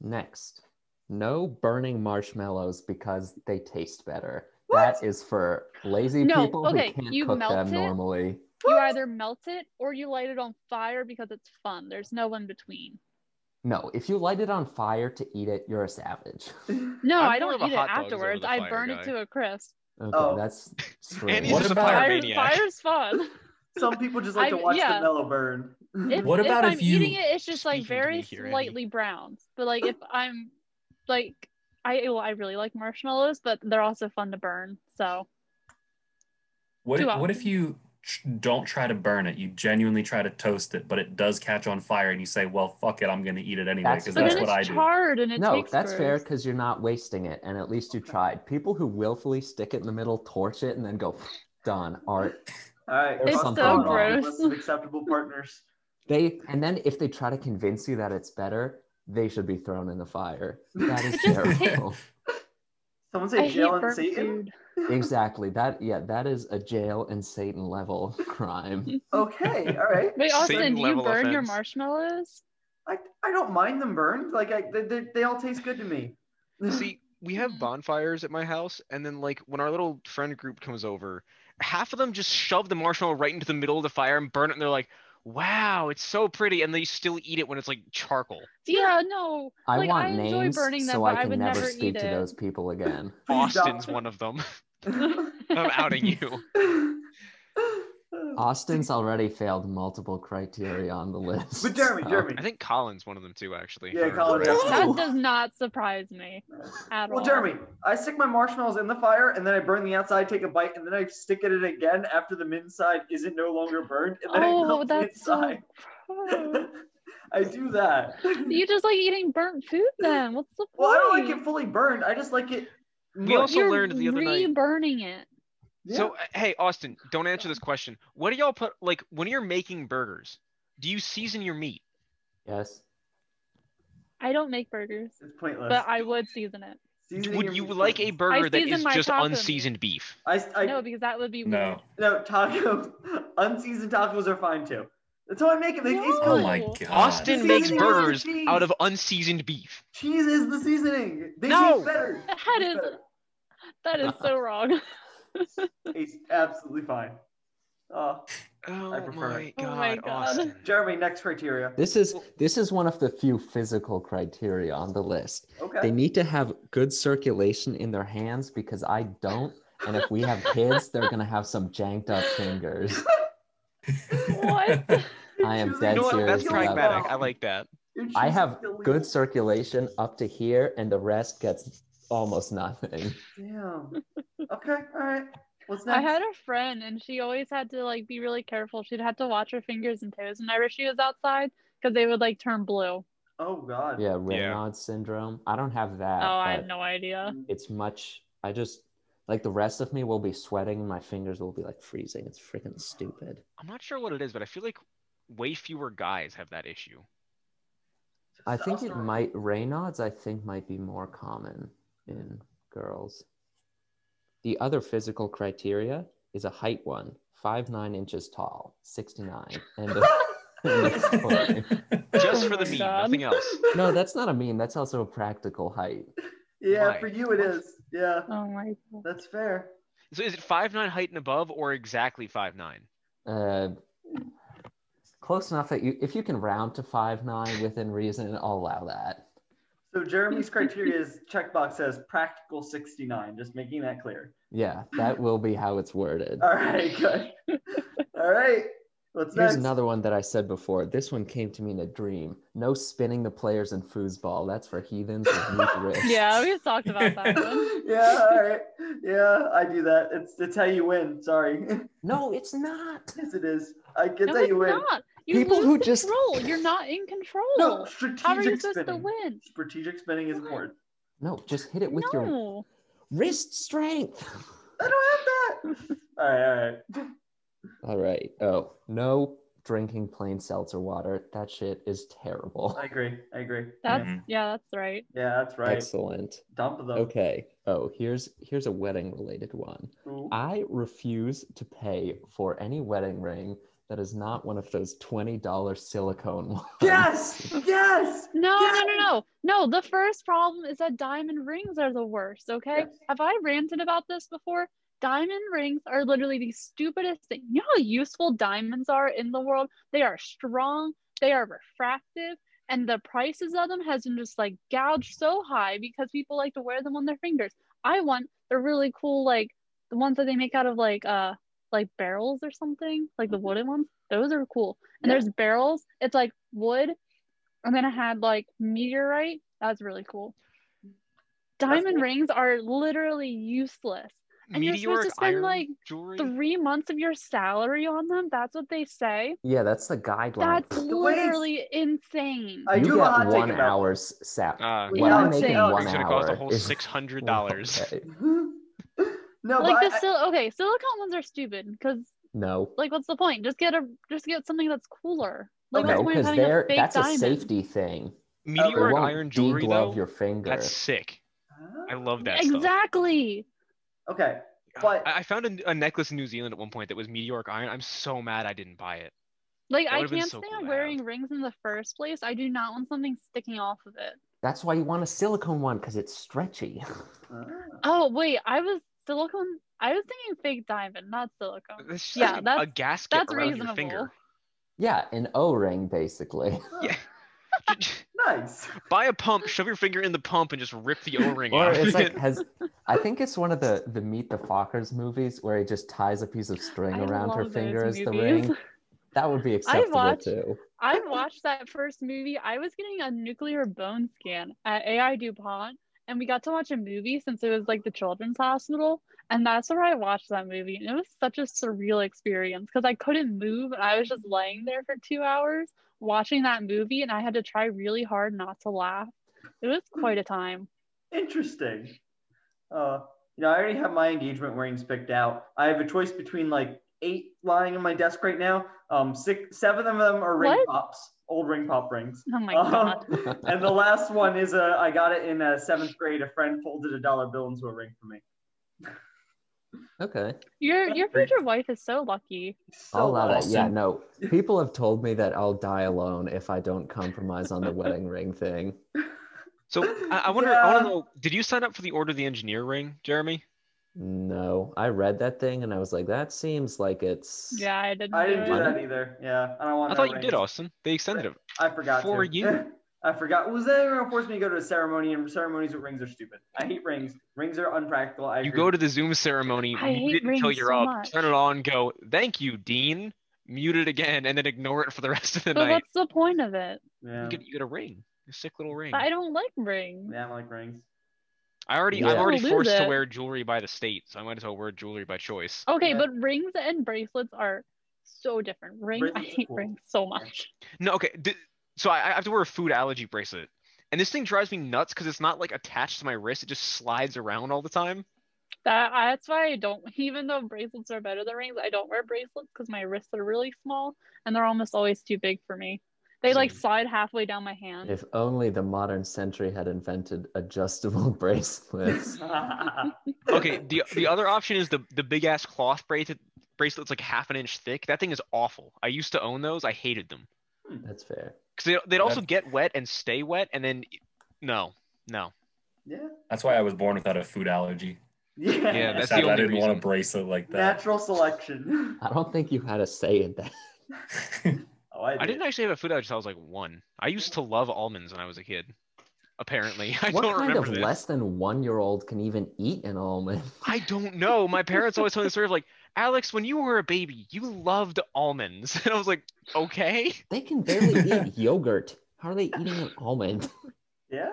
Speaker 5: Next, no burning marshmallows because they taste better.
Speaker 2: What?
Speaker 5: That is for lazy
Speaker 3: No,
Speaker 5: people
Speaker 3: okay,
Speaker 5: who can't
Speaker 3: you
Speaker 5: cook
Speaker 3: melt
Speaker 5: them
Speaker 3: it.
Speaker 5: normally.
Speaker 3: You either melt it or you light it on fire because it's fun. There's no in between.
Speaker 5: No, if you light it on fire to eat it, you're a savage.
Speaker 3: No,
Speaker 4: I'm
Speaker 3: I
Speaker 4: more
Speaker 3: don't
Speaker 4: of a
Speaker 3: eat it
Speaker 4: hot dogs over
Speaker 3: afterwards.
Speaker 4: the
Speaker 3: I
Speaker 4: fire
Speaker 3: burn
Speaker 4: guy.
Speaker 3: it to a crisp.
Speaker 5: Okay,
Speaker 2: Oh.
Speaker 5: that's
Speaker 4: And
Speaker 5: strange.
Speaker 4: he's
Speaker 6: What
Speaker 4: just
Speaker 6: about-
Speaker 4: a
Speaker 3: Fire,
Speaker 4: pyromaniac.
Speaker 3: fire's fun.
Speaker 2: Some people just like to
Speaker 3: I-
Speaker 2: watch
Speaker 3: yeah.
Speaker 2: the mellow burn.
Speaker 3: If,
Speaker 6: What about
Speaker 3: if I'm
Speaker 6: if you-
Speaker 3: eating it? It's just like
Speaker 4: Speaking to
Speaker 3: very
Speaker 4: me here, Andy.
Speaker 3: slightly brown. But like if I'm like I well, I really like marshmallows, but they're also fun to burn. So
Speaker 6: What
Speaker 3: Too
Speaker 6: if, what
Speaker 3: often.
Speaker 6: if you ch- don't try to burn it? You genuinely try to toast it, but it does catch on fire, and you say, "Well, fuck it, I'm going to eat it anyway,"
Speaker 5: That's
Speaker 6: because
Speaker 3: but
Speaker 6: that's
Speaker 3: then
Speaker 6: what
Speaker 3: it's
Speaker 6: I do.
Speaker 3: charred and it
Speaker 5: No,
Speaker 3: takes
Speaker 5: that's fair
Speaker 3: forever.
Speaker 5: because you're not wasting it, and at least you tried. People who willfully stick it in the middle, torch it, and then go, done, are
Speaker 2: All right.
Speaker 5: It's
Speaker 2: I'll
Speaker 5: so
Speaker 2: call it
Speaker 5: gross.
Speaker 2: on the list of acceptable partners.
Speaker 5: They and then if they try to convince you that it's better, they should be thrown in the fire. That is
Speaker 3: It just tastes-
Speaker 5: terrible.
Speaker 2: Someone
Speaker 3: I
Speaker 2: say
Speaker 3: hate
Speaker 2: jail and
Speaker 3: burnt
Speaker 2: Satan.
Speaker 3: food.
Speaker 5: exactly. That yeah, that is a jail and Satan level crime.
Speaker 2: Okay. All right.
Speaker 3: Wait, Austin,
Speaker 4: Satan
Speaker 3: do you
Speaker 4: level
Speaker 3: burn your
Speaker 4: offense.
Speaker 3: marshmallows?
Speaker 2: I, I don't mind them burned. Like I, they, they, they all taste good to me.
Speaker 4: See, we have
Speaker 3: Mhm.
Speaker 4: bonfires at my house, and then like when our little friend group comes over, half of them just shove the marshmallow right into the middle of the fire and burn it, and they're like, "Wow, it's so pretty," and they still eat it when it's like charcoal.
Speaker 3: Yeah, no.
Speaker 5: I
Speaker 3: like,
Speaker 5: want
Speaker 3: I enjoy
Speaker 5: names
Speaker 3: burning them,
Speaker 5: so
Speaker 3: but I
Speaker 5: I can
Speaker 3: would
Speaker 5: never
Speaker 3: never
Speaker 5: speak
Speaker 3: eat
Speaker 5: to
Speaker 3: it.
Speaker 5: those people again.
Speaker 4: Austin's one of them. I'm outing you.
Speaker 5: Austin's already failed multiple criteria on the list.
Speaker 2: But Jeremy,
Speaker 5: so-
Speaker 2: Jeremy.
Speaker 4: Uh, I think Colin's one of them too, actually. if
Speaker 2: Yeah,
Speaker 4: I remember
Speaker 2: Colin
Speaker 4: right.
Speaker 2: definitely-
Speaker 3: That
Speaker 5: Ooh.
Speaker 3: does not surprise me at all.
Speaker 2: Well, Jeremy, I stick my marshmallows in the fire and then I burn the outside, take a bite, and then I stick it in again after the inside isn't no longer burned, and then I
Speaker 3: Oh,
Speaker 2: melt the
Speaker 3: that's so
Speaker 2: inside.
Speaker 3: gross.
Speaker 2: I do that.
Speaker 3: You just like eating burnt food then. What's the point?
Speaker 2: Well, I don't like it fully burned. I just like it.
Speaker 4: We also
Speaker 3: You're
Speaker 4: learned the other night.
Speaker 3: re-burning it.
Speaker 2: Yeah.
Speaker 4: So uh, hey, Austin, don't answer this question. What do y'all put like when you're making burgers? Do you season your meat?
Speaker 5: Yes.
Speaker 3: I don't make burgers,
Speaker 2: it's pointless.
Speaker 3: but I would season it.
Speaker 2: Seasoning
Speaker 4: Would
Speaker 2: your
Speaker 4: you
Speaker 2: meat's
Speaker 4: like a
Speaker 2: pointless.
Speaker 4: burger that
Speaker 3: season
Speaker 4: is
Speaker 3: my
Speaker 4: just
Speaker 3: taco meat.
Speaker 4: unseasoned beef?
Speaker 2: I, I
Speaker 3: no, because that would be weird.
Speaker 6: No.
Speaker 2: no tacos. Unseasoned tacos are fine too. That's how I make them. They taste
Speaker 3: No.
Speaker 6: Oh
Speaker 2: good.
Speaker 6: my
Speaker 3: Ooh.
Speaker 6: god.
Speaker 4: Austin
Speaker 2: Seasoning
Speaker 4: makes
Speaker 2: is
Speaker 4: burgers
Speaker 2: cheese.
Speaker 4: out of unseasoned beef.
Speaker 2: Cheese is the seasoning. They
Speaker 4: No.
Speaker 2: taste better.
Speaker 3: That is that is so wrong.
Speaker 2: Tastes absolutely fine. Oh,
Speaker 4: Oh
Speaker 2: prefer
Speaker 4: my
Speaker 2: it.
Speaker 4: god,
Speaker 3: Oh my God.
Speaker 4: Austin.
Speaker 2: Jeremy, next criteria.
Speaker 5: This is this is one of the few physical criteria on the list. They
Speaker 2: Okay.
Speaker 5: need to have good circulation in their hands because I don't. And if we have kids, they're gonna have some janked up fingers.
Speaker 3: What?
Speaker 5: I am
Speaker 2: Choosing-
Speaker 5: dead
Speaker 4: You know what?
Speaker 5: serious
Speaker 4: That's
Speaker 5: about
Speaker 4: pragmatic.
Speaker 5: that.
Speaker 4: I like that.
Speaker 2: You're
Speaker 5: I
Speaker 2: choosing
Speaker 5: have
Speaker 2: illegal.
Speaker 5: good circulation up to here, and the rest gets almost nothing.
Speaker 2: Damn. Okay. All right. What's next?
Speaker 3: I had a friend and she always had to like be really careful. She'd have to watch her fingers and toes whenever she was outside because they would like turn blue.
Speaker 2: oh God.
Speaker 5: Yeah, Raynaud's syndrome. I don't have that.
Speaker 3: Oh, I
Speaker 5: but
Speaker 3: have no idea.
Speaker 5: It's much I just like the rest of me will be sweating and my fingers will be like freezing. It's freaking stupid.
Speaker 4: I'm not sure what it is, but I feel like way fewer guys have that issue.
Speaker 5: I think it
Speaker 2: Testosterone.
Speaker 5: might Raynaud's. I think might be more common in girls. The other physical criteria is a height one, five nine inches tall, sixty nine, and a, and a foot.
Speaker 4: Just
Speaker 3: Oh
Speaker 4: for the
Speaker 3: my
Speaker 4: meme,
Speaker 3: God.
Speaker 4: nothing else.
Speaker 5: no, that's not a mean. That's also a practical height.
Speaker 2: Yeah,
Speaker 4: Why?
Speaker 2: for you it is. Yeah,
Speaker 3: Oh my god.
Speaker 2: that's fair.
Speaker 4: So is it five nine height and above, or exactly five nine?
Speaker 5: Uh, close enough that you, if you can round to five nine within reason, I'll allow that.
Speaker 2: So Jeremy's criteria is checkbox says practical 69, just making that clear.
Speaker 5: Yeah, that will be how it's worded.
Speaker 2: All right, good. All right. What's
Speaker 5: Here's
Speaker 2: next?
Speaker 5: another one that I said before. This one came to me in a dream. No spinning the players in foosball. That's for heathens with weak wrists.
Speaker 3: Yeah, we talked about that one.
Speaker 2: yeah, all right. Yeah, I do that. It's it's how you win. Sorry.
Speaker 5: No, it's not.
Speaker 2: yes, it is. I can
Speaker 3: No,
Speaker 2: tell
Speaker 3: it's
Speaker 2: you win.
Speaker 3: not. You
Speaker 5: People
Speaker 3: lose
Speaker 5: who just-
Speaker 3: control. You're not in control.
Speaker 2: No,
Speaker 3: How are you
Speaker 2: strategic
Speaker 3: supposed to
Speaker 2: spinning.
Speaker 3: win?
Speaker 2: Strategic spinning is
Speaker 3: What?
Speaker 2: important.
Speaker 5: No, just hit it with your Mm-hmm.
Speaker 3: no.
Speaker 5: wrist strength.
Speaker 2: I don't have that. All right, all right.
Speaker 5: All right. Oh, no drinking plain seltzer water. That shit is terrible.
Speaker 2: I agree. I agree.
Speaker 3: That's
Speaker 6: Mhm.
Speaker 3: yeah, that's right.
Speaker 2: yeah, that's right.
Speaker 5: Excellent.
Speaker 2: Dump them.
Speaker 5: Okay. Oh, here's here's a wedding related one.
Speaker 2: Ooh.
Speaker 5: I refuse to pay for any wedding ring that is not one of those $20 silicone ones.
Speaker 2: Yes, yes.
Speaker 3: No, no, no, no. No, the first problem is that diamond rings are the worst, okay?
Speaker 2: Yes.
Speaker 3: Have I ranted about this before? Diamond rings are literally the stupidest thing. You know how useful diamonds are in the world? They are strong, they are refractive, and the prices of them has been just like gouged so high because people like to wear them on their fingers. I want the really cool like the ones that they make out of like uh like barrels or something, like the wooden ones. Those are cool. And
Speaker 2: Yeah.
Speaker 3: there's barrels. It's like wood and then I had like meteorite. That was really cool. Diamond
Speaker 2: cool.
Speaker 3: rings are literally useless. And you're supposed to
Speaker 4: Meteoric
Speaker 3: spend,
Speaker 4: iron
Speaker 3: like,
Speaker 4: jewelry.
Speaker 3: Three months of your salary on them. That's what they say.
Speaker 5: Yeah, that's the guideline.
Speaker 3: That's
Speaker 2: The waste.
Speaker 3: literally insane.
Speaker 2: I
Speaker 5: you
Speaker 2: do have a hot
Speaker 5: get
Speaker 2: take
Speaker 5: one
Speaker 2: about that.
Speaker 5: hour's salary.
Speaker 4: Uh,
Speaker 5: what I
Speaker 2: Yeah,
Speaker 5: make in
Speaker 2: it's
Speaker 5: one
Speaker 4: gonna
Speaker 5: hour
Speaker 4: cost a whole
Speaker 5: is-
Speaker 4: six hundred dollars.
Speaker 5: Okay.
Speaker 2: no, but
Speaker 3: like
Speaker 2: I-
Speaker 3: the sil- okay, silicone ones are stupid because
Speaker 5: No.
Speaker 3: like what's the point? Just get a just get something that's cooler. Like
Speaker 2: Okay,
Speaker 3: what's the
Speaker 5: no,
Speaker 3: point of
Speaker 5: because
Speaker 3: having a
Speaker 5: they're
Speaker 3: fake
Speaker 5: that's
Speaker 3: diamond?
Speaker 5: a safety thing. It
Speaker 4: Meteoric
Speaker 5: won't
Speaker 4: iron jewelry
Speaker 5: deglove
Speaker 4: though.
Speaker 5: your finger.
Speaker 4: That's sick. I love that stuff.
Speaker 3: Exactly.
Speaker 2: okay. But-
Speaker 4: I, I found a, n- a necklace in New Zealand at one point that was meteoric iron. I'm so mad I didn't buy it.
Speaker 3: Like
Speaker 4: That
Speaker 3: I
Speaker 4: would've been
Speaker 3: can't
Speaker 4: so
Speaker 3: stand
Speaker 4: cool to have.
Speaker 3: wearing rings in the first place. I do not want something sticking off of it.
Speaker 5: That's why you want a silicone one because it's stretchy.
Speaker 2: Ah.
Speaker 3: Oh wait, I was silicone. I was thinking fake diamond, not silicone.
Speaker 4: That's just
Speaker 3: Yeah,
Speaker 4: like a
Speaker 3: that's-
Speaker 4: gasket
Speaker 3: that's
Speaker 4: around
Speaker 3: reasonable.
Speaker 4: your finger.
Speaker 5: yeah, an O-ring basically.
Speaker 4: Yeah.
Speaker 2: Nice.
Speaker 4: Buy a pump, shove your finger in the pump, and just rip the O-ring
Speaker 5: Or
Speaker 4: out.
Speaker 5: it's like has I think it's one of the the Meet the Fockers movies where he just ties a piece of string
Speaker 3: I
Speaker 5: around her
Speaker 3: love those
Speaker 5: finger as the
Speaker 3: movies.
Speaker 5: ring. That would be acceptable
Speaker 3: watched-
Speaker 5: too.
Speaker 3: I watched that first movie. I was getting a nuclear bone scan at AI DuPont, and we got to watch a movie since it was like the children's hospital. And that's where I watched that movie. And it was such a surreal experience because I couldn't move and I was just laying there for two hours watching that movie. And I had to try really hard not to laugh. It was quite a time.
Speaker 2: Interesting. Uh, you know, I already have my engagement rings picked out. I have a choice between like eight lying on my desk right now. Um, six, seven of them are ring
Speaker 3: What?
Speaker 2: pops, old ring pop rings.
Speaker 3: Oh my
Speaker 2: Um,
Speaker 3: God.
Speaker 2: and the last one is uh, I got it in uh, seventh grade. A friend folded a dollar bill into a ring for me.
Speaker 5: Okay.
Speaker 3: Your
Speaker 2: That's
Speaker 3: your
Speaker 2: great.
Speaker 3: future wife is so lucky.
Speaker 2: So
Speaker 5: I'll allow that. Yeah,
Speaker 6: awesome.
Speaker 5: no. People have told me that I'll die alone if I don't compromise on the wedding ring thing.
Speaker 4: so I, I wonder. I
Speaker 2: Yeah.
Speaker 4: want to know. Did you sign up for the Order of the Engineer ring, Jeremy?
Speaker 5: No, I read that thing and I was like, that seems like it's.
Speaker 3: Yeah, I didn't.
Speaker 2: I didn't
Speaker 3: do
Speaker 2: do
Speaker 3: it.
Speaker 2: that either. Yeah, I don't want.
Speaker 4: I
Speaker 2: no
Speaker 4: thought you
Speaker 2: rings.
Speaker 4: did, Austin. They extended it.
Speaker 2: I forgot
Speaker 4: for
Speaker 2: to.
Speaker 4: you.
Speaker 2: I forgot. Was that everyone forced me to go to a ceremony? And ceremonies with rings are stupid. I hate rings. Rings are unpractical. I
Speaker 4: You
Speaker 2: agree.
Speaker 4: go to the Zoom ceremony,
Speaker 3: I
Speaker 4: mute
Speaker 3: hate
Speaker 4: it until
Speaker 3: rings
Speaker 4: you're
Speaker 3: so
Speaker 4: up,
Speaker 3: much.
Speaker 4: turn it on, go, thank you, Dean, mute it again, and then ignore it for the rest of the
Speaker 3: But
Speaker 4: night.
Speaker 3: what's the point of it?
Speaker 2: Yeah.
Speaker 4: You get, you get a ring, a sick little ring.
Speaker 3: I don't like rings.
Speaker 2: yeah, I don't like rings.
Speaker 4: I already,
Speaker 5: Yeah.
Speaker 4: I'm already
Speaker 3: Lose
Speaker 4: forced to
Speaker 3: it.
Speaker 4: wear jewelry by the state, so I might as well wear jewelry by choice.
Speaker 3: Okay,
Speaker 2: Yeah.
Speaker 3: but rings and bracelets are so different. Rings, I
Speaker 2: Bracelets are
Speaker 3: hate
Speaker 2: cool.
Speaker 3: rings so much.
Speaker 4: No, okay, d- so I, I have to wear a food allergy bracelet, and this thing drives me nuts because it's not like attached to my wrist; it just slides around all the time.
Speaker 3: That that's why I don't. Even though bracelets are better than rings, I don't wear bracelets because my wrists are really small and they're almost always too big for me. They like
Speaker 4: Mhm.
Speaker 3: slide halfway down my hand.
Speaker 5: If only the modern century had invented adjustable bracelets.
Speaker 4: Okay, the the other option is the the big ass cloth bracelet bracelet's like half an inch thick. That thing is awful. I used to own those. I hated them
Speaker 5: That's fair.
Speaker 4: because they, they'd also
Speaker 6: That's-
Speaker 4: get wet and stay wet, and then no, no.
Speaker 2: yeah.
Speaker 6: That's why I was born without a food allergy.
Speaker 2: Yeah.
Speaker 4: Yeah, that's
Speaker 6: Sad
Speaker 4: the
Speaker 6: that I
Speaker 4: only
Speaker 6: didn't want a
Speaker 4: reason.
Speaker 6: bracelet like that.
Speaker 2: Natural selection.
Speaker 5: I don't think you had a say in that.
Speaker 2: Oh, I, did.
Speaker 4: I didn't actually have a food allergy. Until I was like one. I used to love almonds when I was a kid. Apparently, I
Speaker 5: what
Speaker 4: don't
Speaker 5: kind of
Speaker 4: remember this.
Speaker 5: less than one year old can even eat an almond?
Speaker 4: I don't know. My parents always tell me the story of like, Alex, when you were a baby, you loved almonds, and I was like, okay.
Speaker 5: They can barely eat yogurt. How are they eating an almond?
Speaker 2: Yeah.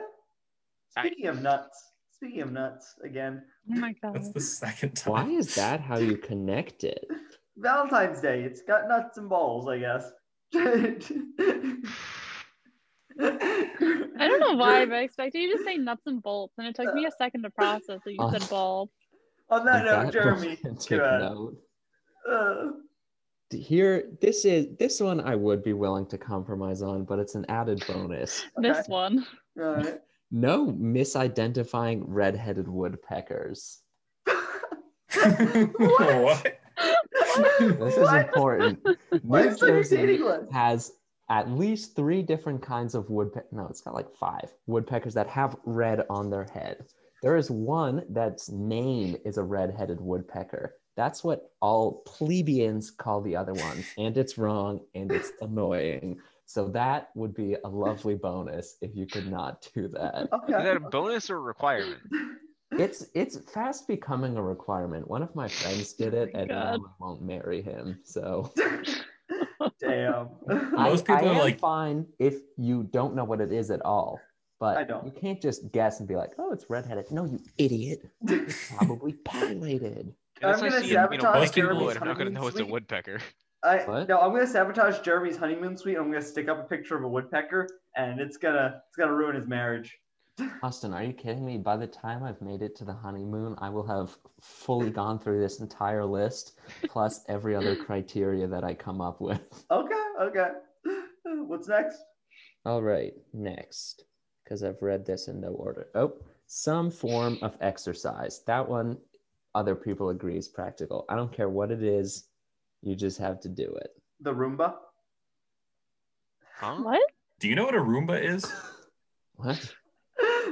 Speaker 4: I-
Speaker 2: Speaking of nuts. Speaking of nuts again.
Speaker 3: oh my god.
Speaker 6: That's the second time.
Speaker 5: Why is that how you connect it?
Speaker 2: Valentine's Day. It's got nuts and balls, I guess.
Speaker 3: I don't know why, but I expected you to say nuts and bolts, and it took me a second to process that you
Speaker 5: Uh,
Speaker 3: said bulb.
Speaker 2: On that note,
Speaker 5: That
Speaker 2: Jeremy.
Speaker 5: romantic
Speaker 2: go ahead.
Speaker 5: note.
Speaker 2: Uh,
Speaker 5: Here, this is this one I would be willing to compromise on, but it's an added bonus.
Speaker 3: This one.
Speaker 2: all right.
Speaker 5: No misidentifying redheaded woodpeckers.
Speaker 6: what?
Speaker 5: This is
Speaker 2: What?
Speaker 5: important.
Speaker 2: Why
Speaker 5: New
Speaker 2: is there a
Speaker 5: Jersey
Speaker 2: dating list?
Speaker 5: has at least three different kinds of woodpecker. No, it's got like five woodpeckers that have red on their head. There is one that's name is a red-headed woodpecker. That's what all plebeians call the other ones, and it's wrong and it's annoying. So that would be a lovely bonus if you could not do that.
Speaker 2: Okay.
Speaker 4: Is that a bonus or a requirement?
Speaker 5: It's it's fast becoming a requirement. One of my friends did it,
Speaker 3: Oh my
Speaker 5: and now I
Speaker 3: God.
Speaker 5: won't marry him. So
Speaker 2: Damn.
Speaker 6: Most
Speaker 5: I,
Speaker 6: people
Speaker 5: I
Speaker 6: are
Speaker 5: am
Speaker 6: like-
Speaker 5: fine if you don't know what it is at all, but
Speaker 2: I don't.
Speaker 5: you can't just guess and be like, "Oh, it's redheaded." No, you idiot. Probably piloted.
Speaker 4: Unless
Speaker 2: I'm
Speaker 4: I
Speaker 2: gonna
Speaker 4: see a, you know,
Speaker 2: sabotage
Speaker 4: most people
Speaker 6: Jeremy's
Speaker 4: would, I'm not gonna
Speaker 2: honeymoon
Speaker 4: know it's a
Speaker 2: suite.
Speaker 4: woodpecker.
Speaker 2: I,
Speaker 5: What?
Speaker 2: no, I'm gonna sabotage Jeremy's honeymoon suite. I'm gonna stick up a picture of a woodpecker, and it's gonna it's gonna ruin his marriage.
Speaker 5: Austin, are you kidding me? By the time I've made it to the honeymoon, I will have fully gone through this entire list plus every other criteria that I come up with.
Speaker 2: Okay, okay. What's next?
Speaker 5: All right, next, because I've read this in no order. Oh, some form of exercise. That one, other people agree is practical. I don't care what it is, you just have to do it.
Speaker 2: The Roomba.
Speaker 4: Huh?
Speaker 3: What?
Speaker 6: Do you know what a Roomba is?
Speaker 5: What?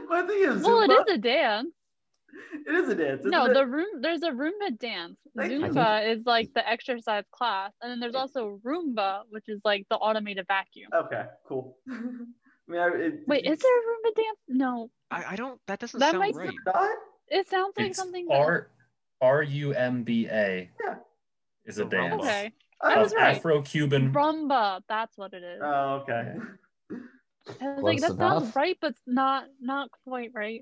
Speaker 2: My thing is Zumba.
Speaker 3: Well, it is a dance.
Speaker 2: It is a dance. isn't
Speaker 3: No,
Speaker 2: it?
Speaker 3: the room there's a Roomba dance.
Speaker 2: Thank you.
Speaker 3: Zumba is like the exercise class, and then there's also Roomba, which is like the automated vacuum.
Speaker 2: Okay, cool. I mean, I, it,
Speaker 3: Wait, is there a Roomba dance? No,
Speaker 4: I, I don't. That doesn't
Speaker 3: That
Speaker 4: sound
Speaker 3: might-
Speaker 4: right.
Speaker 2: not?
Speaker 3: it sounds like
Speaker 6: It's
Speaker 3: something. that-
Speaker 6: R R U M B A.
Speaker 2: Yeah.
Speaker 6: Is a
Speaker 4: The
Speaker 6: dance
Speaker 4: rumba.
Speaker 3: okay,
Speaker 2: I
Speaker 3: was
Speaker 6: of
Speaker 2: don't know.
Speaker 3: right.
Speaker 6: Afro-Cuban.
Speaker 3: Rumba. That's what it is.
Speaker 2: Oh, okay.
Speaker 3: I was like,
Speaker 5: Close
Speaker 3: that
Speaker 5: enough.
Speaker 3: sounds right, but it's not not quite right.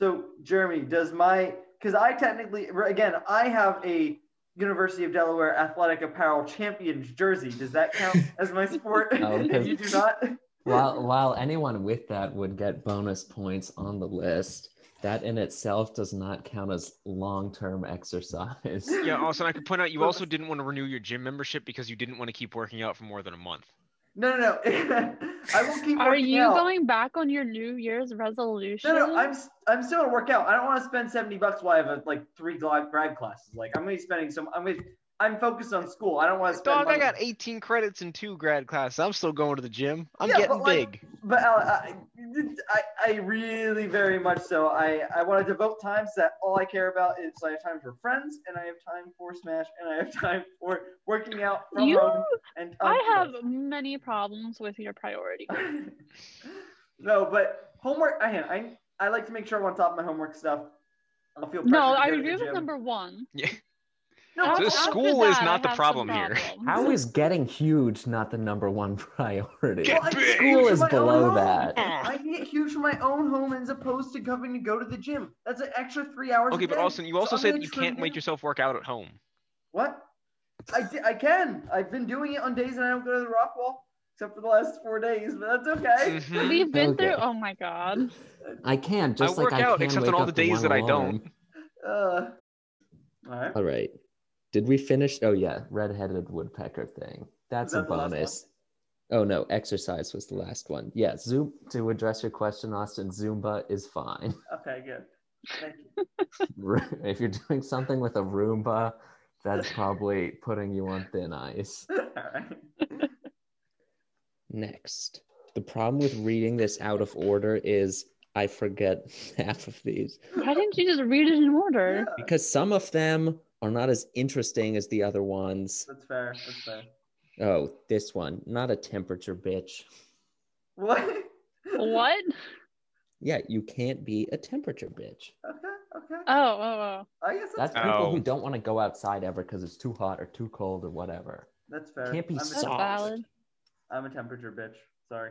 Speaker 2: So, Jeremy, does my because I technically again I have a University of Delaware athletic apparel champions jersey. Does that count as my sport?
Speaker 5: No,
Speaker 2: If
Speaker 5: because-
Speaker 2: you do not.
Speaker 5: While, while anyone with that would get bonus points on the list, that in itself does not count as long term exercise.
Speaker 4: Yeah. Also, and I could point out you also didn't want to renew your gym membership because you didn't want to keep working out for more than a month.
Speaker 2: No, no, no. I will keep.
Speaker 3: Are
Speaker 2: working
Speaker 3: you
Speaker 2: out.
Speaker 3: going back on your New Year's resolution?
Speaker 2: No, no, I'm s- I'm still gonna work out. I don't want to spend seventy bucks while I have uh, like three gla- grad classes. Like I'm gonna be spending some. I'm gonna, I'm focused on school. I don't want to spend.
Speaker 4: Dog, I
Speaker 2: money.
Speaker 4: got 18 credits in two grad classes. I'm still going to the gym. I'm
Speaker 2: Yeah,
Speaker 4: getting
Speaker 2: but, like,
Speaker 4: big.
Speaker 2: But Al, I, I, I really very much so. I, I want to devote time so that all I care about is I have time for friends and I have time for Smash and I have time for working out from
Speaker 3: You-
Speaker 2: home. And um,
Speaker 3: I have many problems with your priority.
Speaker 2: no, but homework. I, I I like to make sure I'm on top of my homework stuff. I'll feel pressured
Speaker 3: No,
Speaker 2: to go
Speaker 3: I
Speaker 2: to the
Speaker 3: agree with
Speaker 2: gym.
Speaker 3: number one.
Speaker 4: Yeah.
Speaker 2: No,
Speaker 3: After-
Speaker 4: So
Speaker 3: after
Speaker 4: school is
Speaker 3: that,
Speaker 4: not
Speaker 3: I
Speaker 4: the
Speaker 3: have some
Speaker 4: problem here.
Speaker 3: problems.
Speaker 5: How is getting huge not the number one priority?
Speaker 4: Get
Speaker 2: I get
Speaker 4: big. Ah.
Speaker 2: huge
Speaker 5: School
Speaker 2: in
Speaker 5: is
Speaker 2: my own
Speaker 5: below
Speaker 2: home.
Speaker 5: that.
Speaker 2: I get huge from my own home as opposed to having to go to the gym. That's an extra three hours.
Speaker 4: Okay,
Speaker 2: a
Speaker 4: but
Speaker 2: day.
Speaker 4: Austin, you
Speaker 2: So
Speaker 4: also
Speaker 2: I'm
Speaker 4: said
Speaker 2: gonna
Speaker 4: you
Speaker 2: trim
Speaker 4: can't
Speaker 2: down-
Speaker 4: make yourself work out at home.
Speaker 2: What? I, di- I can. I've been doing it on days that I don't go to the rock wall, except for the last four days, but that's okay.
Speaker 4: Mhm.
Speaker 3: We've been
Speaker 5: Okay.
Speaker 3: through. Oh my god.
Speaker 5: I can just
Speaker 4: I work
Speaker 5: like I
Speaker 4: out
Speaker 5: can
Speaker 4: except
Speaker 5: wake
Speaker 4: on all
Speaker 5: up
Speaker 4: the
Speaker 5: to
Speaker 4: days
Speaker 5: one
Speaker 4: that I
Speaker 5: alarm.
Speaker 4: don't.
Speaker 2: Uh, All right.
Speaker 5: All right. Did we finish? Oh yeah, redheaded woodpecker thing. That's
Speaker 2: that
Speaker 5: a
Speaker 2: the last one?
Speaker 5: bonus. Oh no, exercise was the last one. Yeah, Zoom to address your question, Austin. Zumba is fine.
Speaker 2: Okay, good. Thank you.
Speaker 5: if you're doing something with a Roomba, that's probably putting you on thin ice.
Speaker 2: All right.
Speaker 5: Next. The problem with reading this out of order is I forget half of these
Speaker 3: Why didn't you just read it in order?
Speaker 2: Yeah,
Speaker 5: because some of them are not as interesting as the other ones.
Speaker 2: that's fair. That's fair.
Speaker 5: Oh, this one, not a temperature bitch.
Speaker 2: What?
Speaker 3: What?
Speaker 5: Yeah, you can't be a temperature bitch.
Speaker 2: Okay, okay.
Speaker 3: Oh, oh, oh.
Speaker 2: I guess that's,
Speaker 5: That's people who
Speaker 4: Oh.
Speaker 5: don't want to go outside ever because it's too hot or too cold or whatever.
Speaker 2: that's fair.
Speaker 5: can't be
Speaker 2: I'm a,
Speaker 3: That's
Speaker 5: Soft.
Speaker 3: valid.
Speaker 2: I'm a temperature bitch. Sorry.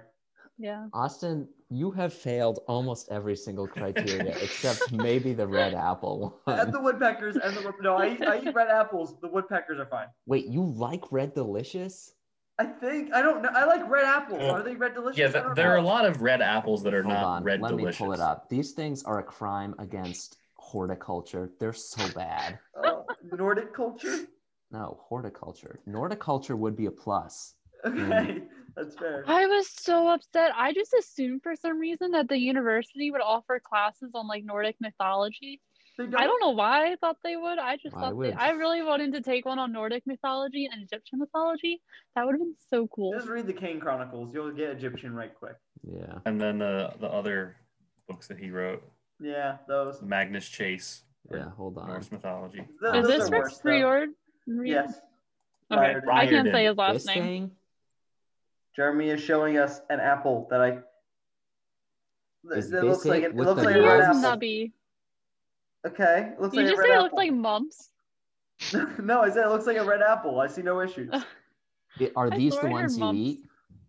Speaker 3: Yeah.
Speaker 5: Austin, you have failed almost every single criteria except maybe the red apple
Speaker 2: And
Speaker 5: one.
Speaker 2: the woodpeckers and the wood- no, I, eat- I eat red apples. The woodpeckers are fine.
Speaker 5: Wait, you like red delicious?
Speaker 2: I think I don't know. I like red apples. Are they red delicious?
Speaker 6: Yeah,
Speaker 2: I
Speaker 6: th-
Speaker 2: don't
Speaker 6: there are a
Speaker 2: know.
Speaker 6: lot of red apples that are
Speaker 5: Hold
Speaker 6: not
Speaker 5: on,
Speaker 6: red
Speaker 5: let
Speaker 6: delicious.
Speaker 5: me pull it up. These things are a crime against horticulture. They're so bad.
Speaker 2: Oh, Nordic culture.
Speaker 5: No, horticulture. Nordiculture would be a plus.
Speaker 2: Okay, that's fair.
Speaker 3: I was so upset. I just assumed for some reason that the university would offer classes on like Nordic mythology.
Speaker 2: They
Speaker 3: I don't know why I thought they would. I just
Speaker 5: Why
Speaker 3: thought
Speaker 5: would-
Speaker 3: they, I really wanted to take one on Nordic mythology and Egyptian mythology. That would have been so cool.
Speaker 2: Just read the Kane Chronicles. You'll get Egyptian right quick.
Speaker 5: Yeah.
Speaker 6: And then the the other books that he wrote,
Speaker 2: Yeah, those.
Speaker 6: Magnus Chase,
Speaker 5: Yeah, hold on.
Speaker 6: Norse mythology.
Speaker 2: Th- those
Speaker 5: Is this
Speaker 2: are
Speaker 5: Rick
Speaker 2: worse, though.
Speaker 3: Prior?
Speaker 2: Yes.
Speaker 3: Okay.
Speaker 2: Riordan.
Speaker 3: I can't say
Speaker 6: Riordan.
Speaker 3: his last
Speaker 5: this
Speaker 3: name.
Speaker 5: thing?
Speaker 2: Jeremy is showing us an apple that I. Th-
Speaker 5: Is
Speaker 2: that
Speaker 5: this
Speaker 2: looks like it,
Speaker 5: it
Speaker 2: it
Speaker 5: with
Speaker 2: looks
Speaker 5: the
Speaker 2: like
Speaker 3: He
Speaker 2: a red
Speaker 3: is
Speaker 5: rose?
Speaker 2: apple.
Speaker 3: nubby.
Speaker 2: Okay, it looks
Speaker 3: You
Speaker 2: like a
Speaker 3: just
Speaker 2: red
Speaker 3: said it
Speaker 2: apple.
Speaker 3: looks like mumps.
Speaker 2: no, I said it looks like a red apple. I see no issues.
Speaker 5: It- are
Speaker 3: I
Speaker 5: these
Speaker 3: swear
Speaker 5: the
Speaker 3: I
Speaker 5: ones
Speaker 3: heard
Speaker 5: you
Speaker 3: mumps.
Speaker 5: eat?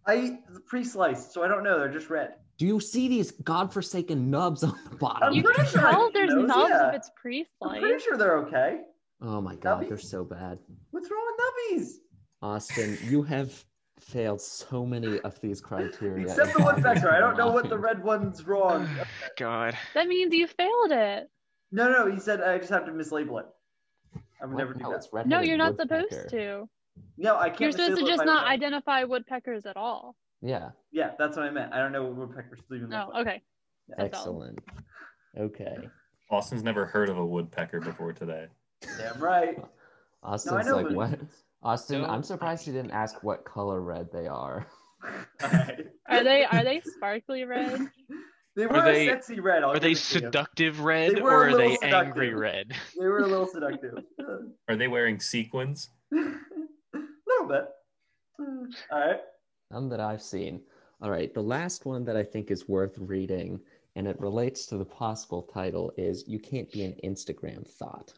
Speaker 2: I eat pre-sliced, so I don't know. They're just red.
Speaker 5: Do you see these godforsaken nubs on the
Speaker 2: I'm
Speaker 5: bottom?
Speaker 3: You
Speaker 2: pretty
Speaker 3: can
Speaker 2: sure I
Speaker 3: tell
Speaker 2: eat
Speaker 3: there's
Speaker 2: those,
Speaker 3: nubs
Speaker 2: yeah.
Speaker 3: if it's
Speaker 2: I'm
Speaker 3: pre-sliced.
Speaker 2: pretty sure they're okay.
Speaker 5: Oh my god,
Speaker 2: Nubbies?
Speaker 5: they're so bad.
Speaker 2: What's wrong with nubbies?
Speaker 5: Austin, you have failed so many of these criteria.
Speaker 2: Except the
Speaker 5: and others
Speaker 2: woodpecker. I don't know what the
Speaker 5: combined.
Speaker 2: red one's wrong.
Speaker 4: God.
Speaker 3: That means you failed it.
Speaker 2: No, no, he said I just have to mislabel it. I would
Speaker 5: What?
Speaker 2: never do
Speaker 5: No,
Speaker 2: that.
Speaker 5: it's red-headed
Speaker 3: No, you're not
Speaker 5: woodpecker.
Speaker 3: supposed to.
Speaker 2: No, I can't.
Speaker 3: You're supposed
Speaker 2: mislabel
Speaker 3: to
Speaker 2: it
Speaker 3: just
Speaker 2: by
Speaker 3: not
Speaker 2: red.
Speaker 3: identify woodpeckers at all.
Speaker 5: Yeah,
Speaker 2: Yeah, that's what I meant. I don't know what woodpeckers even
Speaker 3: No,
Speaker 2: look like.
Speaker 3: okay. That's all.
Speaker 5: excellent. Okay.
Speaker 6: Austin's never heard of a woodpecker before today.
Speaker 2: Damn right. No, I
Speaker 5: Austin's
Speaker 2: know
Speaker 5: like,
Speaker 2: what it
Speaker 5: what?
Speaker 2: is.
Speaker 5: Austin,
Speaker 4: No.
Speaker 5: I'm surprised you didn't ask what color red they are.
Speaker 2: Alright.
Speaker 3: Are they are they sparkly red?
Speaker 2: They were
Speaker 4: they-
Speaker 2: a sexy red. I'll
Speaker 4: Are
Speaker 2: give
Speaker 4: they
Speaker 2: it to you.
Speaker 4: seductive red
Speaker 2: They were
Speaker 4: or
Speaker 2: a
Speaker 4: are
Speaker 2: little
Speaker 4: they angry
Speaker 2: seductive.
Speaker 4: red?
Speaker 2: They were a little seductive.
Speaker 6: Are they wearing sequins?
Speaker 2: a little bit. All right.
Speaker 5: None that I've seen. All right, the last one that I think is worth reading, and it relates to the possible title, is You Can't Be an Instagram Thought.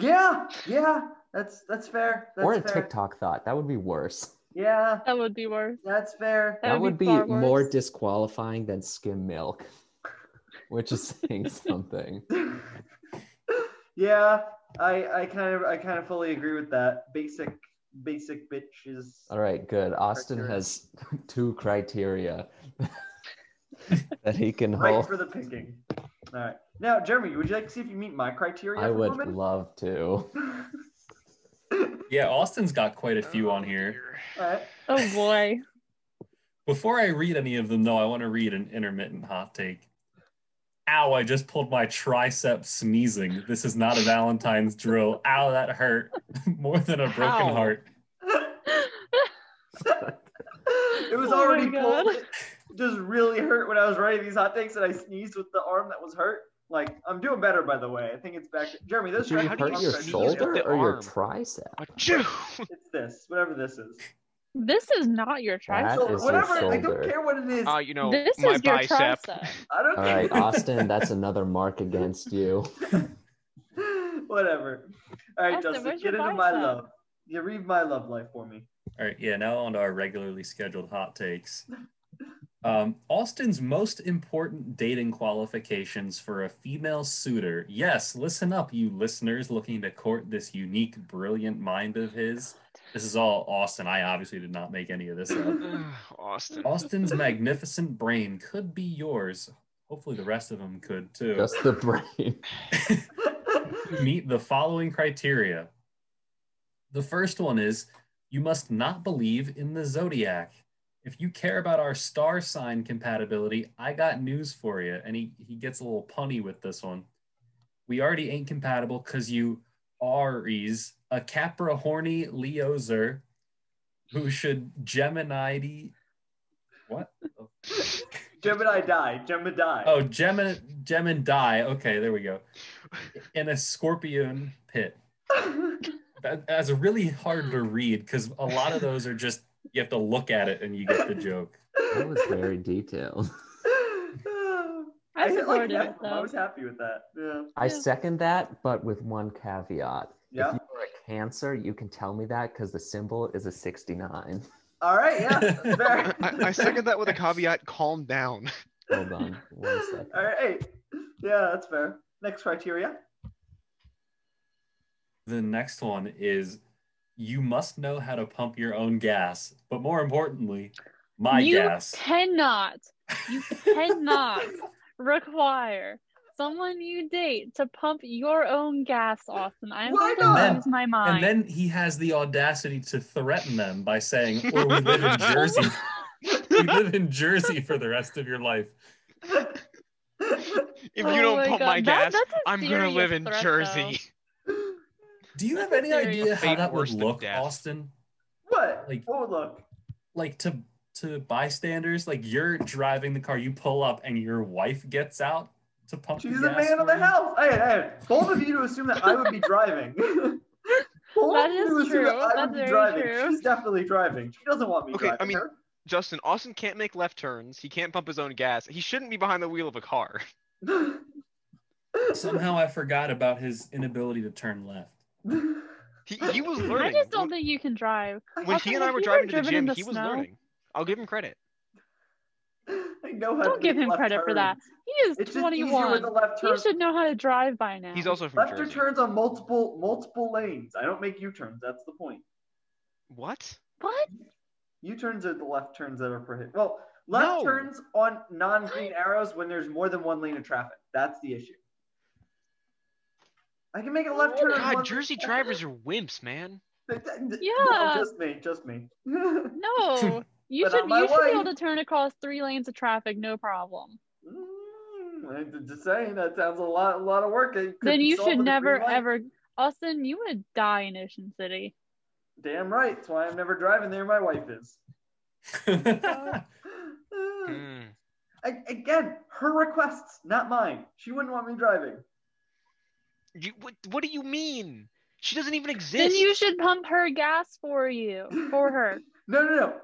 Speaker 2: Yeah, yeah. That's that's fair. That's
Speaker 5: or a
Speaker 2: fair.
Speaker 5: TikTok thought. That would be worse.
Speaker 2: Yeah,
Speaker 3: That would be worse.
Speaker 2: that's fair.
Speaker 3: That
Speaker 5: That would
Speaker 3: would be
Speaker 5: be,
Speaker 3: far worse.
Speaker 5: more disqualifying than skim milk, which is saying something.
Speaker 2: yeah, I I kind of I kind of fully agree with that. Basic basic bitch is
Speaker 5: All right, good. Austin
Speaker 2: Criteria.
Speaker 5: has two criteria that he can
Speaker 2: right
Speaker 5: hold.
Speaker 2: for the picking. All right. Now, Jeremy, would you like to see if you meet my criteria
Speaker 5: I
Speaker 2: for
Speaker 5: would
Speaker 2: women?
Speaker 5: love to.
Speaker 6: Yeah, Austin's got quite a few on here.
Speaker 2: All right.
Speaker 3: Oh boy.
Speaker 6: Before I read any of them, though, I want to read an intermittent hot take. Ow, I just pulled my tricep sneezing. This is not a Valentine's drill. Ow, that hurt more than a broken
Speaker 4: Ow.
Speaker 6: heart.
Speaker 2: it was
Speaker 3: Oh my
Speaker 2: already
Speaker 3: God.
Speaker 2: pulled. It just really hurt when I was writing these hot takes and I sneezed with the arm that was hurt. Like I'm doing better by the way. I think it's back. Jeremy, those
Speaker 5: Do you
Speaker 4: how
Speaker 2: criteria-
Speaker 4: do you
Speaker 5: hurt your
Speaker 4: sneeze
Speaker 5: shoulder
Speaker 4: with the
Speaker 5: or your
Speaker 4: arm?
Speaker 5: tricep?
Speaker 4: Achoo!
Speaker 2: It's this, whatever this is.
Speaker 3: This is not your tricep.
Speaker 5: That
Speaker 2: So
Speaker 5: is your
Speaker 2: whatever, I don't
Speaker 5: shoulder.
Speaker 2: care what it is.
Speaker 4: Ah, you know,
Speaker 3: This
Speaker 4: my
Speaker 3: is your
Speaker 4: bicep.
Speaker 3: tricep.
Speaker 2: I don't
Speaker 5: All
Speaker 2: care.
Speaker 5: right, Austin, that's another mark against you.
Speaker 2: whatever. All right,
Speaker 3: Austin,
Speaker 2: Justin,
Speaker 3: where's
Speaker 2: get
Speaker 3: your
Speaker 2: into my
Speaker 3: bicep?
Speaker 2: love. You read my love life for me.
Speaker 6: All right, yeah, now on to our regularly scheduled hot takes. Um, Austin's most important dating qualifications for a female suitor. Yes, listen up, you listeners looking to court this unique, brilliant mind of his. This is all Austin. I obviously did not make any of this up.
Speaker 4: Ugh, Austin.
Speaker 6: Austin's magnificent brain could be yours. Hopefully, the rest of them could too.
Speaker 5: Just the brain.
Speaker 6: meet the following criteria. The first one is you must not believe in the zodiac. If you care about our star sign compatibility, I got news for you. And he, he gets a little punny with this one. We already ain't compatible because you Aries, a Capra horny Leozer who should Gemini. What?
Speaker 2: Gemini die. Gemini die.
Speaker 6: Oh, Gemini, Gemini die. Okay, there we go. In a scorpion pit. That, that's really hard
Speaker 3: Hmm.
Speaker 6: to read because a lot of those are just you have to look at it and you get the joke.
Speaker 5: That was very detailed.
Speaker 3: I
Speaker 2: I, like,
Speaker 3: supported it
Speaker 2: that. I
Speaker 3: though.
Speaker 2: was happy with that. Yeah.
Speaker 5: I
Speaker 3: Yeah.
Speaker 5: second that, but with one caveat.
Speaker 2: Yeah.
Speaker 5: If you are a cancer, you can tell me that because the symbol is a 69.
Speaker 2: All right. Yeah. that's fair.
Speaker 4: I, I second that with a caveat. Calm down.
Speaker 5: Hold on one second.
Speaker 2: All right. Yeah, that's fair. Next criteria.
Speaker 6: The next one is you must know how to pump your own gas, but more importantly, my
Speaker 3: you
Speaker 6: gas.
Speaker 3: cannot, you cannot require someone you date to pump your own gas, Austin. I'm
Speaker 2: Why
Speaker 3: going
Speaker 6: not?
Speaker 3: to lose my mind.
Speaker 6: And then he has the audacity to threaten them by saying, "Or we live in Jersey. we live in Jersey for the rest of your life."
Speaker 4: If
Speaker 3: Oh
Speaker 4: you don't
Speaker 3: my
Speaker 4: pump
Speaker 3: God,
Speaker 4: my
Speaker 3: that-
Speaker 4: gas,
Speaker 3: that's a
Speaker 4: I'm gonna live
Speaker 3: serious
Speaker 4: in
Speaker 3: threat,
Speaker 4: Jersey.
Speaker 6: Do you have
Speaker 3: That's
Speaker 6: any
Speaker 3: serious.
Speaker 6: idea how
Speaker 4: Fate
Speaker 6: that would
Speaker 4: worse than
Speaker 6: look,
Speaker 4: death.
Speaker 6: Austin?
Speaker 2: what?
Speaker 6: Like-
Speaker 2: oh, look.
Speaker 6: Like to to bystanders, like you're driving the car, you pull up, and your wife gets out to pump.
Speaker 2: She's
Speaker 6: the
Speaker 2: a
Speaker 6: gas
Speaker 2: man of
Speaker 6: for
Speaker 2: the
Speaker 6: you?
Speaker 2: house. Hey, hey. Both of you to assume that I would be driving. Both
Speaker 3: That
Speaker 2: of you
Speaker 3: is
Speaker 2: to assume
Speaker 3: true.
Speaker 2: That I
Speaker 3: That's
Speaker 2: would be
Speaker 3: very
Speaker 2: driving.
Speaker 3: true.
Speaker 2: She's definitely driving. She doesn't want me
Speaker 4: Okay, I
Speaker 2: driving.
Speaker 4: mean-
Speaker 2: her.
Speaker 4: Justin, Austin can't make left turns. He can't pump his own gas. He shouldn't be behind the wheel of a car.
Speaker 6: Somehow I forgot about his inability to turn left.
Speaker 4: He, he was learning.
Speaker 3: I just don't
Speaker 4: When-
Speaker 3: think you can drive.
Speaker 4: when
Speaker 3: Austin,
Speaker 4: he and I
Speaker 3: have
Speaker 4: were
Speaker 3: you ever
Speaker 4: driving to the
Speaker 3: driven in
Speaker 4: gym,
Speaker 3: the
Speaker 4: he was
Speaker 3: snow?
Speaker 4: learning. I'll give him credit.
Speaker 2: I know how to
Speaker 3: Don't give
Speaker 2: make
Speaker 3: him
Speaker 2: left
Speaker 3: credit for that.
Speaker 2: turns.
Speaker 3: He is
Speaker 2: It's just easier with
Speaker 3: 21.
Speaker 2: a left turn.
Speaker 3: He should know how to drive by now.
Speaker 4: He's also from
Speaker 2: Left
Speaker 4: Jersey.
Speaker 2: turns on multiple multiple lanes. I don't make U turns. That's the point.
Speaker 4: What?
Speaker 3: what?
Speaker 2: U turns are the left turns that are prohibited. Well, left
Speaker 4: No.
Speaker 2: turns on non green arrows when there's more than one lane of traffic. That's the issue. I can make a left turn. on
Speaker 4: Oh God,
Speaker 2: one-
Speaker 4: Jersey drivers are wimps, man.
Speaker 2: No,
Speaker 3: Yeah.
Speaker 2: just me. Just me.
Speaker 3: No. You
Speaker 2: But
Speaker 3: should
Speaker 2: on my
Speaker 3: you should be
Speaker 2: way-
Speaker 3: able to turn across three lanes of traffic, no problem.
Speaker 2: Mm, I'm just saying that sounds a lot, a lot of work. It could
Speaker 3: then
Speaker 2: be
Speaker 3: you
Speaker 2: solved
Speaker 3: should
Speaker 2: with a
Speaker 3: never
Speaker 2: green light.
Speaker 3: ever Austin, you would die in Ocean City.
Speaker 2: Damn right. That's why I'm never driving there. My wife is. Uh,
Speaker 4: Mm.
Speaker 2: A- Again, her requests, not mine. She wouldn't want me driving.
Speaker 4: You, what, what do you mean? She doesn't even exist.
Speaker 3: Then you should pump her gas for you. For her.
Speaker 2: No, no, no.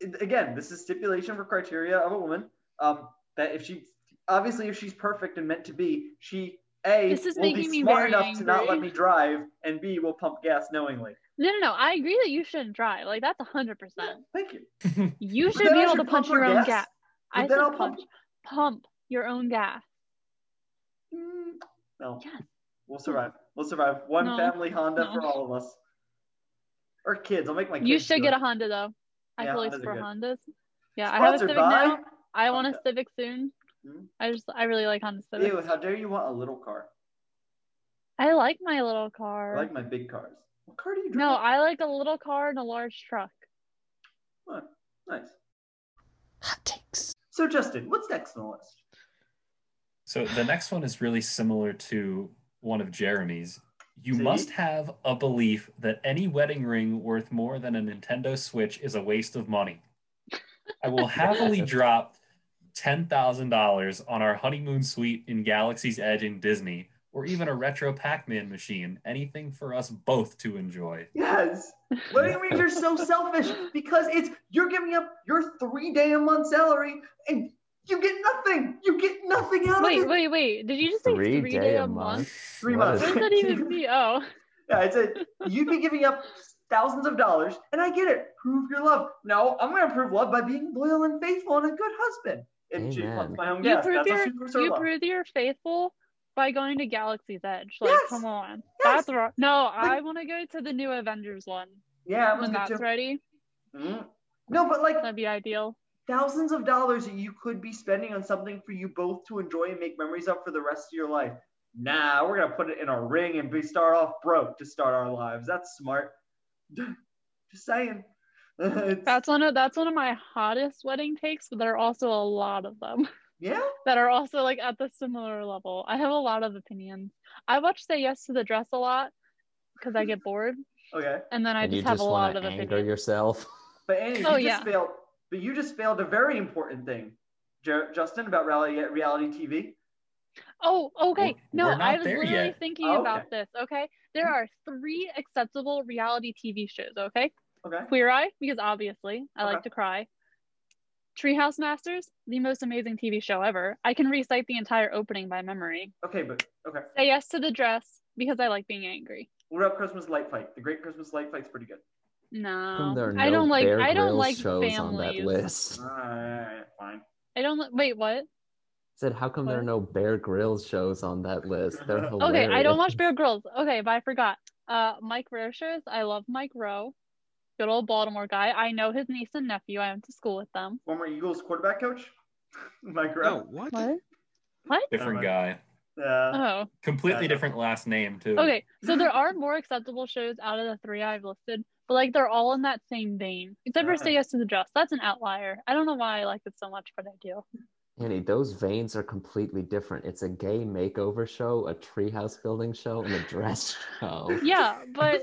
Speaker 2: It- Again, this is stipulation for criteria of a woman. Um, that if she, obviously, if she's perfect and meant to be, she a
Speaker 3: This is
Speaker 2: will be
Speaker 3: making me
Speaker 2: smart
Speaker 3: very
Speaker 2: enough to not
Speaker 3: angry.
Speaker 2: let me drive, and b will pump gas knowingly.
Speaker 3: No no no. I agree that you shouldn't drive. Like that's hundred percent.
Speaker 2: Thank you.
Speaker 3: You
Speaker 2: But
Speaker 3: should
Speaker 2: then
Speaker 3: be
Speaker 2: I
Speaker 3: able
Speaker 2: should
Speaker 3: to punch
Speaker 2: pump her
Speaker 3: your own
Speaker 2: gas.
Speaker 3: gas.
Speaker 2: But
Speaker 3: I
Speaker 2: then
Speaker 3: said
Speaker 2: I'll
Speaker 3: punch.
Speaker 2: pump-
Speaker 3: Pump. your own gas.
Speaker 2: Mm, No,
Speaker 3: Yes.
Speaker 2: we'll survive. We'll survive. One
Speaker 3: No.
Speaker 2: family Honda
Speaker 3: No.
Speaker 2: for all of us, or kids. I'll make my. Kids
Speaker 3: You should
Speaker 2: do
Speaker 3: get
Speaker 2: it.
Speaker 3: a Honda though. I
Speaker 2: Yeah,
Speaker 3: feel like
Speaker 2: Hondas are
Speaker 3: for
Speaker 2: good.
Speaker 3: Hondas. Yeah, I have a
Speaker 2: Sponsored
Speaker 3: Civic
Speaker 2: by-
Speaker 3: now. I want a
Speaker 2: Honda.
Speaker 3: Civic soon.
Speaker 2: Mhm.
Speaker 3: I just I really like Honda Civic.
Speaker 2: Ew! How dare you want a little car?
Speaker 3: I like my little
Speaker 2: I
Speaker 3: car.
Speaker 2: like my big cars. What car do you drive?
Speaker 3: no, I like a little car and a large truck.
Speaker 2: Huh, nice. Hot takes. So Justin, what's next on the list?
Speaker 6: so the next one is really similar to one of Jeremy's. You
Speaker 2: See?
Speaker 6: must have a belief that any wedding ring worth more than a Nintendo Switch is a waste of money. I will happily drop $10,000 on our honeymoon suite in Galaxy's Edge in Disney, or even a retro Pac Man machine, anything for us both to enjoy.
Speaker 2: Yes. Wedding rings are so selfish because it's you're giving up your three day a month salary and you get nothing. You get nothing out of
Speaker 3: Wait,
Speaker 2: it.
Speaker 3: wait, wait. Did you just say three, day, a month?
Speaker 2: Three
Speaker 5: What
Speaker 2: months.
Speaker 5: is-
Speaker 3: What does that even mean? Oh.
Speaker 2: Yeah, I said you'd be giving up thousands of dollars, and I get it. Prove your love. No, I'm gonna prove love by being loyal and faithful and a good husband. And she
Speaker 5: Amen.
Speaker 2: pumps my own
Speaker 3: You
Speaker 2: gas.
Speaker 3: prove
Speaker 2: That's how
Speaker 3: your
Speaker 2: she proves her
Speaker 3: you
Speaker 2: love.
Speaker 3: prove you're faithful by going to Galaxy's Edge. Like,
Speaker 2: Yes.
Speaker 3: come on.
Speaker 2: Yes.
Speaker 3: That's wrong. No, I want to go to the new Avengers one
Speaker 2: yeah, I was
Speaker 3: when
Speaker 2: good
Speaker 3: that's
Speaker 2: too.
Speaker 3: ready.
Speaker 2: Mhm. No, but like
Speaker 3: That'd be ideal.
Speaker 2: thousands of dollars that you could be spending on something for you both to enjoy and make memories of for the rest of your life. nah, we're gonna put it in a ring and be start off broke to start our lives. That's smart. Just saying. It's-
Speaker 3: That's one of that's one of my hottest wedding takes, but there are also a lot of them
Speaker 2: yeah.
Speaker 3: that are also like at the similar level. I have a lot of opinions. I watch Say Yes to the Dress a lot because I get bored,
Speaker 2: Okay.
Speaker 3: and then I
Speaker 5: and
Speaker 3: just
Speaker 5: you
Speaker 3: have
Speaker 5: just
Speaker 3: a lot
Speaker 5: want
Speaker 3: of
Speaker 5: to anger
Speaker 3: opinions.
Speaker 5: yourself.
Speaker 2: But Annie,
Speaker 3: Oh,
Speaker 2: you
Speaker 3: yeah.
Speaker 2: just failed. But you just failed a very important thing, Jer- Justin, about reality reality TV.
Speaker 3: Oh, okay.
Speaker 6: We're-
Speaker 3: No,
Speaker 6: we're not
Speaker 3: I was
Speaker 6: there
Speaker 3: literally
Speaker 6: yet.
Speaker 3: thinking
Speaker 2: Oh,
Speaker 3: about this. Okay, there are three acceptable reality TV shows. Okay,
Speaker 2: Okay.
Speaker 3: Queer Eye because obviously I like
Speaker 2: Okay.
Speaker 3: to cry. Treehouse Masters, the most amazing TV show ever. I can recite the entire opening by memory.
Speaker 2: Okay, but okay.
Speaker 3: Say yes to the dress because I like being angry.
Speaker 2: What about Christmas Light Fight? The Great Christmas Light Fight's pretty good.
Speaker 3: No,
Speaker 5: there are
Speaker 3: Um, I
Speaker 5: no
Speaker 3: don't like.
Speaker 5: Bear
Speaker 3: I don't
Speaker 5: Grylls
Speaker 3: like
Speaker 5: shows
Speaker 3: families.
Speaker 5: on that list.
Speaker 2: Alright, fine.
Speaker 3: I don't. li- Wait, what?
Speaker 5: Said, how come there are
Speaker 3: What?
Speaker 5: no Bear Grylls shows on that list? They're
Speaker 2: Okay,
Speaker 5: hilarious.
Speaker 3: Okay, I don't watch Bear Girls. Okay, but I forgot. Uh, Mike Rosher's. I love Mike Rowe, good old Baltimore guy. I know his niece and nephew. I went to school with them.
Speaker 2: Former Eagles quarterback coach, Mike
Speaker 4: No,
Speaker 2: Rowe.
Speaker 4: what?
Speaker 3: What?
Speaker 6: Different guy.
Speaker 2: Yeah.
Speaker 3: Oh,
Speaker 6: Completely different last name too.
Speaker 3: okay. So there are more acceptable shows out of the three I've listed, but like they're all in that same vein, except for
Speaker 2: Okay.
Speaker 3: Say Yes to the Dress. That's an outlier. I don't know why I like it so much, but I do.
Speaker 5: Annie, those veins are completely different. It's a gay makeover show, a treehouse building show, and a dress show.
Speaker 3: Yeah, but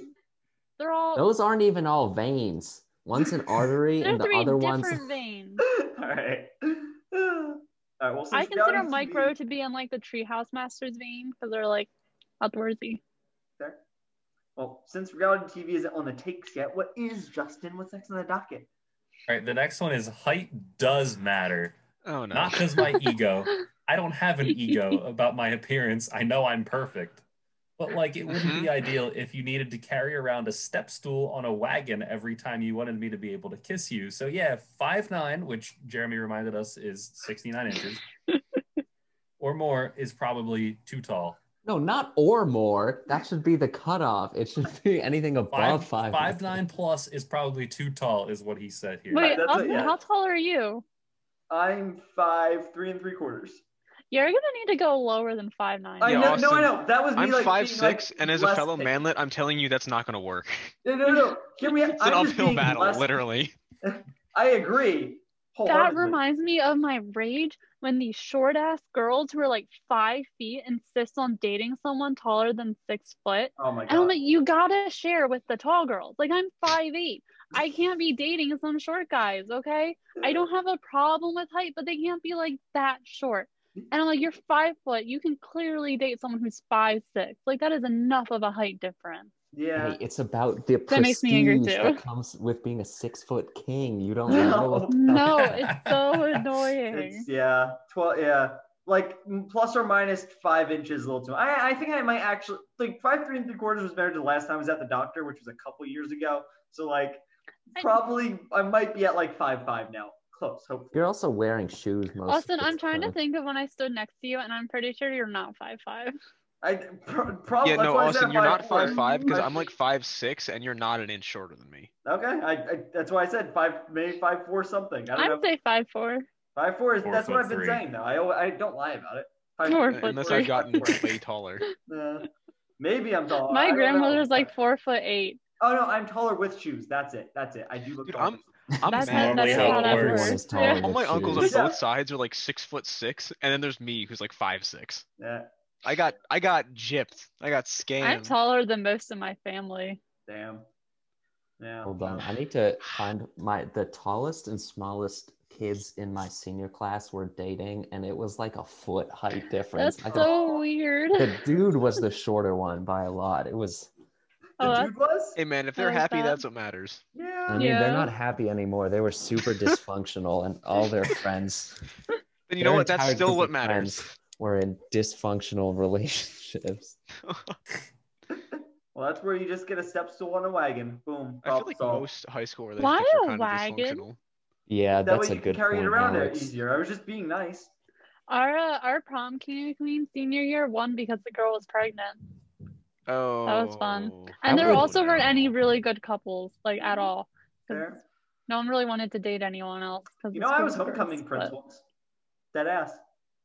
Speaker 3: they're all
Speaker 5: Those aren't even all veins. One's an artery,
Speaker 3: they're
Speaker 5: and the
Speaker 3: three
Speaker 5: other
Speaker 3: different
Speaker 5: one's.
Speaker 3: veins.
Speaker 2: All right. All right. Well,
Speaker 3: I
Speaker 2: since
Speaker 3: consider
Speaker 2: reality
Speaker 3: Mike
Speaker 2: TV
Speaker 3: Rowe to be in like the Treehouse Masters vein because they're like outdoorsy.
Speaker 2: There. Well, since reality TV isn't on the takes yet, what is Justin? What's next on the docket?
Speaker 6: All right, the next one is height does matter.
Speaker 4: Oh no.
Speaker 6: Not because my ego. I don't have an ego about my appearance. I know I'm perfect. But like it wouldn't be ideal if you needed to carry around a step stool on a wagon every time you wanted me to be able to kiss you. So yeah, five nine, which Jeremy reminded us is 69 inches or more, is probably too tall.
Speaker 5: No, not or more. That should be the cutoff. It should be anything above
Speaker 6: Five,
Speaker 5: five.
Speaker 6: five nine plus is probably too tall, is what he said here.
Speaker 3: Wait,
Speaker 2: that's what-
Speaker 3: Austin,
Speaker 2: yeah.
Speaker 3: how tall are you?
Speaker 2: I'm five, three and three quarters.
Speaker 3: You're gonna need to go lower than five nine.
Speaker 2: I
Speaker 4: Yeah,
Speaker 2: know, no, I
Speaker 4: Austin,
Speaker 2: know. That was me.
Speaker 4: I'm
Speaker 2: like,
Speaker 4: five
Speaker 2: being,
Speaker 4: six,
Speaker 2: like,
Speaker 4: and as a
Speaker 2: less
Speaker 4: fellow
Speaker 2: thick.
Speaker 4: manlet, I'm telling you that's not gonna work.
Speaker 2: No, no, no. Hear me.
Speaker 4: It's an
Speaker 2: I'm just
Speaker 4: uphill
Speaker 2: being
Speaker 4: battle,
Speaker 2: less-
Speaker 4: literally.
Speaker 2: I agree.
Speaker 3: That
Speaker 2: wholeheartedly.
Speaker 3: reminds me of my rage when these short ass girls who are like five feet insist on dating someone taller than six foot.
Speaker 2: Oh my god.
Speaker 3: And I'm like, you gotta share with the tall girls. Like I'm five eight. I can't be dating some short guys, okay? I don't have a problem with height, but they can't be like that short. And I'm like, you're five foot. You can clearly date someone who's five six. Like that is enough of a height difference.
Speaker 2: Yeah.
Speaker 5: Hey, it's about the
Speaker 3: That
Speaker 5: prestige
Speaker 3: makes me angry too.
Speaker 5: that comes with being a six foot king. You don't
Speaker 2: No.
Speaker 5: know. about
Speaker 3: No, it's so annoying.
Speaker 2: It's yeah. Twelve. Yeah. Like m- plus or minus five inches, a little too. I I think I might actually like five three and three quarters was better than last time I was at the doctor, which was a couple years ago. So like
Speaker 3: I-
Speaker 2: probably I might be at like five five now. Close, hopefully.
Speaker 5: You're also wearing shoes most.
Speaker 3: Austin,
Speaker 5: of the
Speaker 3: I'm trying to
Speaker 5: time.
Speaker 3: think of when I stood next to you, and I'm pretty sure you're not five five.
Speaker 2: I pr- probably
Speaker 4: Yeah, no, Austin, you're not five five because
Speaker 2: Right.
Speaker 4: I'm like five six, and you're not an inch shorter than me.
Speaker 2: Okay, I, I that's why I said five maybe five four something. I don't know.
Speaker 3: I'd say five four.
Speaker 2: Five four is
Speaker 6: Four
Speaker 2: that's what
Speaker 6: foot
Speaker 2: I've been
Speaker 6: three.
Speaker 2: saying though. I al- I don't lie about it. Five,
Speaker 3: Four
Speaker 4: Uh,
Speaker 3: foot
Speaker 4: Unless
Speaker 3: three.
Speaker 4: I've gotten
Speaker 2: Four.
Speaker 4: way taller.
Speaker 2: Uh, maybe I'm taller. Oh, I
Speaker 3: My
Speaker 2: don't know.
Speaker 3: grandmother's like four foot eight.
Speaker 2: Oh no, I'm taller with shoes. That's it. That's it. I do look
Speaker 4: Dude,
Speaker 2: taller.
Speaker 4: I'm-
Speaker 2: with
Speaker 4: I'm
Speaker 3: That's
Speaker 4: mad.
Speaker 3: how,
Speaker 6: Normally
Speaker 3: that's
Speaker 6: how
Speaker 3: how
Speaker 6: it
Speaker 3: that
Speaker 6: works.
Speaker 3: works.
Speaker 5: Everyone's taller
Speaker 3: Yeah.
Speaker 5: than
Speaker 4: All my uncles on
Speaker 5: shoes.
Speaker 2: Yeah.
Speaker 4: both sides are like six foot six, and then there's me who's like five six.
Speaker 2: shoes. Yeah.
Speaker 4: I got I got gypped. I got scammed.
Speaker 3: I'm taller than most of my family.
Speaker 2: Damn. Yeah.
Speaker 5: Hold on, I need to find my the tallest and smallest kids in my senior class were dating, and it was like a foot height difference.
Speaker 3: That's
Speaker 5: I could-
Speaker 3: so weird.
Speaker 5: the dude was the shorter one by a lot. It was.
Speaker 2: The
Speaker 3: Oh, that's-
Speaker 2: dude was.
Speaker 4: Hey man, if
Speaker 3: I
Speaker 4: they're
Speaker 3: like
Speaker 4: happy,
Speaker 3: that.
Speaker 4: that's what matters.
Speaker 5: I
Speaker 2: Yeah.
Speaker 5: mean,
Speaker 3: Yeah.
Speaker 5: they're not happy anymore. They were super dysfunctional, and all their friends
Speaker 4: Then you
Speaker 5: Their
Speaker 4: know what? That's
Speaker 5: entire
Speaker 4: still
Speaker 5: group
Speaker 4: what
Speaker 5: of
Speaker 4: matters.
Speaker 5: were in dysfunctional relationships.
Speaker 2: Well, that's where you just get a step stool on a wagon. Boom.
Speaker 4: I feel
Speaker 2: problem
Speaker 4: like
Speaker 2: solved.
Speaker 4: most high school
Speaker 3: Why
Speaker 4: relationships
Speaker 3: a
Speaker 4: are kind
Speaker 3: wagon?
Speaker 4: of dysfunctional.
Speaker 5: Yeah,
Speaker 2: that way
Speaker 5: that's a
Speaker 2: you can
Speaker 5: good
Speaker 2: carry
Speaker 5: point.
Speaker 2: it around there
Speaker 5: Alex.
Speaker 2: easier. I was just being nice.
Speaker 3: Our uh, our prom king and queen senior year won because the girl was pregnant,
Speaker 4: Oh,
Speaker 3: was fun.
Speaker 5: I
Speaker 3: and there
Speaker 5: would-
Speaker 3: also weren't any really good couples like at all. 'Cause
Speaker 2: Mm-hmm. Fair.
Speaker 3: No one really wanted to date anyone else. 'cause
Speaker 2: You
Speaker 3: the
Speaker 2: know, I
Speaker 3: school
Speaker 2: was
Speaker 3: was
Speaker 2: homecoming
Speaker 3: but-
Speaker 2: principal. Dead ass.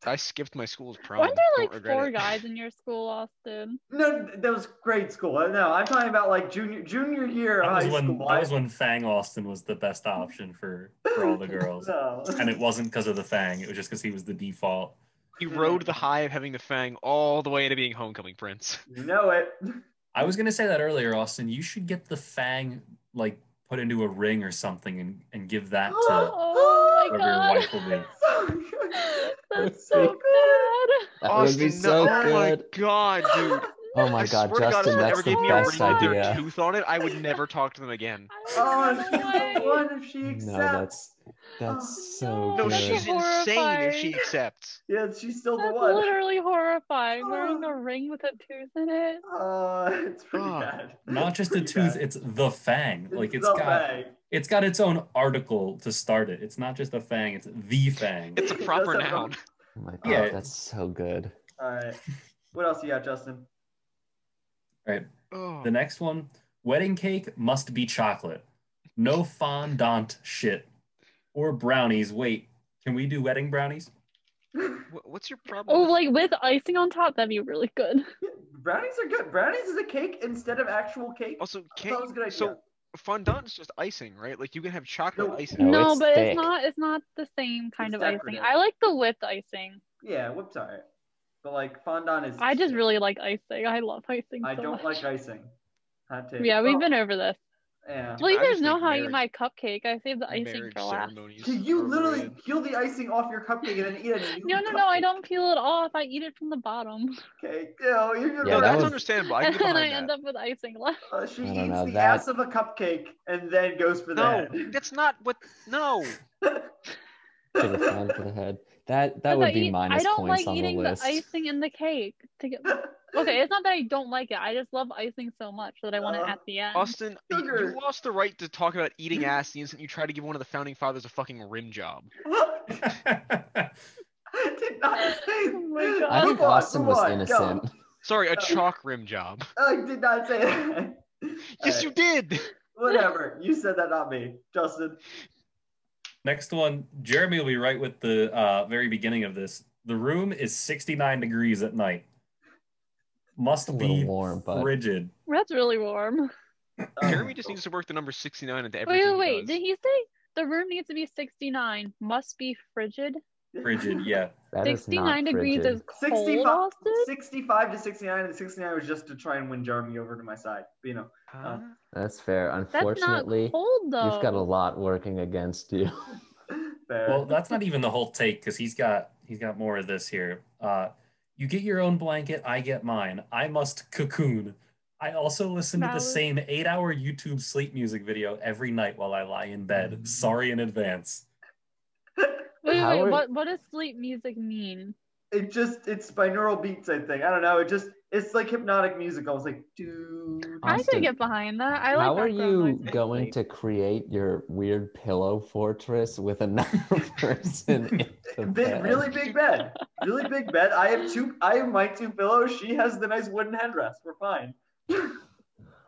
Speaker 4: I skipped my school's prom.
Speaker 3: Weren't
Speaker 4: Don't
Speaker 3: there like
Speaker 4: regret
Speaker 3: four
Speaker 4: it.
Speaker 3: guys in your school, Austin?
Speaker 2: No, that was grade school. No, I'm talking about like junior junior year of
Speaker 6: That was
Speaker 2: high
Speaker 6: when
Speaker 2: school.
Speaker 6: that was when Fang Austin was the best option for for all the girls,
Speaker 2: No.
Speaker 6: and it wasn't because of the Fang. It was just because he was the default.
Speaker 4: He rode the high of having the fang all the way into being homecoming prince.
Speaker 2: You know it.
Speaker 6: I was gonna say that earlier, Austin. You should get the Fang like put into a ring or something and and give
Speaker 5: uh,
Speaker 6: that to
Speaker 3: Oh my
Speaker 6: whoever your
Speaker 3: god.
Speaker 6: wife will be.
Speaker 2: So good.
Speaker 3: That's
Speaker 5: That
Speaker 3: so good.
Speaker 5: would That
Speaker 4: Austin,
Speaker 5: would be
Speaker 4: no-
Speaker 5: so
Speaker 4: oh my
Speaker 5: good.
Speaker 4: god, dude.
Speaker 5: Oh my
Speaker 4: I
Speaker 5: god,
Speaker 4: swear to God,
Speaker 5: Justin,
Speaker 4: if someone
Speaker 5: that's
Speaker 4: ever
Speaker 5: the
Speaker 4: gave me a
Speaker 5: best
Speaker 4: ring with their
Speaker 5: idea.
Speaker 4: tooth on it, I would never talk to them again.
Speaker 2: Oh,
Speaker 3: I
Speaker 2: she's the
Speaker 3: would run away.
Speaker 2: one if she accepts.
Speaker 5: No, that's that's so
Speaker 3: Oh,
Speaker 4: No,
Speaker 5: good.
Speaker 3: that's
Speaker 4: she's insane if she
Speaker 3: horrifying.
Speaker 4: accepts.
Speaker 2: Yeah, she's still the
Speaker 3: That's
Speaker 2: one.
Speaker 3: literally horrifying. Wearing
Speaker 2: Oh.
Speaker 3: a ring with a tooth in it.
Speaker 2: Uh, it's pretty
Speaker 4: Ah,
Speaker 2: bad.
Speaker 6: Not just a
Speaker 2: Pretty
Speaker 6: tooth;
Speaker 2: bad.
Speaker 6: it's the Fang. Like it's
Speaker 2: the
Speaker 6: got
Speaker 2: bag.
Speaker 6: it's got its own article to start it. It's not just a Fang; it's the Fang.
Speaker 4: It's a
Speaker 2: It
Speaker 4: proper
Speaker 2: does have a-
Speaker 4: noun.
Speaker 5: Oh my god,
Speaker 6: Yeah.
Speaker 5: that's so good.
Speaker 2: All right. What else you got, Justin?
Speaker 4: Oh.
Speaker 6: The next one, wedding cake must be chocolate. No fondant shit. Or brownies. Wait, can we do wedding brownies?
Speaker 4: Wh- What's your problem?
Speaker 3: Oh,
Speaker 4: with-
Speaker 3: like with icing on top, that'd be really good.
Speaker 2: Brownies are good. Brownies is a cake instead of actual cake.
Speaker 4: also,
Speaker 2: that was
Speaker 4: can't
Speaker 2: a good
Speaker 4: you,
Speaker 2: idea.
Speaker 4: so fondant is just icing, right? Like you can have chocolate
Speaker 2: No.
Speaker 4: icing.
Speaker 5: No,
Speaker 3: no,
Speaker 5: it's
Speaker 3: but
Speaker 5: thick.
Speaker 3: it's not. It's not the same kind
Speaker 2: It's
Speaker 3: of
Speaker 2: decorative.
Speaker 3: icing. I like the whipped icing.
Speaker 2: Yeah, whoops, all right. But like fondant is.
Speaker 3: I just really like icing. I love icing.
Speaker 2: I
Speaker 3: so
Speaker 2: don't
Speaker 3: much.
Speaker 2: like icing. Hot take.
Speaker 3: Yeah, we've
Speaker 2: Well,
Speaker 3: been over this.
Speaker 2: Yeah.
Speaker 3: At least
Speaker 4: I just
Speaker 3: there's no
Speaker 4: think
Speaker 3: how you eat my
Speaker 4: marriage-
Speaker 3: cupcake. I saved the icing
Speaker 4: Marriage
Speaker 3: for last.
Speaker 4: ceremonies.
Speaker 2: You
Speaker 4: are
Speaker 2: literally
Speaker 4: overrated.
Speaker 2: peel the icing off your cupcake and then eat it.
Speaker 3: No, no, no! I don't peel it off. I eat it from the bottom,
Speaker 2: Okay. No, you're, you're
Speaker 5: Yeah,
Speaker 4: no,
Speaker 5: that
Speaker 4: that's
Speaker 5: was-
Speaker 4: understandable. I can
Speaker 3: and
Speaker 4: get
Speaker 3: then I
Speaker 4: behind
Speaker 3: end
Speaker 4: that.
Speaker 3: up with icing left.
Speaker 2: Uh, she
Speaker 5: I
Speaker 2: eats
Speaker 5: don't know,
Speaker 2: the
Speaker 5: that-
Speaker 2: ass of a cupcake and then goes for that.
Speaker 4: No, that's not what. No.
Speaker 5: To the front, to the head. That
Speaker 3: Because I
Speaker 5: that would be
Speaker 3: eat-
Speaker 5: minus
Speaker 3: I don't
Speaker 5: points
Speaker 3: like
Speaker 5: on
Speaker 3: eating
Speaker 5: the list.
Speaker 3: icing in the cake. To get... Okay, it's not that I don't like it. I just love icing so much that I want
Speaker 2: Uh,
Speaker 3: it at the end.
Speaker 4: Austin, y-
Speaker 2: Sugar.
Speaker 4: you lost the right to talk about eating ass the instant you try to give one of the founding fathers a fucking rim job.
Speaker 2: I did not say.
Speaker 3: Oh my God.
Speaker 5: I think
Speaker 2: Move on,
Speaker 5: Austin
Speaker 2: move
Speaker 5: was
Speaker 2: on, go.
Speaker 5: innocent.
Speaker 4: Sorry, a chalk rim job.
Speaker 2: I did not say that.
Speaker 4: Yes, you did.
Speaker 2: Whatever. You said that, not me, Justin.
Speaker 6: Next one, Jeremy will be right with the uh, very beginning of this. The room is 69 degrees at night. Must
Speaker 5: A little
Speaker 6: be
Speaker 5: warm, but-
Speaker 6: frigid.
Speaker 3: That's really warm.
Speaker 2: Um,
Speaker 4: Jeremy just needs to work the number 69 into
Speaker 3: Wait,
Speaker 4: everything.
Speaker 3: wait,
Speaker 4: he
Speaker 3: wait!
Speaker 4: does.
Speaker 3: Did he say the room needs to be 69? Must be frigid.
Speaker 6: Frigid, yeah.
Speaker 5: That is not
Speaker 3: 69 degrees
Speaker 5: frigid.
Speaker 3: is cold,
Speaker 2: 65,
Speaker 3: Austin.
Speaker 2: 65 to 69, and 69 was just to try and win Jeremy over to my side. But, you know,
Speaker 4: Huh?
Speaker 5: That's fair.
Speaker 3: That's not
Speaker 5: Unfortunately,
Speaker 3: cold though.
Speaker 5: you've got a lot working against you.
Speaker 2: fair.
Speaker 6: Well, that's not even the whole take because he's got he's got more of this here. Uh, you get your own blanket, I get mine. I must cocoon. I also listen to the
Speaker 3: Valid.
Speaker 6: same eight-hour YouTube sleep music video every night while I lie in
Speaker 5: Mm.
Speaker 6: bed. Sorry in advance.
Speaker 3: Wait, wait,
Speaker 5: Howard-
Speaker 3: what what does sleep music mean?
Speaker 2: it just, it's binaural beats, I think. I don't know. It just, it's like hypnotic music. I was like, dude.
Speaker 3: I
Speaker 5: Austin,
Speaker 3: could get behind that. I like
Speaker 5: How are
Speaker 3: background
Speaker 5: you
Speaker 3: noises.
Speaker 5: going to create your weird pillow fortress with another person in the
Speaker 2: Big,
Speaker 5: bed?
Speaker 2: really big bed. Really big bed. I have two, I have my two pillows. She has the nice wooden headrest. We're fine.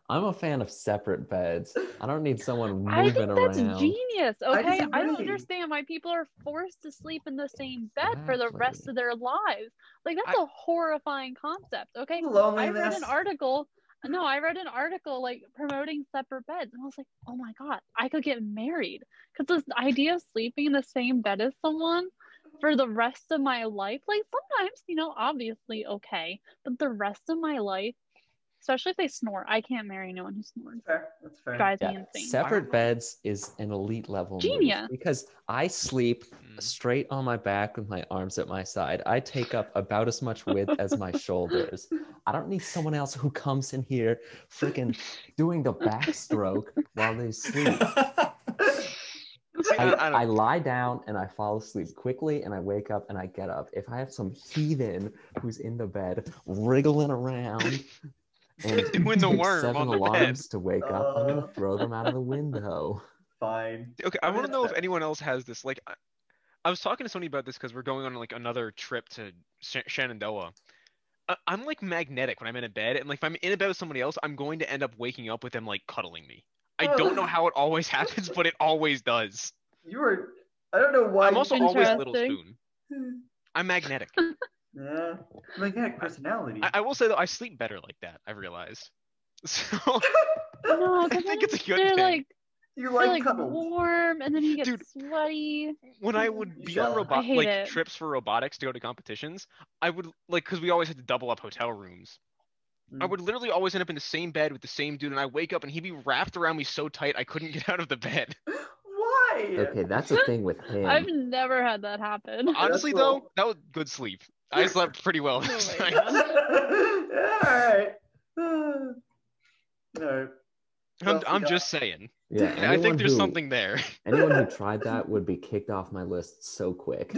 Speaker 5: I'm a fan of separate beds. I don't need someone
Speaker 3: I
Speaker 5: moving
Speaker 3: think that's
Speaker 5: around.
Speaker 3: genius. Okay, I, don't
Speaker 2: disagree.
Speaker 3: understand why people are forced to sleep in the same bed for the rest
Speaker 5: Exactly.
Speaker 3: of their lives. Like that's a horrifying concept. Okay, I
Speaker 2: Loneliness.
Speaker 3: read an article. No, I read an article like promoting separate beds, and I was like, oh my god, I could get married because this idea of sleeping in the same bed as someone for the rest of my life, like sometimes you know, obviously okay, but the rest of my life, especially if they snore, I can't marry anyone who snores.
Speaker 2: fair. That's fair.
Speaker 3: Drives
Speaker 5: Yeah,
Speaker 3: me insane.
Speaker 5: separate beds is an elite level move
Speaker 3: Genius.
Speaker 5: because I sleep
Speaker 4: Mm.
Speaker 5: straight on my back with my arms at my side. I take up about as much width as my shoulders. I don't need someone else who comes in here freaking doing the backstroke while they sleep. I,
Speaker 4: I- I don't-
Speaker 5: I lie down and I fall asleep quickly and I wake up and I get up. If I have some heathen who's in the bed wriggling around and
Speaker 4: Doing the
Speaker 5: takes
Speaker 4: worm
Speaker 5: seven
Speaker 4: on the bed.
Speaker 5: alarms to wake up, I'm
Speaker 2: Uh.
Speaker 5: gonna throw them out of the window.
Speaker 2: Fine.
Speaker 4: Okay, I
Speaker 2: I mean,
Speaker 4: want to
Speaker 2: that's
Speaker 4: know if
Speaker 2: fair.
Speaker 4: anyone else has this. Like, I, I was talking to somebody about this because we're going on like another trip to Sh- Shenandoah. I, I'm like magnetic when I'm in a bed, and like if I'm in a bed with somebody else, I'm going to end up waking up with them like cuddling me. I don't
Speaker 3: Oh.
Speaker 4: know how it always happens, but it always does.
Speaker 2: You were, I don't know why.
Speaker 4: I'm also always Little
Speaker 3: Interesting.
Speaker 4: Spoon. I'm magnetic.
Speaker 2: Yeah. Magnetic personality.
Speaker 4: I, I will say though, I sleep better like that. I've realized. So
Speaker 3: No,
Speaker 4: I
Speaker 3: 'cause
Speaker 4: think
Speaker 3: then
Speaker 4: it's a good
Speaker 3: they're
Speaker 4: thing.
Speaker 3: like
Speaker 2: you
Speaker 3: they're
Speaker 2: like,
Speaker 3: like
Speaker 2: cuddles.
Speaker 3: warm, and then you get
Speaker 4: Dude.
Speaker 3: sweaty.
Speaker 4: when I would be on
Speaker 2: Yeah.
Speaker 3: I
Speaker 4: robot
Speaker 3: hate
Speaker 4: like
Speaker 3: it.
Speaker 4: trips for robotics to go to competitions, I would like because we always had to double up hotel rooms. I
Speaker 2: Mm.
Speaker 4: would literally always end up in the same bed with the same dude, and I wake up and he'd be wrapped around me so tight I couldn't get out of the bed.
Speaker 2: Why?
Speaker 5: Okay, that's a thing with
Speaker 4: Mm.
Speaker 5: him.
Speaker 3: I've never had that happen.
Speaker 4: Honestly,
Speaker 2: what-
Speaker 4: though, that was good sleep. I slept pretty
Speaker 3: Oh
Speaker 4: well last
Speaker 3: my
Speaker 4: night.
Speaker 2: Alright. Alright.
Speaker 4: I'm,
Speaker 2: Well,
Speaker 4: I'm
Speaker 2: yeah.
Speaker 4: just saying.
Speaker 5: yeah,
Speaker 4: I
Speaker 5: anyone
Speaker 4: think there's
Speaker 5: who-
Speaker 4: something there.
Speaker 5: Anyone who tried that would be kicked off my list so quick.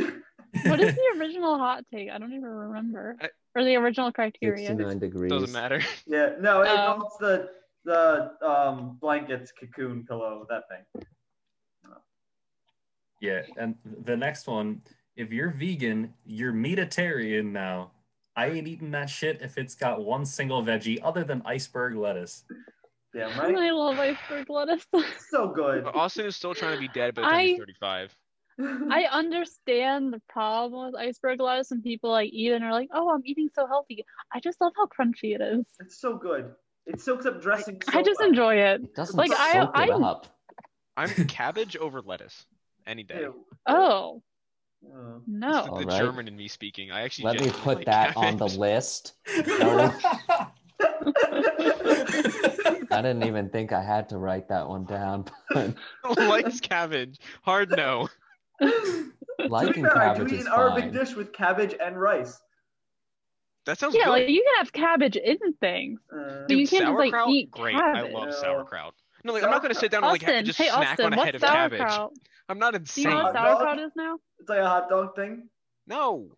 Speaker 3: What is the original hot take? I don't even remember.
Speaker 4: I-
Speaker 3: or the original criteria.
Speaker 5: 69 degrees.
Speaker 4: Doesn't matter.
Speaker 2: Yeah, no, it
Speaker 3: Um,
Speaker 2: involves the the um blankets, cocoon, pillow, that thing.
Speaker 6: Yeah, and the next one, if you're vegan, you're meatitarian now. I ain't eating that shit if it's got one single veggie other than iceberg lettuce.
Speaker 2: Damn right.
Speaker 3: I love iceberg lettuce.
Speaker 2: So good.
Speaker 4: But Austin is still trying to be dead by the time
Speaker 3: I-
Speaker 4: he's 35. Uh,
Speaker 3: I understand the problem with iceberg lettuce and people like eat and are like, oh, I'm eating so healthy. I just love how crunchy it is.
Speaker 2: it's so good. It soaks up dressing. so
Speaker 3: I just
Speaker 2: well.
Speaker 3: enjoy it.
Speaker 5: It doesn't
Speaker 3: Like,
Speaker 5: soak
Speaker 3: I-
Speaker 5: it
Speaker 3: I'm-
Speaker 5: up.
Speaker 4: I'm cabbage over lettuce any day.
Speaker 2: Ew.
Speaker 3: Oh,
Speaker 2: Uh,
Speaker 4: This is
Speaker 3: no.
Speaker 4: the
Speaker 5: Alright.
Speaker 4: German in me speaking. I actually
Speaker 5: Let me
Speaker 4: genuinely
Speaker 5: put
Speaker 4: like
Speaker 5: that on the
Speaker 4: cabbage.
Speaker 5: list. I didn't even think I had to write that one down. But
Speaker 4: likes cabbage. Hard no.
Speaker 2: to be
Speaker 5: liking
Speaker 2: fair, I do
Speaker 5: cabbage
Speaker 2: eat
Speaker 5: is
Speaker 2: an Arabic
Speaker 5: fine.
Speaker 2: dish with cabbage and rice.
Speaker 4: That sounds
Speaker 3: Yeah,
Speaker 4: good.
Speaker 3: like you can have cabbage in things.
Speaker 2: Uh,
Speaker 3: Dude, you can't just, like,
Speaker 4: sauerkraut,
Speaker 3: eat
Speaker 4: great.
Speaker 3: cabbage.
Speaker 4: I love
Speaker 2: No.
Speaker 4: sauerkraut. No, like I'm not gonna sit down and like have to
Speaker 3: Austin,
Speaker 4: just
Speaker 3: hey
Speaker 4: snack
Speaker 3: Austin,
Speaker 4: on a head
Speaker 3: what's
Speaker 4: of cabbage.
Speaker 3: sauerkraut?
Speaker 4: I'm not
Speaker 3: Do
Speaker 4: insane.
Speaker 3: you know
Speaker 2: Hot
Speaker 3: what
Speaker 2: dog?
Speaker 3: sauerkraut is now?
Speaker 2: it's like a hot dog thing.
Speaker 4: No.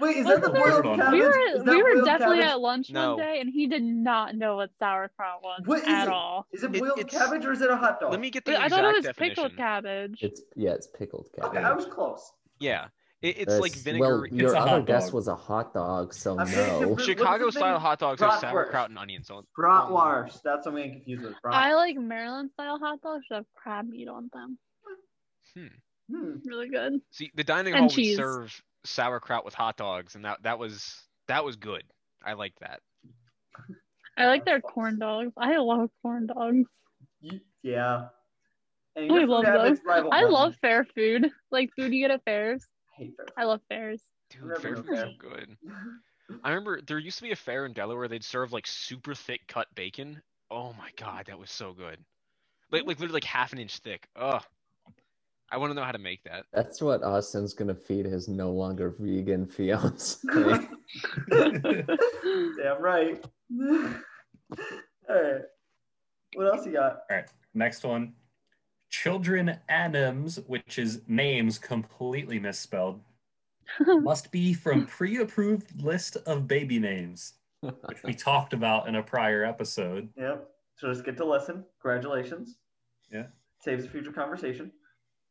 Speaker 2: Wait, is
Speaker 3: What's
Speaker 2: that the
Speaker 3: the-
Speaker 2: boiled
Speaker 6: We
Speaker 2: cabbage?
Speaker 3: We
Speaker 2: Is
Speaker 3: were
Speaker 2: that
Speaker 3: we were
Speaker 2: boiled
Speaker 3: definitely
Speaker 2: cabbage?
Speaker 3: at lunch
Speaker 4: No.
Speaker 3: one day and he did not know what sauerkraut was
Speaker 2: What is
Speaker 3: at
Speaker 2: it?
Speaker 3: all.
Speaker 2: Is it
Speaker 4: It-
Speaker 2: boiled
Speaker 4: it's-
Speaker 2: cabbage or is it a hot dog?
Speaker 4: Let me get the
Speaker 3: I
Speaker 4: exact
Speaker 3: thought it was
Speaker 4: definition.
Speaker 3: pickled cabbage.
Speaker 5: It's yeah, it's pickled cabbage.
Speaker 2: Okay, I was close.
Speaker 4: Yeah, it, it's
Speaker 5: That's-
Speaker 4: like
Speaker 5: Well,
Speaker 4: vinegar.
Speaker 5: your
Speaker 6: a
Speaker 5: other
Speaker 6: hot
Speaker 5: guess
Speaker 6: dog.
Speaker 5: was a hot dog, so
Speaker 2: I'm getting
Speaker 5: no.
Speaker 2: confused.
Speaker 4: Chicago
Speaker 2: What's the
Speaker 4: style
Speaker 2: thing?
Speaker 4: hot dogs have
Speaker 2: Bratwurst.
Speaker 4: sauerkraut and onions. on-
Speaker 2: Bratwurst. That's what I'm getting confused with. Brat.
Speaker 3: I like Maryland style hot dogs that have crab meat on them.
Speaker 4: Hmm.
Speaker 2: hmm.
Speaker 3: Really good.
Speaker 4: See, the dining
Speaker 3: And
Speaker 4: hall
Speaker 3: cheese.
Speaker 4: would serve sauerkraut with hot dogs, and that that was that was good. I liked that.
Speaker 3: I like their corn dogs. I love corn dogs.
Speaker 2: You- yeah. And
Speaker 3: I
Speaker 2: your food
Speaker 3: love
Speaker 2: habits rival
Speaker 3: I
Speaker 2: mine.
Speaker 3: love fair food. Like food you get at fairs.
Speaker 2: I hate fair
Speaker 3: I love fairs.
Speaker 4: Dude,
Speaker 2: Never
Speaker 4: fair
Speaker 2: been
Speaker 4: food's
Speaker 2: there.
Speaker 4: so good. I remember there used to be a fair in Delaware. They'd serve like super thick cut bacon. Oh my god, that was so good. Like like literally like half an inch thick. Ugh. I want to know how to make that.
Speaker 5: That's what Austin's gonna feed his no longer vegan fiance.
Speaker 2: food. Damn right. All right. What else you got?
Speaker 6: Next one. Children anims, which is names completely misspelled, must be from pre-approved list of baby names, which we talked about in a prior episode.
Speaker 2: Yep. So just get to listen. Congratulations.
Speaker 6: Yeah.
Speaker 2: Saves a future conversation.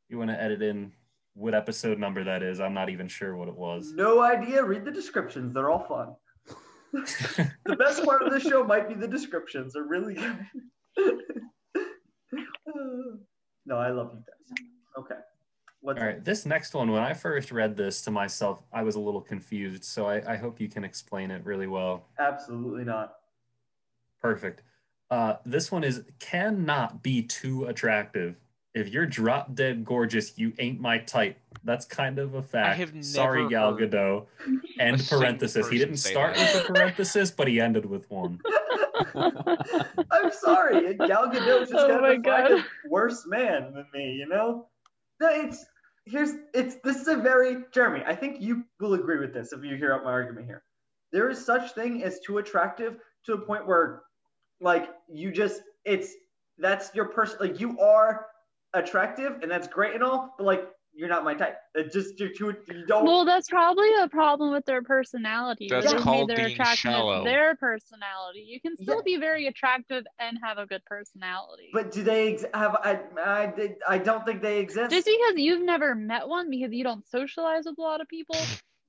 Speaker 6: You want to edit in what episode number that is? I'm not even sure what it was.
Speaker 2: No idea. Read the descriptions. They're all fun. the best part of the show might be the descriptions. They're really good. no, I love you guys. Okay. What's
Speaker 6: All right, this next one, when I first read this to myself, I was a little confused. So I, I hope you can explain it really well.
Speaker 2: absolutely not.
Speaker 6: Perfect. Uh, this one is cannot be too attractive. If you're drop dead gorgeous, you ain't my type. That's kind of a fact.
Speaker 4: have never
Speaker 6: Sorry, Gal
Speaker 4: heard
Speaker 6: Gadot.
Speaker 4: a
Speaker 6: End
Speaker 4: single
Speaker 6: parenthesis. He
Speaker 4: person
Speaker 6: didn't
Speaker 4: say
Speaker 6: start
Speaker 4: that.
Speaker 6: with a parenthesis, but he ended with one.
Speaker 2: I'm sorry. Gal Gadot's just
Speaker 3: Oh
Speaker 2: got
Speaker 3: my
Speaker 2: to find
Speaker 3: God.
Speaker 2: a worse man than me, you know? No, it's here's it's this is a very Jeremy, I think you will agree with this if you hear out my argument here. There is such thing as too attractive to the point where like you just it's that's your person like you are attractive and that's great and all, but like you're not my type. It just you're too you don't
Speaker 3: Well, that's probably a problem with their personality.
Speaker 4: That's
Speaker 3: They've made
Speaker 4: called
Speaker 3: their
Speaker 4: being
Speaker 3: attractiveness
Speaker 4: shallow.
Speaker 3: Their personality. You can still
Speaker 2: Yeah.
Speaker 3: be very attractive and have a good personality.
Speaker 2: but do they ex- have I, I did- I don't think they exist.
Speaker 3: just because you've never met one because you don't socialize with a lot of people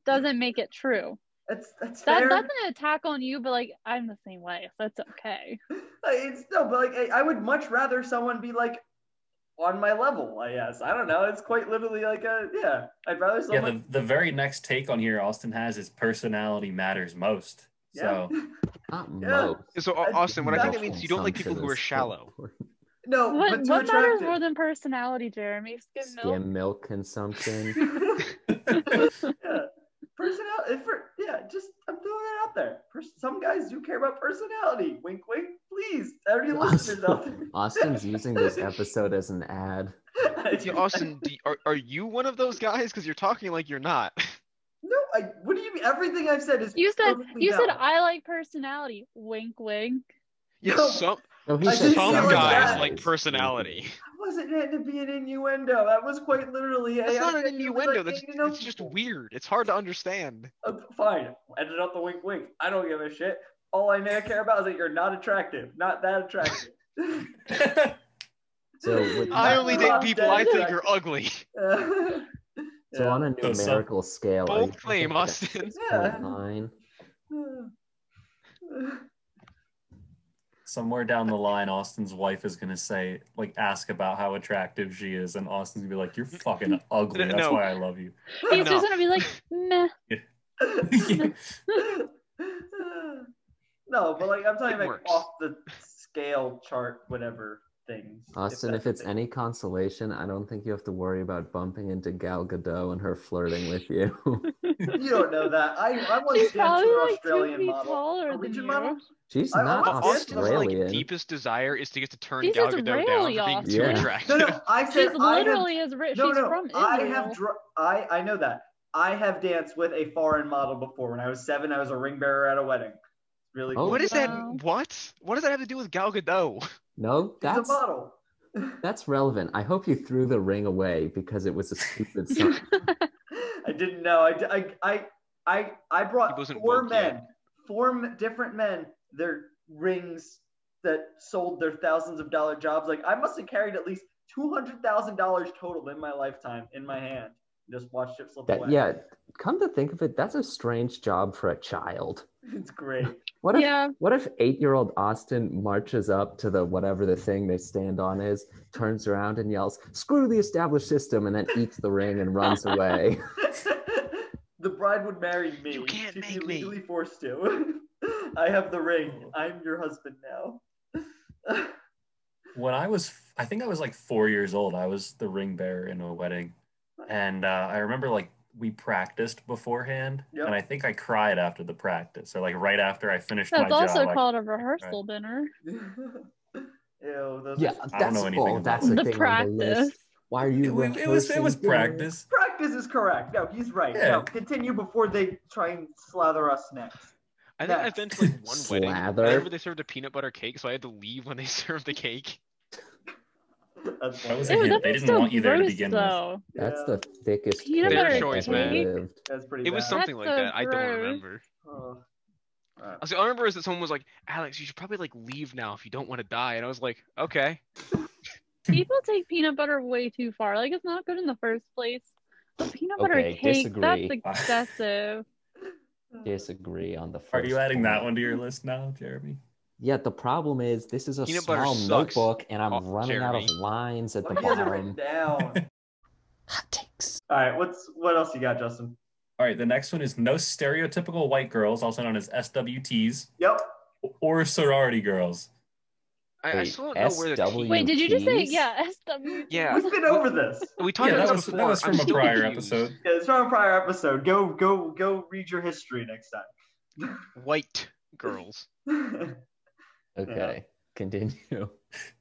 Speaker 3: doesn't make it true.
Speaker 2: that's that's
Speaker 3: That,
Speaker 2: fair.
Speaker 3: that's an attack on you, but like I'm the same way, so it's okay.
Speaker 2: Like, It's no, but like I, I would much rather someone be like on my level, I guess. I don't know. It's quite literally like a yeah. I'd rather
Speaker 6: Yeah,
Speaker 2: someone
Speaker 6: the, the very next take on here Austin has is personality matters most.
Speaker 2: yeah.
Speaker 6: So
Speaker 5: Not
Speaker 2: Yeah.
Speaker 5: most.
Speaker 4: So
Speaker 2: I-
Speaker 4: Au- Austin, what I think that
Speaker 2: That's
Speaker 4: means is you don't like people who are shallow.
Speaker 2: no,
Speaker 3: What,
Speaker 2: Oh, but too
Speaker 3: what matters
Speaker 2: attractive.
Speaker 3: more than personality, Jeremy? Skim milk?
Speaker 5: Skim milk consumption.
Speaker 2: yeah. Personality, for, yeah, just I'm throwing that out there. Pers- some guys do care about personality. Wink, wink. Please, every listeners out there.
Speaker 5: Austin's using this episode as an ad.
Speaker 4: Yeah, Austin, do, are, are you one of those guys? Because you're talking like you're not.
Speaker 2: No, I. What do you mean? Everything I've said is.
Speaker 3: You said
Speaker 2: perfectly
Speaker 3: you said
Speaker 2: valid.
Speaker 3: I like personality. Wink, wink.
Speaker 4: Yes,
Speaker 2: No.
Speaker 4: some
Speaker 5: No, he
Speaker 2: I
Speaker 5: said
Speaker 2: didn't
Speaker 4: some
Speaker 2: say like
Speaker 4: guys
Speaker 2: that.
Speaker 4: like personality.
Speaker 2: That wasn't meant to be an innuendo. That was quite literally.
Speaker 4: That's
Speaker 2: hey, I
Speaker 4: not an
Speaker 2: said you were
Speaker 4: innuendo.
Speaker 2: like,
Speaker 4: That's
Speaker 2: you know,
Speaker 4: it's just weird. It's hard to understand.
Speaker 2: uh, fine. Edit out the wink, wink. I don't give a shit. All I may care about is that you're not attractive. Not that attractive.
Speaker 5: So with-
Speaker 4: I
Speaker 5: Not-
Speaker 4: only date
Speaker 5: not
Speaker 4: people I think are ugly.
Speaker 2: are.
Speaker 5: So on a
Speaker 6: So some-
Speaker 5: numerical scale, I
Speaker 4: Bold
Speaker 5: think
Speaker 4: claim,
Speaker 5: I got
Speaker 4: Austin.
Speaker 5: 6.9.
Speaker 6: somewhere down the line, Austin's wife is gonna say, like, ask about how attractive she is, and Austin's gonna be like, "You're fucking ugly. That's
Speaker 4: No.
Speaker 6: why I love you."
Speaker 3: He's
Speaker 4: No.
Speaker 3: just gonna be like, meh.
Speaker 2: no, but like I'm
Speaker 4: It
Speaker 2: talking like
Speaker 4: works.
Speaker 2: off the scale chart, whatever things.
Speaker 5: Austin,
Speaker 2: that's
Speaker 5: if it's
Speaker 2: a thing.
Speaker 5: any consolation, I don't think you have to worry about bumping into Gal Gadot and her flirting with you.
Speaker 2: you don't know that. I I once
Speaker 3: She's
Speaker 2: danced with
Speaker 3: probably
Speaker 2: an
Speaker 3: like two
Speaker 2: Australian
Speaker 3: feet
Speaker 2: model.
Speaker 3: taller than
Speaker 2: Norwegian
Speaker 3: you.
Speaker 2: model?
Speaker 5: She's
Speaker 2: I- I
Speaker 5: not
Speaker 2: want
Speaker 4: Austin's
Speaker 5: Australian.
Speaker 4: like deepest desire is to get to turn
Speaker 3: She's
Speaker 4: Gal
Speaker 3: Israeli,
Speaker 4: Gadot down for being too
Speaker 5: Austin. Yeah.
Speaker 2: No,
Speaker 4: attractive.
Speaker 2: no, I
Speaker 3: She's
Speaker 2: said I have
Speaker 3: literally as rich.
Speaker 2: no,
Speaker 3: She's
Speaker 2: no.
Speaker 3: from Israel.
Speaker 2: I have dr- I I know that. I have danced with a foreign model before. When I was seven, I was a ring bearer at a wedding. Really?
Speaker 5: Oh.
Speaker 2: cool.
Speaker 4: What is
Speaker 3: Wow.
Speaker 4: that? What? What does that have to do with Gal Gadot?
Speaker 5: No,
Speaker 2: She's a
Speaker 5: that's
Speaker 2: model.
Speaker 5: that's relevant. I hope you threw the ring away because it was a stupid song.
Speaker 2: I didn't know. I, I, I, I, I brought
Speaker 4: He wasn't
Speaker 2: four
Speaker 4: woke
Speaker 2: men,
Speaker 4: yet.
Speaker 2: four m- different men, their rings that sold their thousands of dollar jobs. Like I must have carried at least two hundred thousand dollars total in my lifetime in my hand. Just watched it slip
Speaker 5: That-
Speaker 2: away.
Speaker 5: yeah, come to think of it, that's a strange job for a child.
Speaker 2: it's great.
Speaker 5: What if
Speaker 3: yeah.
Speaker 5: What if eight year old Austin marches up to the whatever the thing they stand on is, turns around and yells, screw the established system, and then eats the ring and runs away?
Speaker 2: the bride would marry me.
Speaker 4: You can't
Speaker 2: She'd
Speaker 4: make
Speaker 2: be
Speaker 4: me. Oh.
Speaker 2: legally forced to. I have the ring. I'm your husband now.
Speaker 6: when I was, I think I was like four years old. I was the ring bearer in a wedding, and uh, I remember like we practiced beforehand,
Speaker 2: Yep.
Speaker 6: and I think I cried after the practice, or like right after I finished
Speaker 3: That's
Speaker 6: my
Speaker 3: also
Speaker 6: job. I-
Speaker 3: called a rehearsal dinner.
Speaker 2: Ew, those
Speaker 5: yeah,
Speaker 2: are-
Speaker 6: I don't
Speaker 5: that's,
Speaker 6: know anything
Speaker 5: oh,
Speaker 6: about
Speaker 5: that's a
Speaker 3: The
Speaker 5: thing on the
Speaker 3: practice.
Speaker 5: list. Why are
Speaker 6: it,
Speaker 5: you
Speaker 6: was- it was it was
Speaker 5: rehearsing?
Speaker 6: practice.
Speaker 2: Practice is correct. No, he's right.
Speaker 6: Yeah.
Speaker 2: No, continue before they try and slather us next.
Speaker 4: I think
Speaker 2: Yeah.
Speaker 4: I've been to like one wedding. and I
Speaker 5: Slather.
Speaker 4: remember they served a peanut butter cake, so I had to leave when they served the cake.
Speaker 2: That's
Speaker 6: That was a
Speaker 3: Ew,
Speaker 6: Yeah,
Speaker 3: that
Speaker 6: they
Speaker 3: was
Speaker 6: didn't
Speaker 3: so
Speaker 6: want you there to
Speaker 3: gross,
Speaker 6: begin with.
Speaker 3: though.
Speaker 5: That's the thickest
Speaker 3: Peanut
Speaker 5: cake
Speaker 4: butter
Speaker 5: I've
Speaker 4: choice,
Speaker 5: ever
Speaker 4: man.
Speaker 5: lived.
Speaker 2: That's pretty.
Speaker 4: It was
Speaker 2: bad.
Speaker 4: something like
Speaker 3: That's so
Speaker 4: that. I don't
Speaker 3: gross.
Speaker 4: remember.
Speaker 2: Oh. Alright.
Speaker 4: I was- all I remember is that someone was like, "Alex, you should probably like leave now if you don't want to die." And I was like, "Okay."
Speaker 3: People take peanut butter way too far. Like it's not good in the first place. But peanut butter
Speaker 5: Okay,
Speaker 3: cake, that's
Speaker 5: disagree.
Speaker 3: excessive.
Speaker 5: Disagree on the first.
Speaker 6: Are you adding
Speaker 5: one.
Speaker 6: that one to your list now, Jeremy?
Speaker 5: Yeah, the problem is this is a
Speaker 4: Peanut butter
Speaker 5: small
Speaker 4: sucks.
Speaker 5: notebook, and I'm
Speaker 4: Oh,
Speaker 5: running out of
Speaker 4: Jeremy.
Speaker 5: lines at
Speaker 2: Oh,
Speaker 5: the
Speaker 2: you guys are written
Speaker 5: bottom.
Speaker 2: down.
Speaker 5: Hot takes.
Speaker 2: All right, what's what else you got, Justin?
Speaker 6: All right, the next one is no stereotypical white girls, also known as SWTs
Speaker 2: Yep.
Speaker 6: or sorority girls.
Speaker 4: I, I
Speaker 5: Wait,
Speaker 4: still don't know where the
Speaker 5: SW
Speaker 4: tea.
Speaker 3: Wait, did you just say
Speaker 5: Keys?
Speaker 3: yeah? SW.
Speaker 4: Yeah.
Speaker 2: We've been over this.
Speaker 4: We talked
Speaker 6: Yeah,
Speaker 4: about
Speaker 6: that was
Speaker 4: this
Speaker 6: that
Speaker 4: before.
Speaker 6: was
Speaker 4: I'm
Speaker 6: from a
Speaker 4: still
Speaker 6: prior
Speaker 4: confused.
Speaker 6: episode.
Speaker 2: Yeah, it's from a prior episode. Go go go read your history next
Speaker 4: White girls.
Speaker 2: time.
Speaker 5: Okay, continue.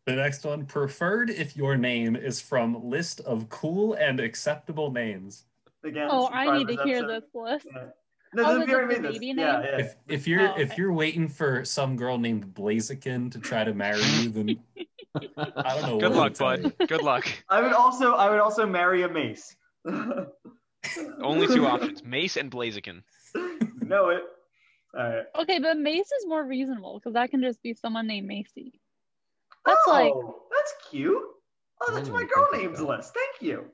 Speaker 6: The next one, preferred if your name is from list of cool and acceptable names.
Speaker 2: Again.
Speaker 3: Oh,
Speaker 2: this is
Speaker 3: I
Speaker 2: part
Speaker 3: need
Speaker 2: of
Speaker 3: to hear
Speaker 2: episode.
Speaker 3: this list.
Speaker 2: Yeah. No, this
Speaker 3: Oh, is
Speaker 2: is you
Speaker 3: it
Speaker 2: already
Speaker 3: the
Speaker 2: made this.
Speaker 3: baby
Speaker 2: Yeah, yeah.
Speaker 6: If if you're
Speaker 3: Oh,
Speaker 6: if
Speaker 3: okay.
Speaker 6: you're waiting for some girl named Blaziken to try to marry you, then I don't know.
Speaker 4: Good
Speaker 6: Oh, what
Speaker 4: luck,
Speaker 6: to tell
Speaker 4: bud. Good luck.
Speaker 2: I would also I would also marry a mace.
Speaker 4: Only two options: Mace and Blaziken.
Speaker 2: You know it. All right.
Speaker 3: Okay, but Mace is more reasonable because that can just be someone named Macy. That's
Speaker 2: oh,
Speaker 3: like
Speaker 2: that's cute. Oh,
Speaker 5: I
Speaker 2: that's
Speaker 5: didn't
Speaker 2: my
Speaker 5: even
Speaker 2: girl
Speaker 5: think of
Speaker 2: names
Speaker 5: that.
Speaker 2: list. Thank you.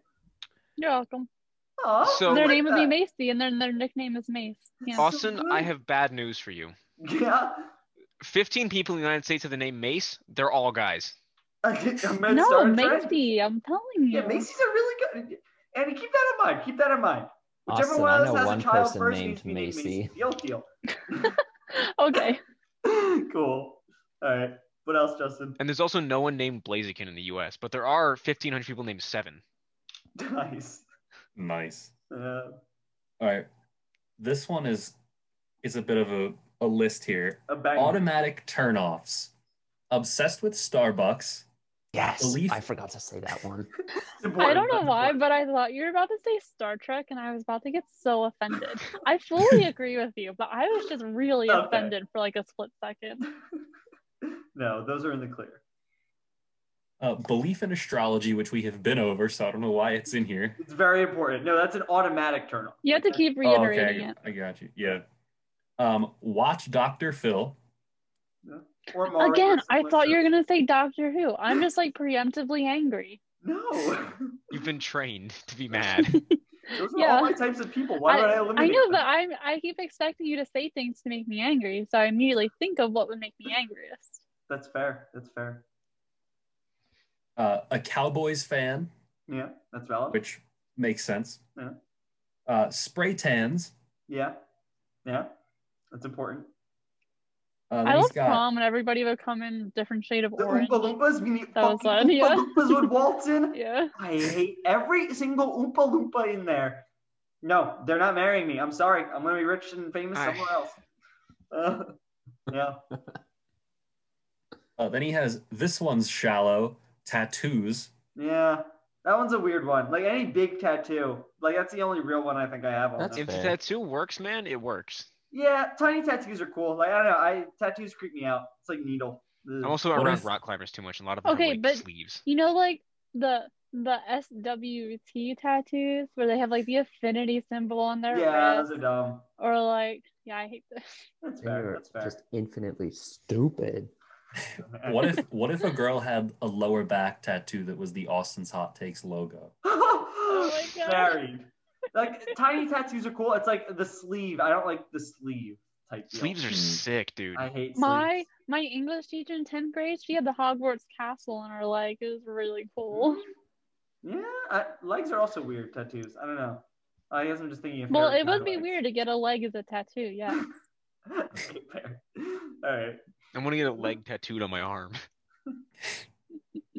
Speaker 3: you're welcome.
Speaker 2: Aw,
Speaker 4: So-
Speaker 2: I
Speaker 3: their
Speaker 2: like
Speaker 3: name would be
Speaker 2: that.
Speaker 3: Macy, and then their nickname is Mace. Yeah.
Speaker 2: Aw-
Speaker 4: Austin,
Speaker 2: good.
Speaker 4: I have bad news for you.
Speaker 2: Yeah.
Speaker 4: 15 people in the United States have the name Mace. They're all guys.
Speaker 2: Med
Speaker 3: No,
Speaker 2: Star and Friends.
Speaker 3: Macy, I'm telling you.
Speaker 2: Yeah, Macy's a really good. And keep that in mind. Keep that in mind. Whichever
Speaker 5: Austin,
Speaker 2: one
Speaker 5: I
Speaker 2: of us
Speaker 5: know
Speaker 2: has
Speaker 5: one
Speaker 2: a child
Speaker 5: person
Speaker 2: first
Speaker 5: named
Speaker 2: needs to be named
Speaker 5: Macy.
Speaker 2: Macy. Deal, deal.
Speaker 3: okay.
Speaker 2: cool. All right. What else, Justin?
Speaker 4: And there's also no one named Blaziken in the U.S., but there are 1,500 people named Seven.
Speaker 2: Nice.
Speaker 6: Nice.
Speaker 2: Uh,
Speaker 6: All right. This one is is a bit of a, a list here.
Speaker 2: a bang.
Speaker 6: Automatic turnoffs. Obsessed with Starbucks.
Speaker 5: Yes,
Speaker 6: Belief-
Speaker 5: I forgot to say that one.
Speaker 2: It's important,
Speaker 3: I don't know
Speaker 2: but-
Speaker 3: why, but I thought you were about to say Star Trek, and I was about to get so offended. I fully agree with you, but I was just really
Speaker 2: Okay.
Speaker 3: offended for like a split second.
Speaker 2: No, those are in the clear.
Speaker 6: Uh, belief in astrology, which we have been over, so I don't know why it's in here.
Speaker 2: It's very important. No, that's an automatic turn off.
Speaker 3: You have to keep
Speaker 6: Oh,
Speaker 3: reiterating
Speaker 6: okay,
Speaker 3: it.
Speaker 6: I, I got you. Yeah. Um, watch Dr. Phil.
Speaker 2: Or Maury
Speaker 3: Again,
Speaker 2: or
Speaker 3: I
Speaker 2: someone
Speaker 3: thought you were
Speaker 2: else.
Speaker 3: gonna say Doctor Who. I'm just like preemptively angry.
Speaker 2: No.
Speaker 4: You've been trained to be mad.
Speaker 2: Those are
Speaker 3: Yeah.
Speaker 2: all my types of people. Why would I
Speaker 3: I
Speaker 2: eliminate
Speaker 3: know, but
Speaker 2: them?
Speaker 3: I I keep expecting you to say things to make me angry, so I immediately think of what would make me angriest.
Speaker 2: That's fair. That's fair.
Speaker 6: Uh, a Cowboys fan,
Speaker 2: Yeah, that's valid.
Speaker 6: which makes sense.
Speaker 2: Yeah.
Speaker 6: Uh, spray tans.
Speaker 2: yeah. Yeah. That's important.
Speaker 6: Uh, then
Speaker 3: I
Speaker 6: he's
Speaker 3: love
Speaker 6: got-
Speaker 3: prom when everybody would come in a different shade of
Speaker 2: The
Speaker 3: orange.
Speaker 2: Oompa Loompas, we need
Speaker 3: That was
Speaker 2: fucking
Speaker 3: fun, yeah.
Speaker 2: Oompa Loompas would waltz in.
Speaker 3: Yeah.
Speaker 2: I hate every single Oompa Loompa in there. No, they're not marrying me. I'm sorry. I'm gonna be rich and famous
Speaker 4: I-
Speaker 2: somewhere else. Uh, yeah.
Speaker 6: Uh, then he has this one's shallow tattoos.
Speaker 2: Yeah, that one's a weird one. Like any big tattoo, like that's the only real one I think I have on.
Speaker 5: That's-
Speaker 2: them.
Speaker 4: if the
Speaker 5: fair.
Speaker 4: tattoo works, man, it works.
Speaker 2: Yeah, tiny tattoos are cool. Like I don't know, I tattoos creep me out. It's like needle. Ugh.
Speaker 4: I'm also
Speaker 6: What
Speaker 4: around
Speaker 6: if-
Speaker 4: rock climbers too much, and a lot of them
Speaker 3: Okay,
Speaker 4: have like
Speaker 3: but-
Speaker 4: sleeves.
Speaker 3: You know, like the the SWT tattoos where they have like the affinity symbol on their
Speaker 2: yeah,
Speaker 3: wrist,
Speaker 2: those are dumb.
Speaker 3: or like yeah, I hate this.
Speaker 2: That's fair.
Speaker 5: You're
Speaker 2: That's fair.
Speaker 5: just infinitely stupid.
Speaker 2: Uh.
Speaker 6: What if what if a girl had a lower back tattoo that was the Austin's Hot Takes logo?
Speaker 3: my God.
Speaker 2: Married. Oh Like tiny tattoos are cool. It's like the sleeve. I don't like the sleeve type. Deal.
Speaker 4: Sleeves are
Speaker 6: Hmm.
Speaker 5: Mm.
Speaker 4: sick, dude.
Speaker 2: I hate
Speaker 3: My
Speaker 2: sleeves.
Speaker 3: my English teacher in tenth grade, she had the Hogwarts castle on her leg. It was really cool.
Speaker 2: Yeah, I, legs are also weird tattoos. I don't know. I guess I'm just thinking. If
Speaker 3: Well,
Speaker 2: they're
Speaker 3: it would
Speaker 2: kinda
Speaker 3: be
Speaker 2: legs.
Speaker 3: weird to get a leg as a tattoo. Yeah.
Speaker 2: Okay, fair. All right.
Speaker 4: I'm gonna get a leg tattooed on my arm.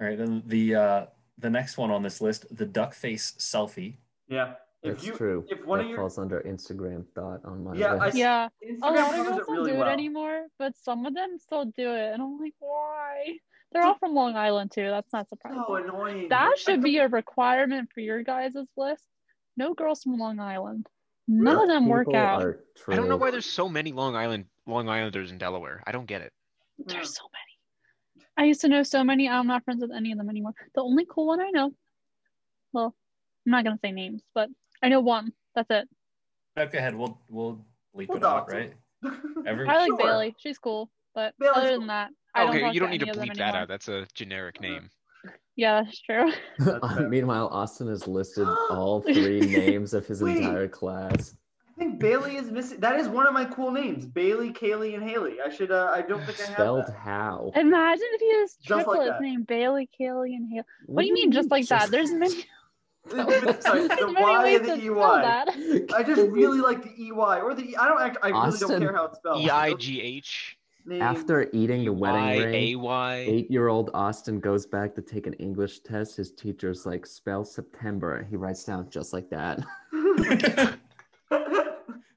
Speaker 6: All right, then the uh, the next one on this list, the duck face selfie.
Speaker 2: Yeah. If
Speaker 5: That's
Speaker 2: you,
Speaker 5: true.
Speaker 2: if one
Speaker 5: that
Speaker 2: of your-
Speaker 5: falls under Instagram thought on my
Speaker 2: Yeah, I-
Speaker 5: list.
Speaker 3: Yeah.
Speaker 2: Instagram
Speaker 3: A lot of
Speaker 2: covers
Speaker 3: girls
Speaker 2: it
Speaker 3: don't
Speaker 2: really
Speaker 3: do
Speaker 2: well.
Speaker 3: it anymore, but some of them still do it. And I'm like, why? They're all from Long Island too. That's not surprising.
Speaker 2: So annoying.
Speaker 3: That
Speaker 2: It's
Speaker 3: should
Speaker 2: like
Speaker 3: be a requirement for your guys' list. No girls from Long Island. None of them work
Speaker 5: People
Speaker 3: out.
Speaker 5: are
Speaker 4: I don't know
Speaker 5: true.
Speaker 4: why there's so many Long Island Long Islanders in Delaware. I don't get it.
Speaker 2: the-
Speaker 3: There's so many. I used to know so many. I'm not friends with any of them anymore. The only cool one I know, well, I'm not gonna say names, but I know one. That's it.
Speaker 6: Okay, ahead. We'll we'll bleep
Speaker 2: We'll
Speaker 6: it out,
Speaker 2: dox
Speaker 6: right?
Speaker 2: it.
Speaker 6: Every
Speaker 3: I like
Speaker 2: Sure.
Speaker 3: Bailey. She's cool, but
Speaker 2: Bailey's
Speaker 3: other
Speaker 2: cool.
Speaker 3: than that, I don't.
Speaker 4: okay,
Speaker 3: talk
Speaker 4: you don't need
Speaker 3: any
Speaker 4: to
Speaker 3: of them
Speaker 4: bleep that
Speaker 3: anymore.
Speaker 4: out. That's a generic name.
Speaker 3: Yeah, that's true.
Speaker 5: Meanwhile, Austin has listed all three names of his
Speaker 2: Wait.
Speaker 5: entire class.
Speaker 2: I think Bailey is missing. That is one of my cool names: Bailey, Kaylee, and Haley. I should. Uh, I don't think I have
Speaker 5: Spelled
Speaker 2: that.
Speaker 5: how?
Speaker 3: Imagine if he has
Speaker 2: Just like
Speaker 3: triplets
Speaker 2: that.
Speaker 3: named Bailey, Kaylee, and Hale. What do you mean, just like that? There's many.
Speaker 2: Sorry,
Speaker 3: there's
Speaker 2: the
Speaker 3: many
Speaker 2: Y
Speaker 3: ways
Speaker 2: and
Speaker 3: to
Speaker 2: the
Speaker 3: spell
Speaker 2: EY.
Speaker 3: that.
Speaker 2: I just really like the EY or the. E- I don't. Act, I really
Speaker 5: Austin.
Speaker 2: don't care how it's spelled.
Speaker 4: E I G H
Speaker 2: Name-
Speaker 5: After eating the
Speaker 4: I
Speaker 5: wedding
Speaker 4: A
Speaker 5: ring,
Speaker 4: Y.
Speaker 5: eight-year-old Austin goes back to take an English test. His teacher's like, "Spell September." He writes down just like that.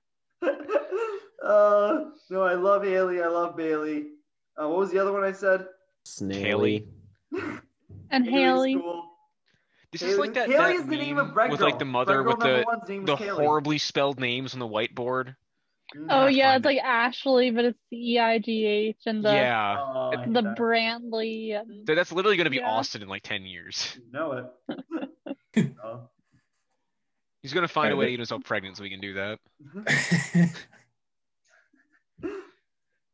Speaker 2: uh, no, I love Haley. I love Bailey. Uh, what was the other one I said?
Speaker 5: Snaily.
Speaker 3: And
Speaker 2: Haley's
Speaker 3: Haley.
Speaker 2: cool.
Speaker 4: This
Speaker 2: Haley,
Speaker 4: is like that,
Speaker 2: Haley
Speaker 4: that
Speaker 2: is the name
Speaker 4: meme
Speaker 2: of Red
Speaker 4: with
Speaker 2: Girl.
Speaker 4: like the
Speaker 2: Red
Speaker 4: mother
Speaker 2: Girl
Speaker 4: with the
Speaker 2: number one's name
Speaker 4: the
Speaker 2: was Haley.
Speaker 4: horribly spelled names on the whiteboard.
Speaker 2: Mm.
Speaker 3: Oh
Speaker 4: gotta
Speaker 3: yeah,
Speaker 4: find
Speaker 3: it's
Speaker 4: it.
Speaker 3: like Ashley, but it's the E I G H and the
Speaker 4: yeah,
Speaker 2: Oh, I hate
Speaker 3: the
Speaker 2: that.
Speaker 3: Brantley. And...
Speaker 4: Th- that's literally gonna be
Speaker 3: Yeah.
Speaker 4: Austin in like ten years.
Speaker 2: You know it. Oh.
Speaker 4: He's gonna find a
Speaker 6: Alright,
Speaker 4: way
Speaker 6: but-
Speaker 4: to get himself pregnant so we can do that.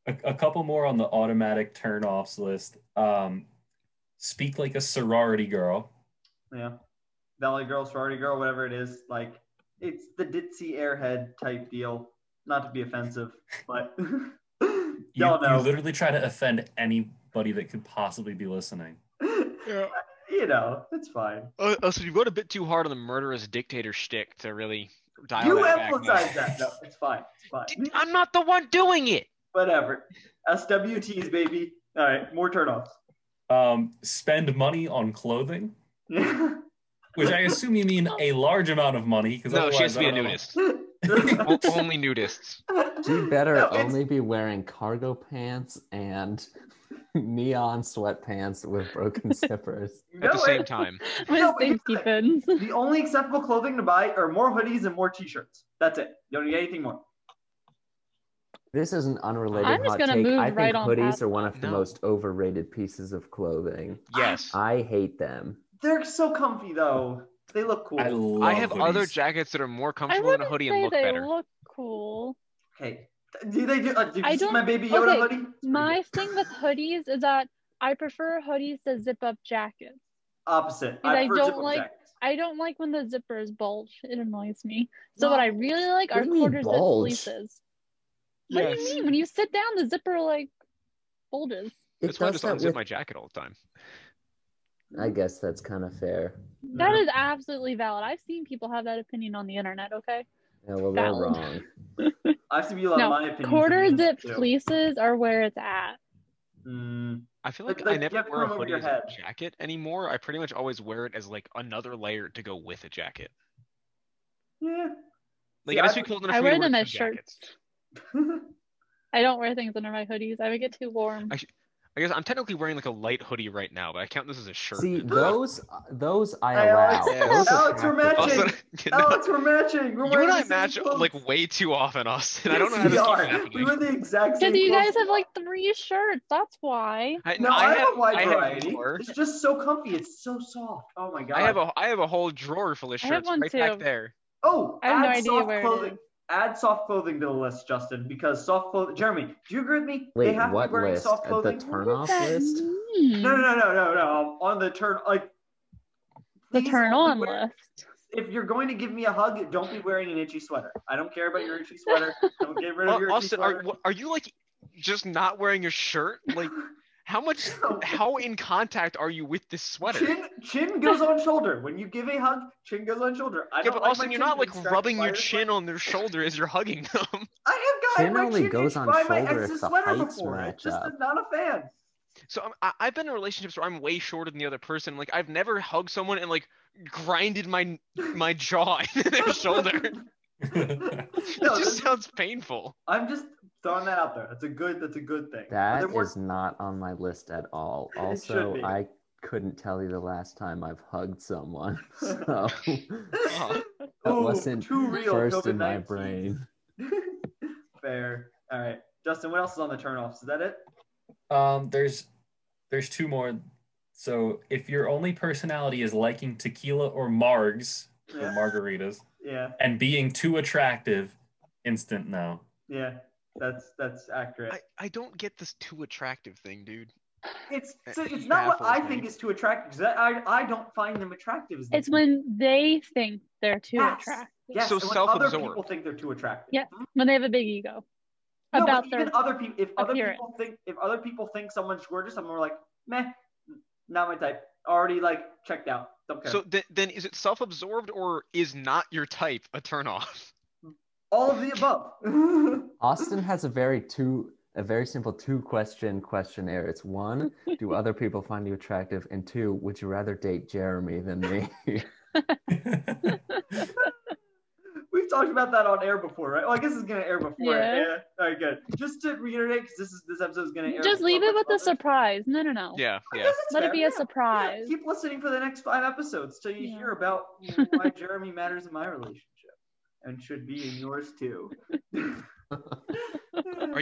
Speaker 6: a, a couple more on the automatic turnoffs list. Um, speak like a sorority girl.
Speaker 2: yeah. Valley girl, sorority girl, whatever it is, like it's the ditzy airhead type deal. Not to be offensive, but y'all
Speaker 6: You, you
Speaker 2: know.
Speaker 6: literally try to offend any anybody that could possibly be listening.
Speaker 4: Yeah.
Speaker 2: you know, it's fine.
Speaker 4: Uh, uh, so you go a bit too hard on the murderous dictator shtick to really dial
Speaker 2: you
Speaker 4: that back now.
Speaker 2: emphasize that. No, it's fine. It's fine.
Speaker 4: Dude, I'm not the one doing it.
Speaker 2: Whatever. SWTs, baby. All right, more turnoffs.
Speaker 6: Um, spend money on clothing, which I assume you mean a large amount of money. because
Speaker 4: No, she has to be a nudist. O- only nudists.
Speaker 5: You better
Speaker 2: No, it's-
Speaker 5: only be wearing cargo pants and neon sweatpants with broken zippers.
Speaker 4: At
Speaker 2: No,
Speaker 4: the same
Speaker 2: it's-
Speaker 4: time,
Speaker 3: With
Speaker 2: No, but here's
Speaker 3: safety
Speaker 2: the
Speaker 3: pins.
Speaker 2: The only acceptable clothing to buy are more hoodies and more t-shirts. That's it. You don't need anything more.
Speaker 5: This is an unrelated
Speaker 4: I'm
Speaker 3: just
Speaker 5: hot
Speaker 3: gonna
Speaker 5: take.
Speaker 3: move
Speaker 5: I think
Speaker 3: right on
Speaker 5: hoodies
Speaker 3: past
Speaker 5: are one of the
Speaker 4: No.
Speaker 5: most overrated pieces of clothing.
Speaker 4: yes. I,
Speaker 5: I hate them.
Speaker 2: They're so comfy though. They look cool.
Speaker 6: I love
Speaker 4: have other
Speaker 6: hoodies.
Speaker 4: jackets that are more
Speaker 3: I
Speaker 4: comfortable than
Speaker 3: wouldn't
Speaker 4: a hoodie
Speaker 3: say
Speaker 4: and look
Speaker 3: they
Speaker 4: better.
Speaker 3: look cool.
Speaker 2: Okay. Do they do? Uh, did you
Speaker 3: I
Speaker 2: see
Speaker 3: don't-
Speaker 2: my baby Yoda
Speaker 3: okay,
Speaker 2: hoodie? It's pretty
Speaker 3: My
Speaker 2: good.
Speaker 3: thing with hoodies is that I prefer hoodies to zip up jackets.
Speaker 2: opposite.
Speaker 3: I
Speaker 2: prefer
Speaker 3: don't
Speaker 2: zip-up
Speaker 3: like-
Speaker 2: jackets.
Speaker 3: I don't like when the zippers bulge. It annoys me. So what I really like
Speaker 5: What
Speaker 3: are
Speaker 5: do you mean
Speaker 3: quarter zip
Speaker 5: bulge?
Speaker 3: fleeces. What do you mean? When you sit down, the zipper like bulges.
Speaker 4: That's why I just
Speaker 5: that
Speaker 4: unzip
Speaker 5: with-
Speaker 4: my jacket all the time.
Speaker 5: I guess that's kind of fair.
Speaker 3: That is absolutely valid. I've seen people have that opinion on the internet. Okay,
Speaker 5: Yeah, well, they're
Speaker 3: Valid.
Speaker 5: wrong.
Speaker 2: I have to be allowed
Speaker 3: No,
Speaker 2: my opinion.
Speaker 3: quarter zip fleeces are where it's at.
Speaker 2: Mm,
Speaker 4: I feel
Speaker 2: Like-
Speaker 4: like,
Speaker 2: like,
Speaker 4: I
Speaker 2: you
Speaker 4: never
Speaker 2: have to
Speaker 4: wear a
Speaker 2: come over
Speaker 4: hoodie
Speaker 2: your
Speaker 4: as
Speaker 2: head.
Speaker 4: a jacket anymore. I pretty much always wear it as like another layer to go with a jacket.
Speaker 2: yeah.
Speaker 4: Like
Speaker 2: See,
Speaker 4: I
Speaker 2: I-
Speaker 4: just be cold enough
Speaker 3: I
Speaker 4: for me
Speaker 3: wear
Speaker 4: to wear
Speaker 3: them
Speaker 4: two
Speaker 3: as shirts.
Speaker 4: jackets.
Speaker 3: I don't wear things under my hoodies. I would get too warm.
Speaker 4: I- I guess I'm technically wearing like a light hoodie right now, but I count this as a shirt.
Speaker 5: See, those those I
Speaker 2: Hey,
Speaker 5: allow.
Speaker 2: Alex,
Speaker 5: Those
Speaker 2: Alex,
Speaker 5: are
Speaker 2: we're
Speaker 5: practical.
Speaker 2: matching.
Speaker 4: Also, no,
Speaker 2: Alex, we're matching. We're
Speaker 4: you
Speaker 2: Oh, wearing
Speaker 4: and
Speaker 2: the
Speaker 4: I
Speaker 2: same
Speaker 4: match
Speaker 2: clothes.
Speaker 4: like way too often, Austin. I don't know
Speaker 2: Yes,
Speaker 4: how
Speaker 2: we
Speaker 4: this keeps
Speaker 2: are. We
Speaker 4: happening.
Speaker 2: wear the exact same
Speaker 3: Because you
Speaker 2: clothes.
Speaker 3: guys have like three shirts. That's why.
Speaker 4: I,
Speaker 2: No, I, have, a wide
Speaker 4: I
Speaker 2: variety.
Speaker 4: more.
Speaker 2: It's just so comfy. It's so soft. Oh my god.
Speaker 4: I have a I have a whole drawer full of
Speaker 3: I have
Speaker 4: shirts
Speaker 3: one
Speaker 4: right back
Speaker 3: too.
Speaker 4: there.
Speaker 2: oh,
Speaker 3: I have
Speaker 2: add
Speaker 3: no idea
Speaker 2: soft
Speaker 3: where it
Speaker 2: clothing.
Speaker 3: is.
Speaker 2: Add soft clothing to the list, Justin, because soft clothing. Jeremy, do you agree with me? they
Speaker 5: Wait,
Speaker 2: have to
Speaker 5: what
Speaker 2: be wearing
Speaker 5: list?
Speaker 2: soft
Speaker 5: At the
Speaker 2: clothing.
Speaker 5: turn
Speaker 3: What
Speaker 5: off
Speaker 3: does that
Speaker 5: list?
Speaker 3: mean?
Speaker 2: no, no, no, no, no. On the turn, like
Speaker 3: The
Speaker 2: please
Speaker 3: turn
Speaker 2: only
Speaker 3: on
Speaker 2: wear-
Speaker 3: list.
Speaker 2: If you're going to give me a hug, don't be wearing an itchy sweater. I don't care about your itchy sweater. Don't get rid of
Speaker 4: Au-
Speaker 2: your itchy
Speaker 4: Austin,
Speaker 2: sweater.
Speaker 4: are what- are you like just not wearing your shirt? Like how much
Speaker 2: No.
Speaker 4: how in contact are you with this sweater?
Speaker 2: Chin, chin goes on shoulder. When you give a hug, chin goes on shoulder. I
Speaker 4: Yeah,
Speaker 2: don't
Speaker 4: but
Speaker 2: like
Speaker 4: Austin,
Speaker 2: my
Speaker 4: you're
Speaker 2: chin
Speaker 4: not
Speaker 2: being
Speaker 4: like
Speaker 2: scratched
Speaker 4: rubbing
Speaker 2: by
Speaker 4: your
Speaker 2: the
Speaker 4: chin on their shoulder as you're hugging them.
Speaker 2: I have gotten
Speaker 5: Chin
Speaker 2: my
Speaker 5: only
Speaker 2: chin
Speaker 5: goes
Speaker 2: goes
Speaker 5: on
Speaker 2: by my
Speaker 5: shoulder
Speaker 2: ex's
Speaker 5: if the
Speaker 2: sweater
Speaker 5: heights
Speaker 2: before.
Speaker 5: match
Speaker 2: It's just
Speaker 5: up.
Speaker 2: I'm not a fan.
Speaker 4: So I'm, I, I've been in relationships where I'm way shorter than the other person. Like I've never hugged someone and like grinded my my jaw into their shoulder.
Speaker 2: No,
Speaker 4: it
Speaker 2: this-
Speaker 4: just sounds painful.
Speaker 2: I'm just throwing that out there. That's a good. That's a good thing. Are
Speaker 5: That
Speaker 2: there more-
Speaker 5: is not on my list at all.
Speaker 2: It should
Speaker 5: Also,
Speaker 2: be.
Speaker 5: I couldn't tell you the last time I've hugged someone. So
Speaker 4: Oh.
Speaker 5: that
Speaker 2: Ooh,
Speaker 5: wasn't
Speaker 2: too real
Speaker 5: first in my
Speaker 2: COVID-19.
Speaker 5: brain.
Speaker 2: Fair. All right, Justin. What else is on the turnoffs? Is that it?
Speaker 6: Um, there's there's two more. So if your only personality is liking tequila or margs or
Speaker 2: Yeah.
Speaker 6: margaritas
Speaker 2: Yeah.
Speaker 6: and being too attractive, instant no.
Speaker 2: Yeah. That's that's accurate.
Speaker 4: I, I don't get this too attractive thing, dude.
Speaker 2: it's
Speaker 4: I-
Speaker 2: so it's
Speaker 4: it
Speaker 2: not what I
Speaker 4: baffles
Speaker 2: think
Speaker 4: me.
Speaker 2: is too attractive. 'cause that- I I don't find them attractive. is the
Speaker 3: It's when they think they're too
Speaker 2: Yes.
Speaker 3: attractive.
Speaker 2: Yes,
Speaker 4: So
Speaker 2: and when other
Speaker 4: self-absorbed.
Speaker 2: people think they're too attractive.
Speaker 3: Yeah, When they have a big ego
Speaker 2: No,
Speaker 3: about
Speaker 2: but
Speaker 3: their.
Speaker 2: even other people. If other
Speaker 3: appearance.
Speaker 2: people think if other people think someone's gorgeous, someone we're like, meh, not my type. Already like checked out. Don't care.
Speaker 4: So th- then is it self-absorbed or is not your type a turnoff?
Speaker 2: All of the above.
Speaker 5: Austin has a very two a very simple two question questionnaire. It's one, do other people find you attractive? And two, would you rather date Jeremy than me?
Speaker 2: We've talked about that on air before, right? Well, I guess it's gonna air before.
Speaker 3: Yeah.
Speaker 2: All right, good. Just to reiterate, because this is this episode is gonna air.
Speaker 3: Just
Speaker 2: before
Speaker 3: leave it with a
Speaker 2: others.
Speaker 3: surprise. No, no, no.
Speaker 4: Yeah,
Speaker 2: I
Speaker 4: yeah.
Speaker 2: guess it's
Speaker 3: Let
Speaker 2: fair,
Speaker 3: it be
Speaker 2: yeah.
Speaker 3: a
Speaker 2: Yeah,
Speaker 3: surprise.
Speaker 2: keep listening for the next five episodes till you
Speaker 3: Yeah.
Speaker 2: hear about why Jeremy matters in my relationship and should be in yours too.
Speaker 4: Are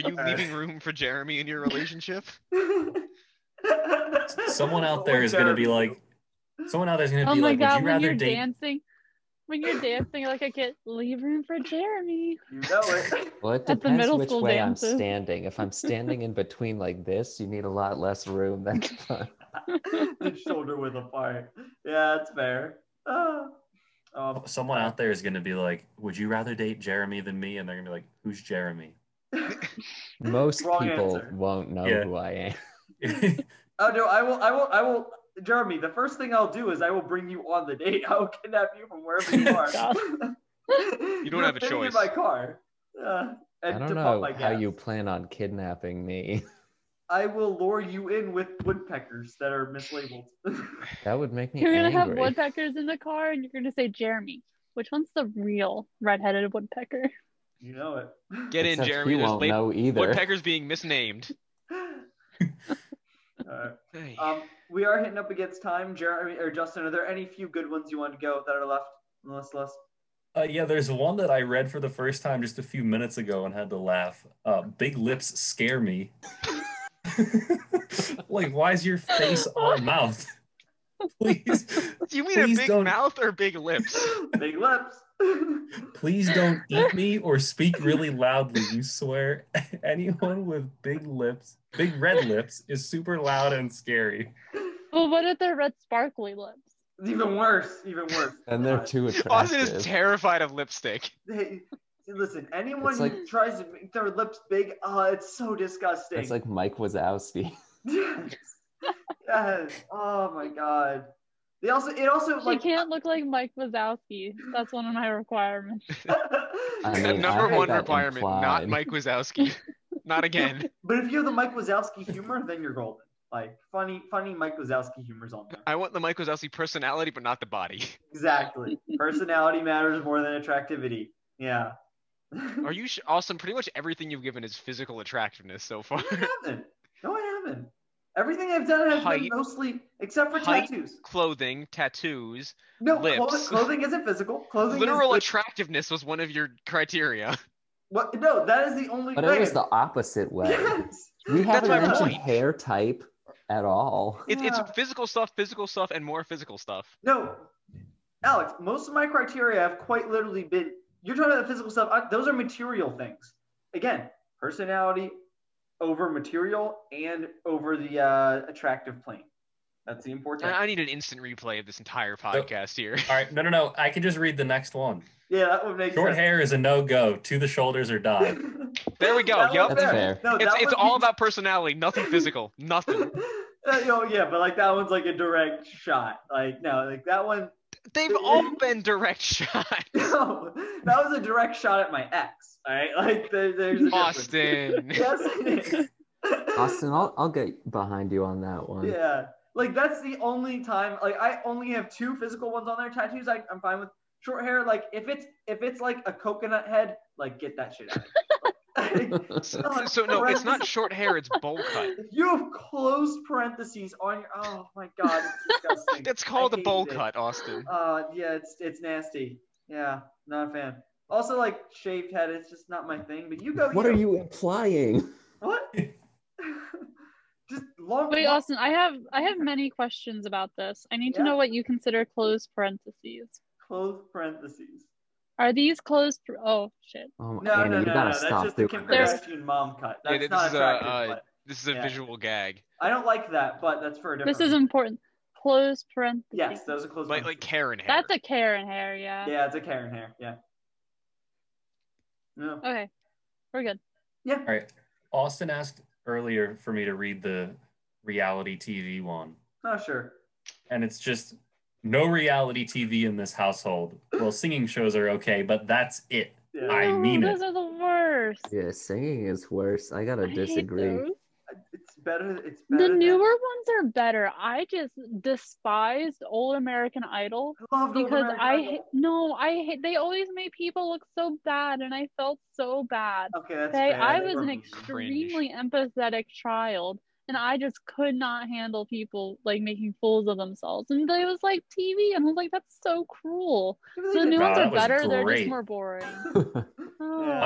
Speaker 4: you leaving room for Jeremy in your relationship?
Speaker 6: someone out there is gonna be like, someone out there is gonna
Speaker 3: Oh
Speaker 6: be
Speaker 3: my
Speaker 6: like, would
Speaker 3: god, when
Speaker 6: you rather
Speaker 3: you're
Speaker 6: date?
Speaker 3: dancing, when you're dancing like a kid, leave room for Jeremy.
Speaker 2: you know it.
Speaker 5: Well, it
Speaker 3: At the
Speaker 5: depends
Speaker 3: middle
Speaker 5: which
Speaker 3: school
Speaker 5: way
Speaker 3: dances.
Speaker 5: I'm standing. If I'm standing in between like this, you need a lot less room. That's fine.
Speaker 2: the shoulder width apart. Yeah, that's fair. Uh, um,
Speaker 6: Someone out there is gonna be like, would you rather date Jeremy than me? And they're
Speaker 2: Um,
Speaker 6: gonna be like, who's Jeremy?
Speaker 5: Most
Speaker 2: Wrong
Speaker 5: people
Speaker 2: answer.
Speaker 5: won't know
Speaker 6: Yeah.
Speaker 5: who I am.
Speaker 2: Oh no, I will, I will, I will, Jeremy. The first thing I'll do is I will bring you on the date. I will kidnap you from wherever you are.
Speaker 3: God.
Speaker 2: you
Speaker 4: don't have a choice.
Speaker 2: In my car. Uh, and
Speaker 5: I don't
Speaker 2: to pump
Speaker 5: know
Speaker 2: my
Speaker 5: how
Speaker 2: gas.
Speaker 5: you plan on kidnapping me.
Speaker 2: I will lure you in with woodpeckers that are mislabeled.
Speaker 5: That would make me
Speaker 3: You're gonna have
Speaker 5: angry.
Speaker 3: woodpeckers in the car, and you're gonna say Jeremy. Which one's the real redheaded woodpecker?
Speaker 2: you know it.
Speaker 4: Get in,
Speaker 5: Except
Speaker 4: Jeremy.
Speaker 5: He
Speaker 4: There's
Speaker 5: won't
Speaker 4: late
Speaker 5: know either.
Speaker 4: woodpeckers being misnamed.
Speaker 2: Alright.
Speaker 4: Hey.
Speaker 2: Um, we are hitting up against time, Jeremy or Justin. Are there any few good ones you want to go that are left? Unless, unless
Speaker 6: Uh, yeah, there's one that I read for the first time just a few minutes ago and had to laugh. Uh, big lips scare me. like, why is your face all mouth? please,
Speaker 4: Do you mean a
Speaker 6: please
Speaker 4: big
Speaker 6: don't-
Speaker 4: mouth or big lips?
Speaker 2: big lips.
Speaker 6: please don't eat me or speak really loudly. You swear, anyone with big lips, big red lips, is super loud and scary.
Speaker 3: Well, what if they're red sparkly lips?
Speaker 2: even worse. Even worse. Uh,
Speaker 5: and they're too
Speaker 4: Austin is
Speaker 5: attractive.
Speaker 4: terrified of lipstick.
Speaker 2: Hey, listen, anyone
Speaker 5: It's
Speaker 2: who
Speaker 5: like-
Speaker 2: tries to make their lips big, oh, it's so disgusting.
Speaker 5: It's like Mike Wazowski.
Speaker 2: yes. yes. Oh my god. They also it also
Speaker 3: She
Speaker 2: like
Speaker 3: can't look like Mike Wazowski. That's one of my requirements.
Speaker 5: I mean,
Speaker 4: Number
Speaker 5: I had
Speaker 4: one
Speaker 5: that
Speaker 4: requirement, not
Speaker 5: implied.
Speaker 4: Mike Wazowski. not again.
Speaker 2: But if you have the Mike Wazowski humor, then you're golden. Like funny, funny Mike Wazowski humor's on there.
Speaker 4: I want the Mike Wazowski personality, but not the body.
Speaker 2: Exactly. Personality matters more than attractivity. Yeah.
Speaker 4: Are you sh- Austin? Pretty much everything you've given is physical attractiveness so far.
Speaker 2: I haven't. No, I haven't. Everything I've done has been
Speaker 4: Height.
Speaker 2: mostly except for
Speaker 4: Height.
Speaker 2: tattoos.
Speaker 4: Clothing, tattoos,
Speaker 2: No, clo-
Speaker 4: Lips.
Speaker 2: clothing isn't physical. Clothing
Speaker 4: literal
Speaker 2: is
Speaker 4: attractiveness was one of your criteria.
Speaker 2: What? No, that is the only
Speaker 5: But
Speaker 2: way.
Speaker 5: it was the opposite way.
Speaker 2: Yes.
Speaker 5: We
Speaker 4: That's
Speaker 5: haven't
Speaker 4: my
Speaker 5: mentioned
Speaker 4: point.
Speaker 5: hair type at all.
Speaker 4: It, it's
Speaker 2: Yeah.
Speaker 4: physical stuff, physical stuff, and more physical stuff.
Speaker 2: No, Alex. Most of my criteria have quite literally been. You're talking about the physical stuff. I, those are material things. Again, personality over material and over the uh, attractive plane. That's the important.
Speaker 4: I, I need an instant replay of this entire podcast here.
Speaker 6: All right, no, no, no. I can just read the next one.
Speaker 2: yeah, that would make
Speaker 6: Short
Speaker 2: sense.
Speaker 6: hair is a no go. To the shoulders or die.
Speaker 4: There we go,
Speaker 2: That
Speaker 4: yup.
Speaker 2: was
Speaker 5: That's fair.
Speaker 2: No,
Speaker 4: It's,
Speaker 2: Oh, that
Speaker 4: it's
Speaker 2: would
Speaker 4: all
Speaker 2: be-
Speaker 4: about personality, nothing physical, nothing.
Speaker 2: Uh, oh yeah, but like that one's like a direct shot. Like no, like that one.
Speaker 4: They've all been direct shot.
Speaker 2: No, that was a direct shot at my ex. All right, like there, there's a difference.
Speaker 4: Austin.
Speaker 2: yes, it is.
Speaker 5: Austin, I'll, I'll get behind you on that one.
Speaker 2: Yeah, like that's the only time. Like I only have two physical ones on there. Tattoos, I, I'm fine with. Short hair, like if it's if it's like a coconut head, like get that shit out. Of here.
Speaker 4: So, so no, it's not short hair, it's bowl cut.
Speaker 2: If you have closed parentheses on your, oh my god, it's disgusting.
Speaker 4: It's called
Speaker 2: I
Speaker 4: a bowl
Speaker 2: hated it.
Speaker 4: cut, Austin.
Speaker 2: Uh, yeah, it's it's nasty. Yeah, not a fan. Also, like shaved head, it's just not my thing. But you go.
Speaker 5: What are you implying?
Speaker 2: What? just long.
Speaker 3: Wait,
Speaker 2: long-
Speaker 3: Austin, I have I have many questions about this. I need to
Speaker 2: Yeah.
Speaker 3: know what you consider closed parentheses.
Speaker 2: closed parentheses.
Speaker 3: Are these closed? Oh shit!
Speaker 5: Um,
Speaker 2: No, no,
Speaker 5: Annie,
Speaker 2: no,
Speaker 5: you
Speaker 2: no,
Speaker 5: gotta
Speaker 2: no. That's
Speaker 5: stop
Speaker 2: just the
Speaker 5: doing
Speaker 3: There's-
Speaker 5: this.
Speaker 2: Kardashian mom cut.
Speaker 4: Yeah,
Speaker 2: That's
Speaker 4: this
Speaker 2: not
Speaker 4: is a,
Speaker 2: attractive.
Speaker 4: uh,
Speaker 2: but
Speaker 4: This is a
Speaker 2: Yeah.
Speaker 4: visual gag.
Speaker 2: I don't like that, but that's for a different.
Speaker 3: This is important. Closed parentheses.
Speaker 2: Yes, those are closed.
Speaker 4: Like, like Karen hair.
Speaker 3: That's a Karen hair. Yeah.
Speaker 2: Yeah, it's a Karen hair. Yeah. No.
Speaker 3: Okay, we're good.
Speaker 2: Yeah.
Speaker 6: All right. Austin asked earlier for me to read the reality TV one,
Speaker 2: Oh, sure.
Speaker 6: and it's just no reality TV in this household. Well, singing shows are okay, but that's it.
Speaker 2: Yeah.
Speaker 6: I
Speaker 3: No,
Speaker 6: mean it.
Speaker 3: Oh, those are the worst.
Speaker 5: Yeah, singing is worse. I gotta
Speaker 3: I hate
Speaker 5: disagree.
Speaker 3: those.
Speaker 2: it's better. It's better.
Speaker 3: The
Speaker 2: than-
Speaker 3: newer ones are better. I just despised old American Idol
Speaker 2: I loved Old
Speaker 3: because
Speaker 2: American
Speaker 3: I
Speaker 2: Idol.
Speaker 3: hate, no, I hate, they always made people look so bad and I felt so bad.
Speaker 2: Okay, that's
Speaker 3: Okay,
Speaker 2: fair.
Speaker 3: I
Speaker 2: They
Speaker 3: was
Speaker 2: were
Speaker 3: an
Speaker 2: mean.
Speaker 3: extremely empathetic child and I just could not handle people like making fools of themselves. And they was like TV and I was like, that's so cruel. The new
Speaker 6: Wow,
Speaker 3: ones are
Speaker 6: that was
Speaker 3: better, they're just
Speaker 6: great.
Speaker 3: more boring.
Speaker 6: My,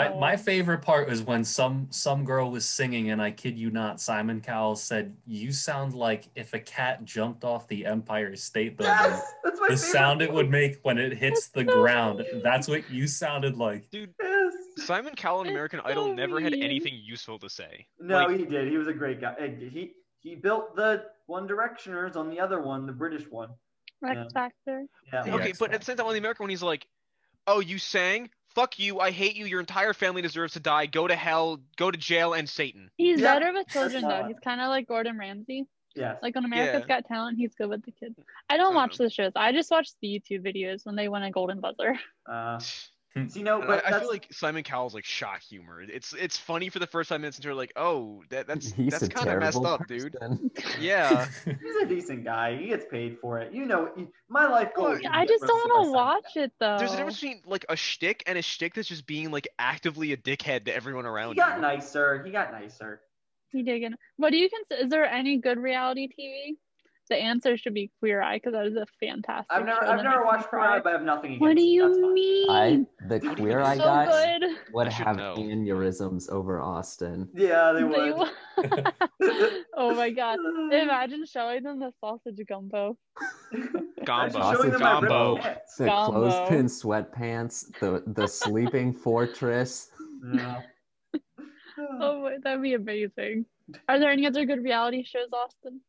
Speaker 3: Oh.
Speaker 6: my favorite part was when some some girl was singing, and I kid you not, Simon Cowell said, "You sound like if a cat jumped off the Empire State Building."
Speaker 2: Yes, that's my favorite
Speaker 6: The sound it
Speaker 2: one.
Speaker 6: would make when it hits the ground. That's what you sounded like.
Speaker 4: Dude,
Speaker 2: Yes.
Speaker 4: Simon Cowell in
Speaker 3: It's
Speaker 4: American
Speaker 3: so
Speaker 4: Idol never had
Speaker 3: mean.
Speaker 4: anything useful to say.
Speaker 2: No,
Speaker 4: Like,
Speaker 2: he did. He was a great guy. And He he built the One Directioners on the other one, the British one.
Speaker 3: X
Speaker 2: Yeah.
Speaker 3: Factor.
Speaker 2: Yeah.
Speaker 6: he-
Speaker 4: okay,
Speaker 6: Yes.
Speaker 4: but at the same time, on the American one, he's like, "Oh, you sang? fuck you, I hate you, your entire family deserves to die, go to hell, go to jail, and Satan.
Speaker 3: He's
Speaker 2: Yeah,
Speaker 3: better with children though.
Speaker 2: not-
Speaker 3: He's kind of like Gordon Ramsay.
Speaker 2: Yes.
Speaker 3: Like on America's
Speaker 4: Yeah.
Speaker 3: Got Talent, he's good with the kids. I don't
Speaker 4: Mhm.
Speaker 3: watch the shows. I just watch the YouTube videos when they win a golden buzzer.
Speaker 2: Uh,
Speaker 6: Hmm.
Speaker 2: see, no,
Speaker 4: And I,
Speaker 2: but
Speaker 4: I
Speaker 2: that's,
Speaker 4: feel like Simon Cowell's like shock humor. It's it's funny for the first five minutes until you're like, oh, that, that's that's kind of messed up, dude.
Speaker 2: Uh,
Speaker 4: Yeah.
Speaker 2: he's a decent guy. He gets paid for it. You know, he- my life goal. is
Speaker 4: Yeah,
Speaker 2: to
Speaker 3: I
Speaker 2: get
Speaker 3: just
Speaker 2: roasted
Speaker 3: don't
Speaker 2: by
Speaker 3: want to
Speaker 2: Simon
Speaker 3: watch it though.
Speaker 4: There's a difference between like a shtick and a shtick that's just being like actively a dickhead to everyone
Speaker 2: Cowell.
Speaker 4: around
Speaker 2: He
Speaker 4: you.
Speaker 2: got nicer. He got nicer.
Speaker 3: He did get- What do you consider? Is there any good reality TV? The answer should be Queer Eye because that is a fantastic.
Speaker 2: I've never,
Speaker 3: show
Speaker 2: I've
Speaker 3: that
Speaker 2: never
Speaker 3: makes me
Speaker 2: watched Queer
Speaker 3: cry.
Speaker 2: Eye, but I have nothing against.
Speaker 3: What do
Speaker 2: it. That's
Speaker 3: you
Speaker 2: fine.
Speaker 3: mean?
Speaker 5: I the
Speaker 4: What do you
Speaker 5: queer
Speaker 4: mean?
Speaker 5: eye
Speaker 3: so
Speaker 5: guys
Speaker 3: good.
Speaker 5: would
Speaker 4: I should
Speaker 5: have
Speaker 4: know.
Speaker 5: aneurysms over Austin.
Speaker 2: Yeah, they
Speaker 3: They
Speaker 2: would.
Speaker 3: would. oh my god! Imagine showing them the sausage gumbo.
Speaker 4: Gombo.
Speaker 2: Imagine showing them my ripped
Speaker 4: Gombo.
Speaker 2: pants.
Speaker 5: The
Speaker 3: Gumbo.
Speaker 5: clothespin sweatpants, the the sleeping fortress.
Speaker 2: Yeah.
Speaker 3: Oh, my- that'd be amazing. Are there any other good reality shows, Austin?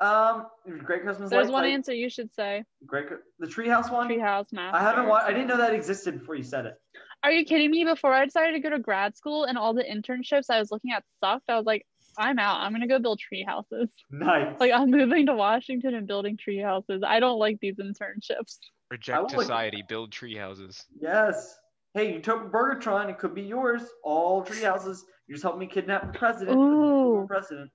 Speaker 2: Um, Great Christmas
Speaker 3: There's
Speaker 2: Light
Speaker 3: one
Speaker 2: Fight,
Speaker 3: answer you should say:
Speaker 2: Great, Cr- the Treehouse one.
Speaker 3: Treehouse Master.
Speaker 2: I haven't watched. I didn't know that existed before you said it.
Speaker 3: Are you kidding me? Before I decided to go to grad school and all the internships I was looking at sucked, I was like, I'm out. I'm gonna go build tree houses.
Speaker 2: Nice.
Speaker 3: Like I'm moving to Washington and building tree houses. I don't like these internships.
Speaker 2: I
Speaker 4: Reject
Speaker 2: would like-
Speaker 4: society, build tree houses.
Speaker 2: yes. Hey, Utopia Burgertron. It could be yours. All treehouses. You just helped me kidnap the president.
Speaker 3: Ooh.
Speaker 2: President.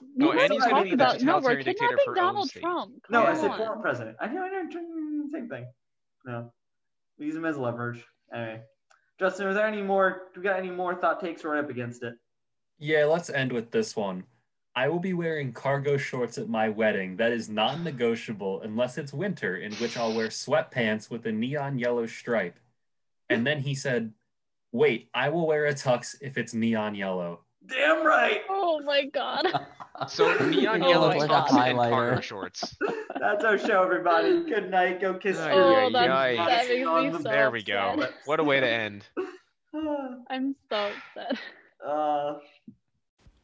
Speaker 3: We
Speaker 4: No,
Speaker 3: haven't
Speaker 4: Annie's gonna
Speaker 3: talked
Speaker 4: be the
Speaker 3: about- no, we're
Speaker 4: totalitarian dictator
Speaker 3: kidnapping
Speaker 4: for own
Speaker 3: Donald
Speaker 4: sake.
Speaker 3: Trump.
Speaker 2: No, I
Speaker 3: Come
Speaker 2: said
Speaker 3: on.
Speaker 2: former president. I know. I know. Same thing. No. We use him as leverage. Anyway, Justin, are there any more? Do we got any more thought takes? We're up against it.
Speaker 6: Yeah, let's end with this one. I will be wearing cargo shorts at my wedding. That is non negotiable unless it's winter, in which I'll wear sweatpants with a neon yellow stripe. And then he said, Wait, I will wear a tux if it's neon yellow.
Speaker 2: Damn right.
Speaker 3: Oh my god.
Speaker 4: So neon
Speaker 3: Oh
Speaker 4: yellow
Speaker 3: my
Speaker 4: tux
Speaker 3: God.
Speaker 4: and cargo
Speaker 5: Highlighter.
Speaker 4: shorts.
Speaker 2: That's our show, everybody. Good night. Go kiss.
Speaker 4: Oh,
Speaker 2: your-
Speaker 3: Oh, that's,
Speaker 4: Yikes.
Speaker 3: that makes
Speaker 2: On
Speaker 3: me
Speaker 2: the-
Speaker 3: so
Speaker 4: There we go.
Speaker 3: upset.
Speaker 4: What a way to end.
Speaker 3: I'm so upset.
Speaker 2: Uh,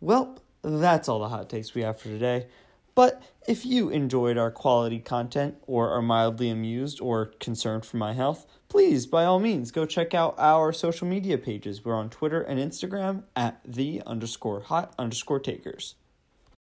Speaker 7: Well, that's all the hot takes we have for today. But if you enjoyed our quality content or are mildly amused or concerned for my health, please, by all means, go check out our social media pages. We're on Twitter and Instagram at the underscore hot underscore takers.